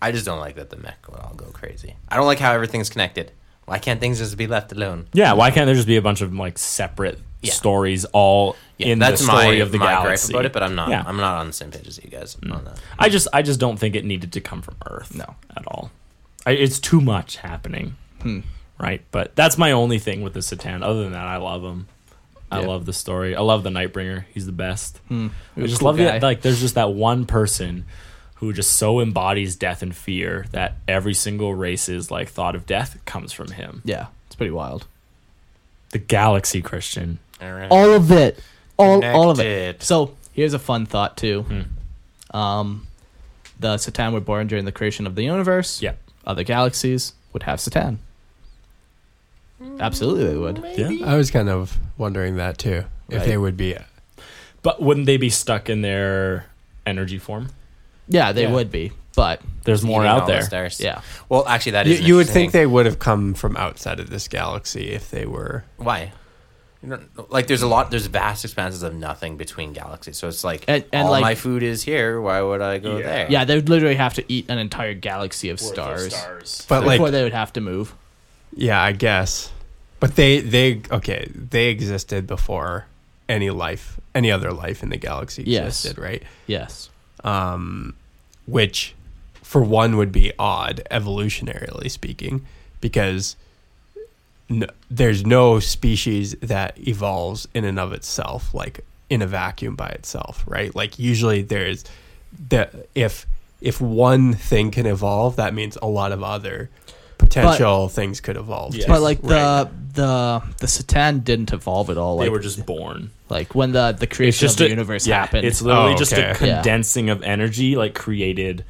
S4: I just don't like that the mech would all go crazy. I don't like how everything's connected. Why can't things just be left alone?
S2: Yeah, why can't there just be a bunch of like separate
S4: Yeah.
S2: stories all
S4: Yeah,
S2: in
S4: that's
S2: the story
S4: my,
S2: of the
S4: my
S2: galaxy?
S4: gripe about it, but I'm not.
S2: Yeah. Mm.
S4: I'm not on the same page as you guys on that.
S2: I just I just don't think it needed to come from Earth.
S3: No.
S2: at all. I, it's too much happening.
S3: Hmm.
S2: Right, but that's my only thing with the Satan. Other than that, I love him. I
S3: Yeah. Hmm.
S2: love the story. I love the Nightbringer. He's the best. I just
S3: cool
S2: love that.
S3: guy.
S2: Like, there's just that one person who just so embodies death and fear that every single race's like thought of death comes from him.
S3: Yeah, it's pretty wild.
S2: The galaxy, Christian.
S4: All right.
S3: all of it all all of it
S4: Connected. Hmm.
S3: so here's a fun thought too um the satan were born during the creation of the universe
S2: Yeah.
S3: other galaxies would have satan absolutely they would
S2: Yeah.
S5: I was kind of wondering that too. If
S3: Right.
S5: they would be
S2: But wouldn't they be stuck in their energy form?
S3: yeah they
S2: Yeah.
S3: would be but
S2: There's more
S4: Eating
S2: out
S4: all the
S2: there.
S4: stars.
S3: yeah
S4: Well, actually, that
S5: you,
S4: is.
S5: you would think
S4: interesting.
S5: they would have come from outside of this galaxy if they were
S4: why. You don't- Like there's a lot, there's vast expanses of nothing between galaxies. So it's like
S3: And- and
S4: all
S3: like-
S4: my food is here. Why would I go there?
S3: yeah they would literally have to eat an entire galaxy of stars, before
S5: but like
S3: they would have to move
S5: yeah i guess but they they okay they existed before any life any other life in the galaxy
S3: Yes.
S5: existed right
S3: yes
S5: which for one would be odd evolutionarily speaking because n there's no species that evolves in and of itself like in a vacuum by itself right like usually there's the if if one thing can evolve that means a lot of other potential things could evolve
S2: Yeah.
S5: too.
S2: Yes,
S3: but like the the the satan didn't evolve at all like
S2: they were just born.
S3: like when the the creation of the
S2: a-
S3: universe
S2: yeah,
S3: happened
S2: It's literally
S5: Oh,
S2: just a
S5: okay.
S3: Yeah.
S2: condensing of energy, like created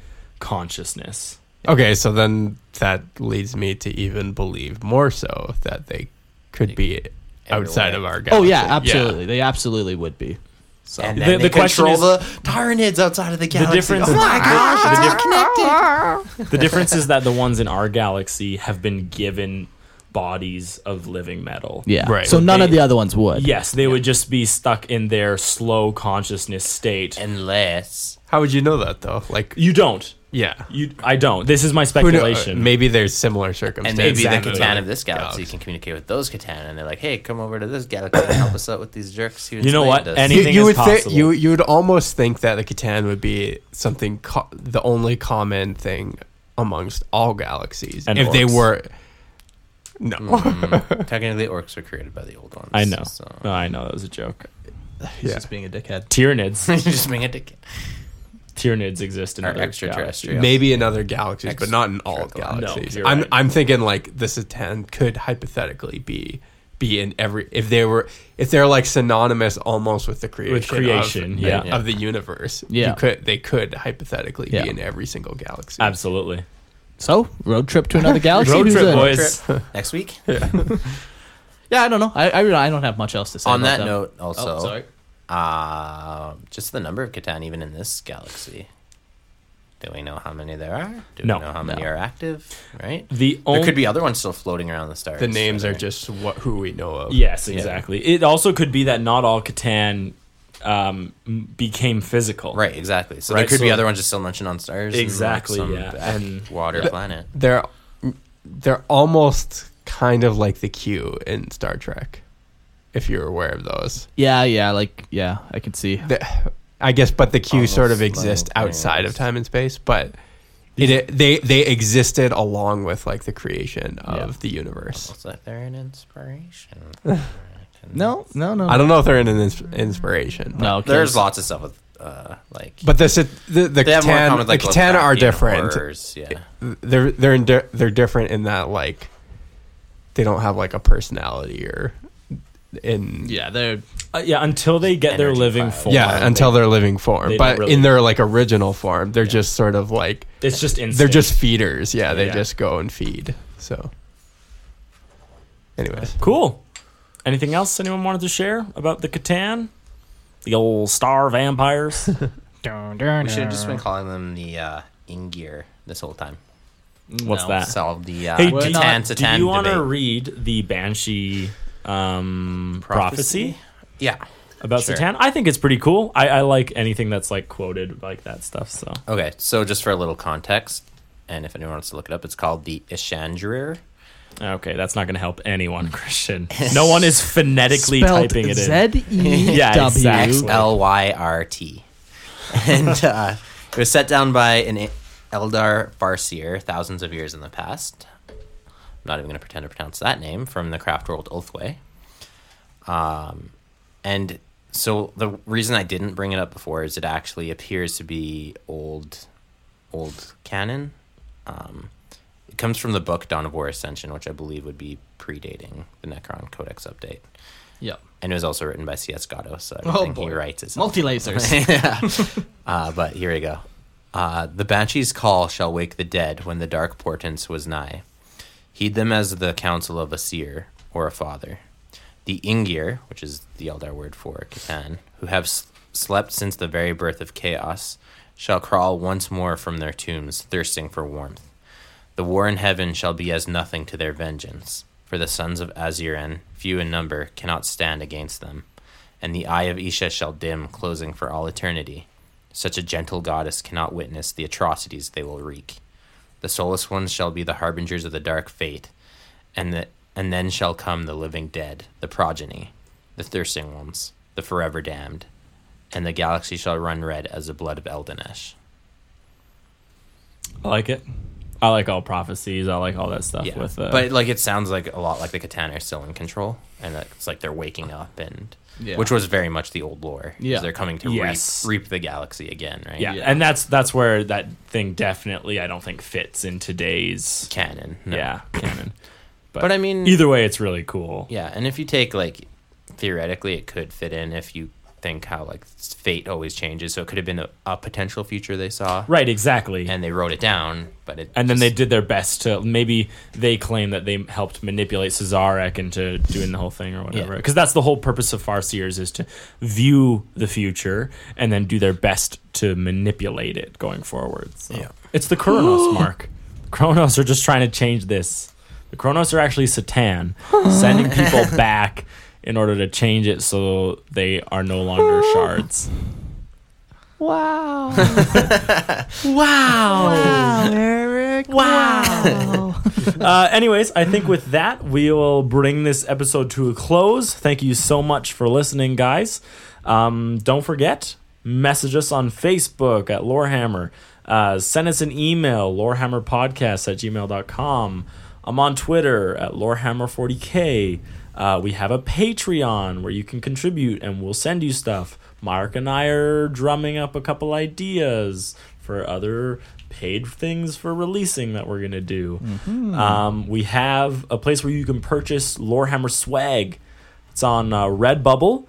S2: consciousness.
S5: Okay, so then that leads me to even believe more so that they could be outside of our
S3: oh
S5: galaxy.
S3: yeah absolutely they absolutely would be so
S4: And then
S2: The-
S4: they
S2: the question
S4: control the
S2: is-
S4: Tyranids outside of the galaxy.
S2: difference-
S4: Oh my gosh, it's all connected.
S2: The difference is that the ones in our galaxy have been given bodies of living metal.
S3: Yeah.
S5: Right.
S3: So none of
S2: They-
S3: the other ones would.
S2: Yes, they would just be stuck in their slow consciousness state.
S4: Unless
S5: How would you know that though? Like,
S2: You don't.
S5: yeah,
S2: You, I don't. This is my
S5: Who kno- uh,
S2: speculation.
S5: Maybe there's similar circumstances.
S4: and maybe
S2: Exactly.
S4: the Catan of this galaxy can communicate with those Catan, and they're like, "Hey, come over to this galaxy and help us out with these jerks." Who
S2: You know what?
S4: enslaved us."
S2: Any-
S5: You,
S2: Anything
S5: you
S2: is
S5: would thi-
S2: possible.
S5: you you would almost think that the Catan would be something co- the only common thing amongst all galaxies
S2: And
S5: if they
S2: orcs. Mm.
S5: were. No,
S4: Technically, orcs were created by the old ones.
S2: I know.
S4: So.
S2: No, Oh, I know that was a joke.
S3: He's
S5: Yeah.
S3: just being a dickhead.
S2: Tyranids.
S4: just being a dick.
S2: Tyranids exist in
S4: Or
S2: other
S4: extraterrestrial.
S2: galaxies.
S5: maybe in other galaxies, but
S4: Ex-
S5: not in all
S4: No,
S5: galaxies.
S2: you're
S5: I'm
S2: right.
S5: I'm thinking like the Satan could hypothetically be be in every if they were if they're like synonymous almost with the creation
S2: creation,
S5: of,
S2: yeah.
S5: of the universe.
S3: Yeah.
S5: you could they could hypothetically
S3: Yeah.
S5: be in every single galaxy.
S2: Absolutely.
S3: So road trip to another galaxy.
S2: Road
S3: Who's
S2: trip,
S3: in?
S2: boys.
S4: Next week.
S3: Yeah, I don't know. I I, really, I don't have much else to say.
S4: On
S3: about
S4: that
S3: them.
S4: note,
S3: Oh,
S4: also,
S3: sorry.
S4: uh, just the number of Catan, even in this galaxy. Do we know how many there are? Do
S2: No.
S4: we know how many
S3: No.
S4: are active? Right.
S2: The only
S4: There could be other ones still floating around the stars.
S5: The names are
S4: Right.
S5: just what who we know of.
S2: Yes, exactly. It also could be that not all Catan um, m- became physical.
S4: Right, exactly. So
S2: Right,
S4: there could be
S2: so-
S4: other ones just still lunching on stars. and, like,
S2: Exactly,
S4: some
S2: yeah.
S4: back
S2: And-
S4: water planet.
S5: they're they're almost kind of like the Q in Star Trek, if you're aware of those.
S3: Yeah, yeah, like yeah, I can see.
S5: the, I guess, but the Q sort of
S4: Almost
S5: exist
S4: like
S5: outside of
S4: things.
S5: time and space, but it, they they existed along with like the creation of the universe.
S4: Looks like they're an inspiration.
S3: No, no, no.
S5: I don't know if they're in an ins- inspiration. but-
S3: No, 'cause-
S4: There's lots of stuff with uh like
S5: but the Sit- the the
S4: they have more in common
S5: Catan,
S4: with like
S5: the Catan are
S4: Lovecraftian
S5: different.
S4: horrors, Yeah.
S5: They're they're in di- they're different in that like they don't have like a personality or in
S3: Yeah, they're
S2: Uh, yeah, until they get their
S4: Energy
S2: living
S4: cloud.
S2: form.
S5: yeah until their living form,
S2: they don't
S5: but
S2: really-
S5: in their like original form, they're just sort of like
S2: it's just instinct.
S5: They're just feeders. Yeah, they
S2: Yeah.
S5: just go and feed. So, anyways,
S2: cool. Anything else anyone wanted to share about the Catan? The old star vampires.
S4: We should have just been calling them the uh Ingir this whole time.
S2: What's that?
S4: Solve the uh
S2: Hey,
S4: Catan
S2: do- do
S4: Satan
S2: you want to
S4: debate.
S2: read the Banshee um, prophecy?
S4: Yeah.
S2: about
S4: Sure.
S2: Satan? I think it's pretty cool. I, I like anything that's like quoted like that stuff. So
S4: Okay, so just for a little context, and if anyone wants to look it up, it's called the Ishandrir.
S2: Okay, that's not going to help anyone, Christian. No one is phonetically
S3: Spelled
S2: typing it in.
S3: Z E
S2: Yeah,
S4: X
S2: exactly.
S3: W.
S4: L Y R T. And uh, it was set down by an Eldar Farseer thousands of years in the past. I'm not even going to pretend to pronounce that name from the craft world Ulthway. Um, and so the reason I didn't bring it up before is it actually appears to be old, old canon. Um, it comes from the book Dawn of War Ascension, which I believe would be predating the Necron Codex update
S3: Yep.
S4: and it was also written by C.S. Gatto, so
S3: Oh,
S4: everything he
S3: boy.
S4: writes is
S3: Multi lasers.
S4: uh, but here we go. Uh, the banshee's call shall wake the dead when the dark portents was nigh. Heed them as the counsel of a seer or a father. The Ingir, which is the Eldar word for Catan, who have s- slept since the very birth of chaos, shall crawl once more from their tombs, thirsting for warmth. The war in heaven shall be as nothing to their vengeance, for the sons of Aziran, few in number, cannot stand against them. And the eye of Isha shall dim, closing for all eternity. Such a gentle goddess cannot witness the atrocities they will wreak. The soulless ones shall be the harbingers of the dark fate, and the, and then shall come the living dead, the progeny, the thirsting ones, the forever damned, and the galaxy shall run red as the blood of Eldenesh.
S2: I like it. I like all prophecies. I like all that stuff
S4: Yeah,
S2: with uh,
S4: but like it sounds like a lot like the Catan are still in control, and that it's like they're waking up, and
S3: Yeah.
S4: which was very much the old lore. is
S3: Yeah.
S4: they're coming to
S2: Yes.
S4: reap, reap the galaxy again, right?
S2: yeah.
S3: Yeah.
S2: and that's that's where that thing definitely I don't think fits in today's
S4: canon. no.
S2: yeah canon.
S4: but I mean,
S2: Either way, it's really cool.
S4: Yeah, and if you take like theoretically, it could fit in if you think how like fate always changes. So it could have been a, a potential future they saw,
S2: Right, exactly. And,
S4: and they wrote it down, but it
S2: then they
S4: just-
S2: did their best to maybe they claim that they helped manipulate Cesarek into doing the whole thing or whatever.
S4: Yeah.
S2: Because that's the whole purpose of Farseers is to view the future and then do their best to manipulate it going forward. So.
S4: Yeah.
S2: It's the Kronos mark. The Kronos are just trying to change this. The Kronos are actually Satan, sending people back in order to change it so they are no longer shards. uh, anyways, I think with that, we'll bring this episode to a close. Thank you so much for listening, guys. Um, don't forget, message us on Facebook at Lorehammer. Uh, send us an email, lorehammerpodcast at gmail.com. I'm on Twitter at lorehammer40k. Uh, we have a Patreon where you can contribute and we'll send you stuff. Mark and I are drumming up a couple ideas for other paid things for releasing that we're going to do.
S5: Mm-hmm.
S2: Um, we have a place where you can purchase Lorehammer swag. It's on uh, Redbubble.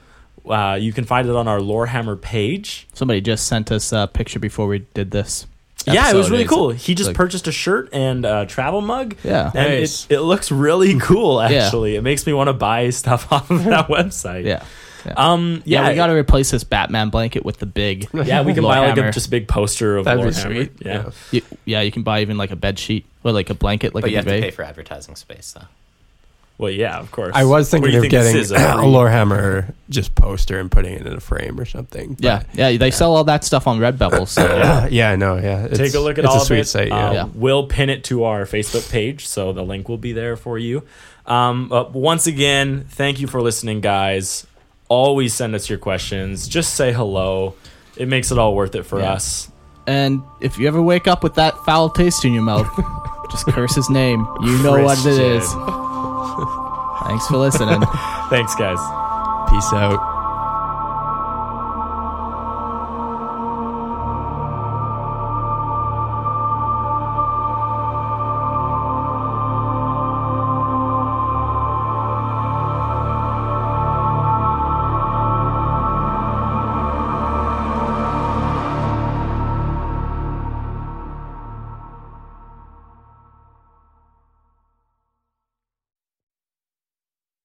S2: Uh, you can find it on our Lorehammer page.
S3: Somebody just sent us a picture before we did this.
S2: yeah, it was
S3: episode.
S2: really
S3: It's-
S2: cool. He just
S3: like-
S2: purchased a shirt and a travel mug.
S3: Yeah.
S2: and it-
S5: Nice.
S2: it, looks really cool.
S3: Yeah.
S2: Actually, it makes me want to buy stuff off of that website.
S3: Yeah. Yeah.
S2: Um. Yeah.
S3: yeah, we got to replace this Batman blanket with the big.
S2: Yeah, we can buy like a
S3: Lorehammer.
S2: just a big poster of
S5: That'd be
S2: Lorehammer.
S5: sweet.
S2: Yeah.
S5: Yeah.
S3: You- yeah, you can buy even like a bed sheet or like a blanket, like
S4: But
S3: a
S4: you have to
S3: duvet.
S4: pay for advertising space, though.
S2: Well, yeah, of course.
S5: I was
S2: What do
S5: thinking
S2: you
S5: of
S2: think this is,
S5: getting a
S2: a free-
S5: Lorehammer just poster and putting it in a frame or something. but-
S3: Yeah, yeah, they sell all that stuff on Redbubble. So
S5: yeah, I know. Yeah, it's,
S2: take a look at
S5: it's
S2: all
S5: a sweet
S2: of it.
S5: site.
S2: Um,
S5: Yeah,
S3: Yeah.
S2: We'll pin it to our Facebook page, so the link will be there for you. Um, but once again, thank you for listening, guys. Always send us your questions. Just say hello. It makes it all worth it for
S3: Yeah.
S2: us.
S3: And if you ever wake up with that foul taste in your mouth, just curse his name. You know what it is.
S2: Christian.
S3: Thanks for listening.
S2: Thanks, guys.
S5: peace out.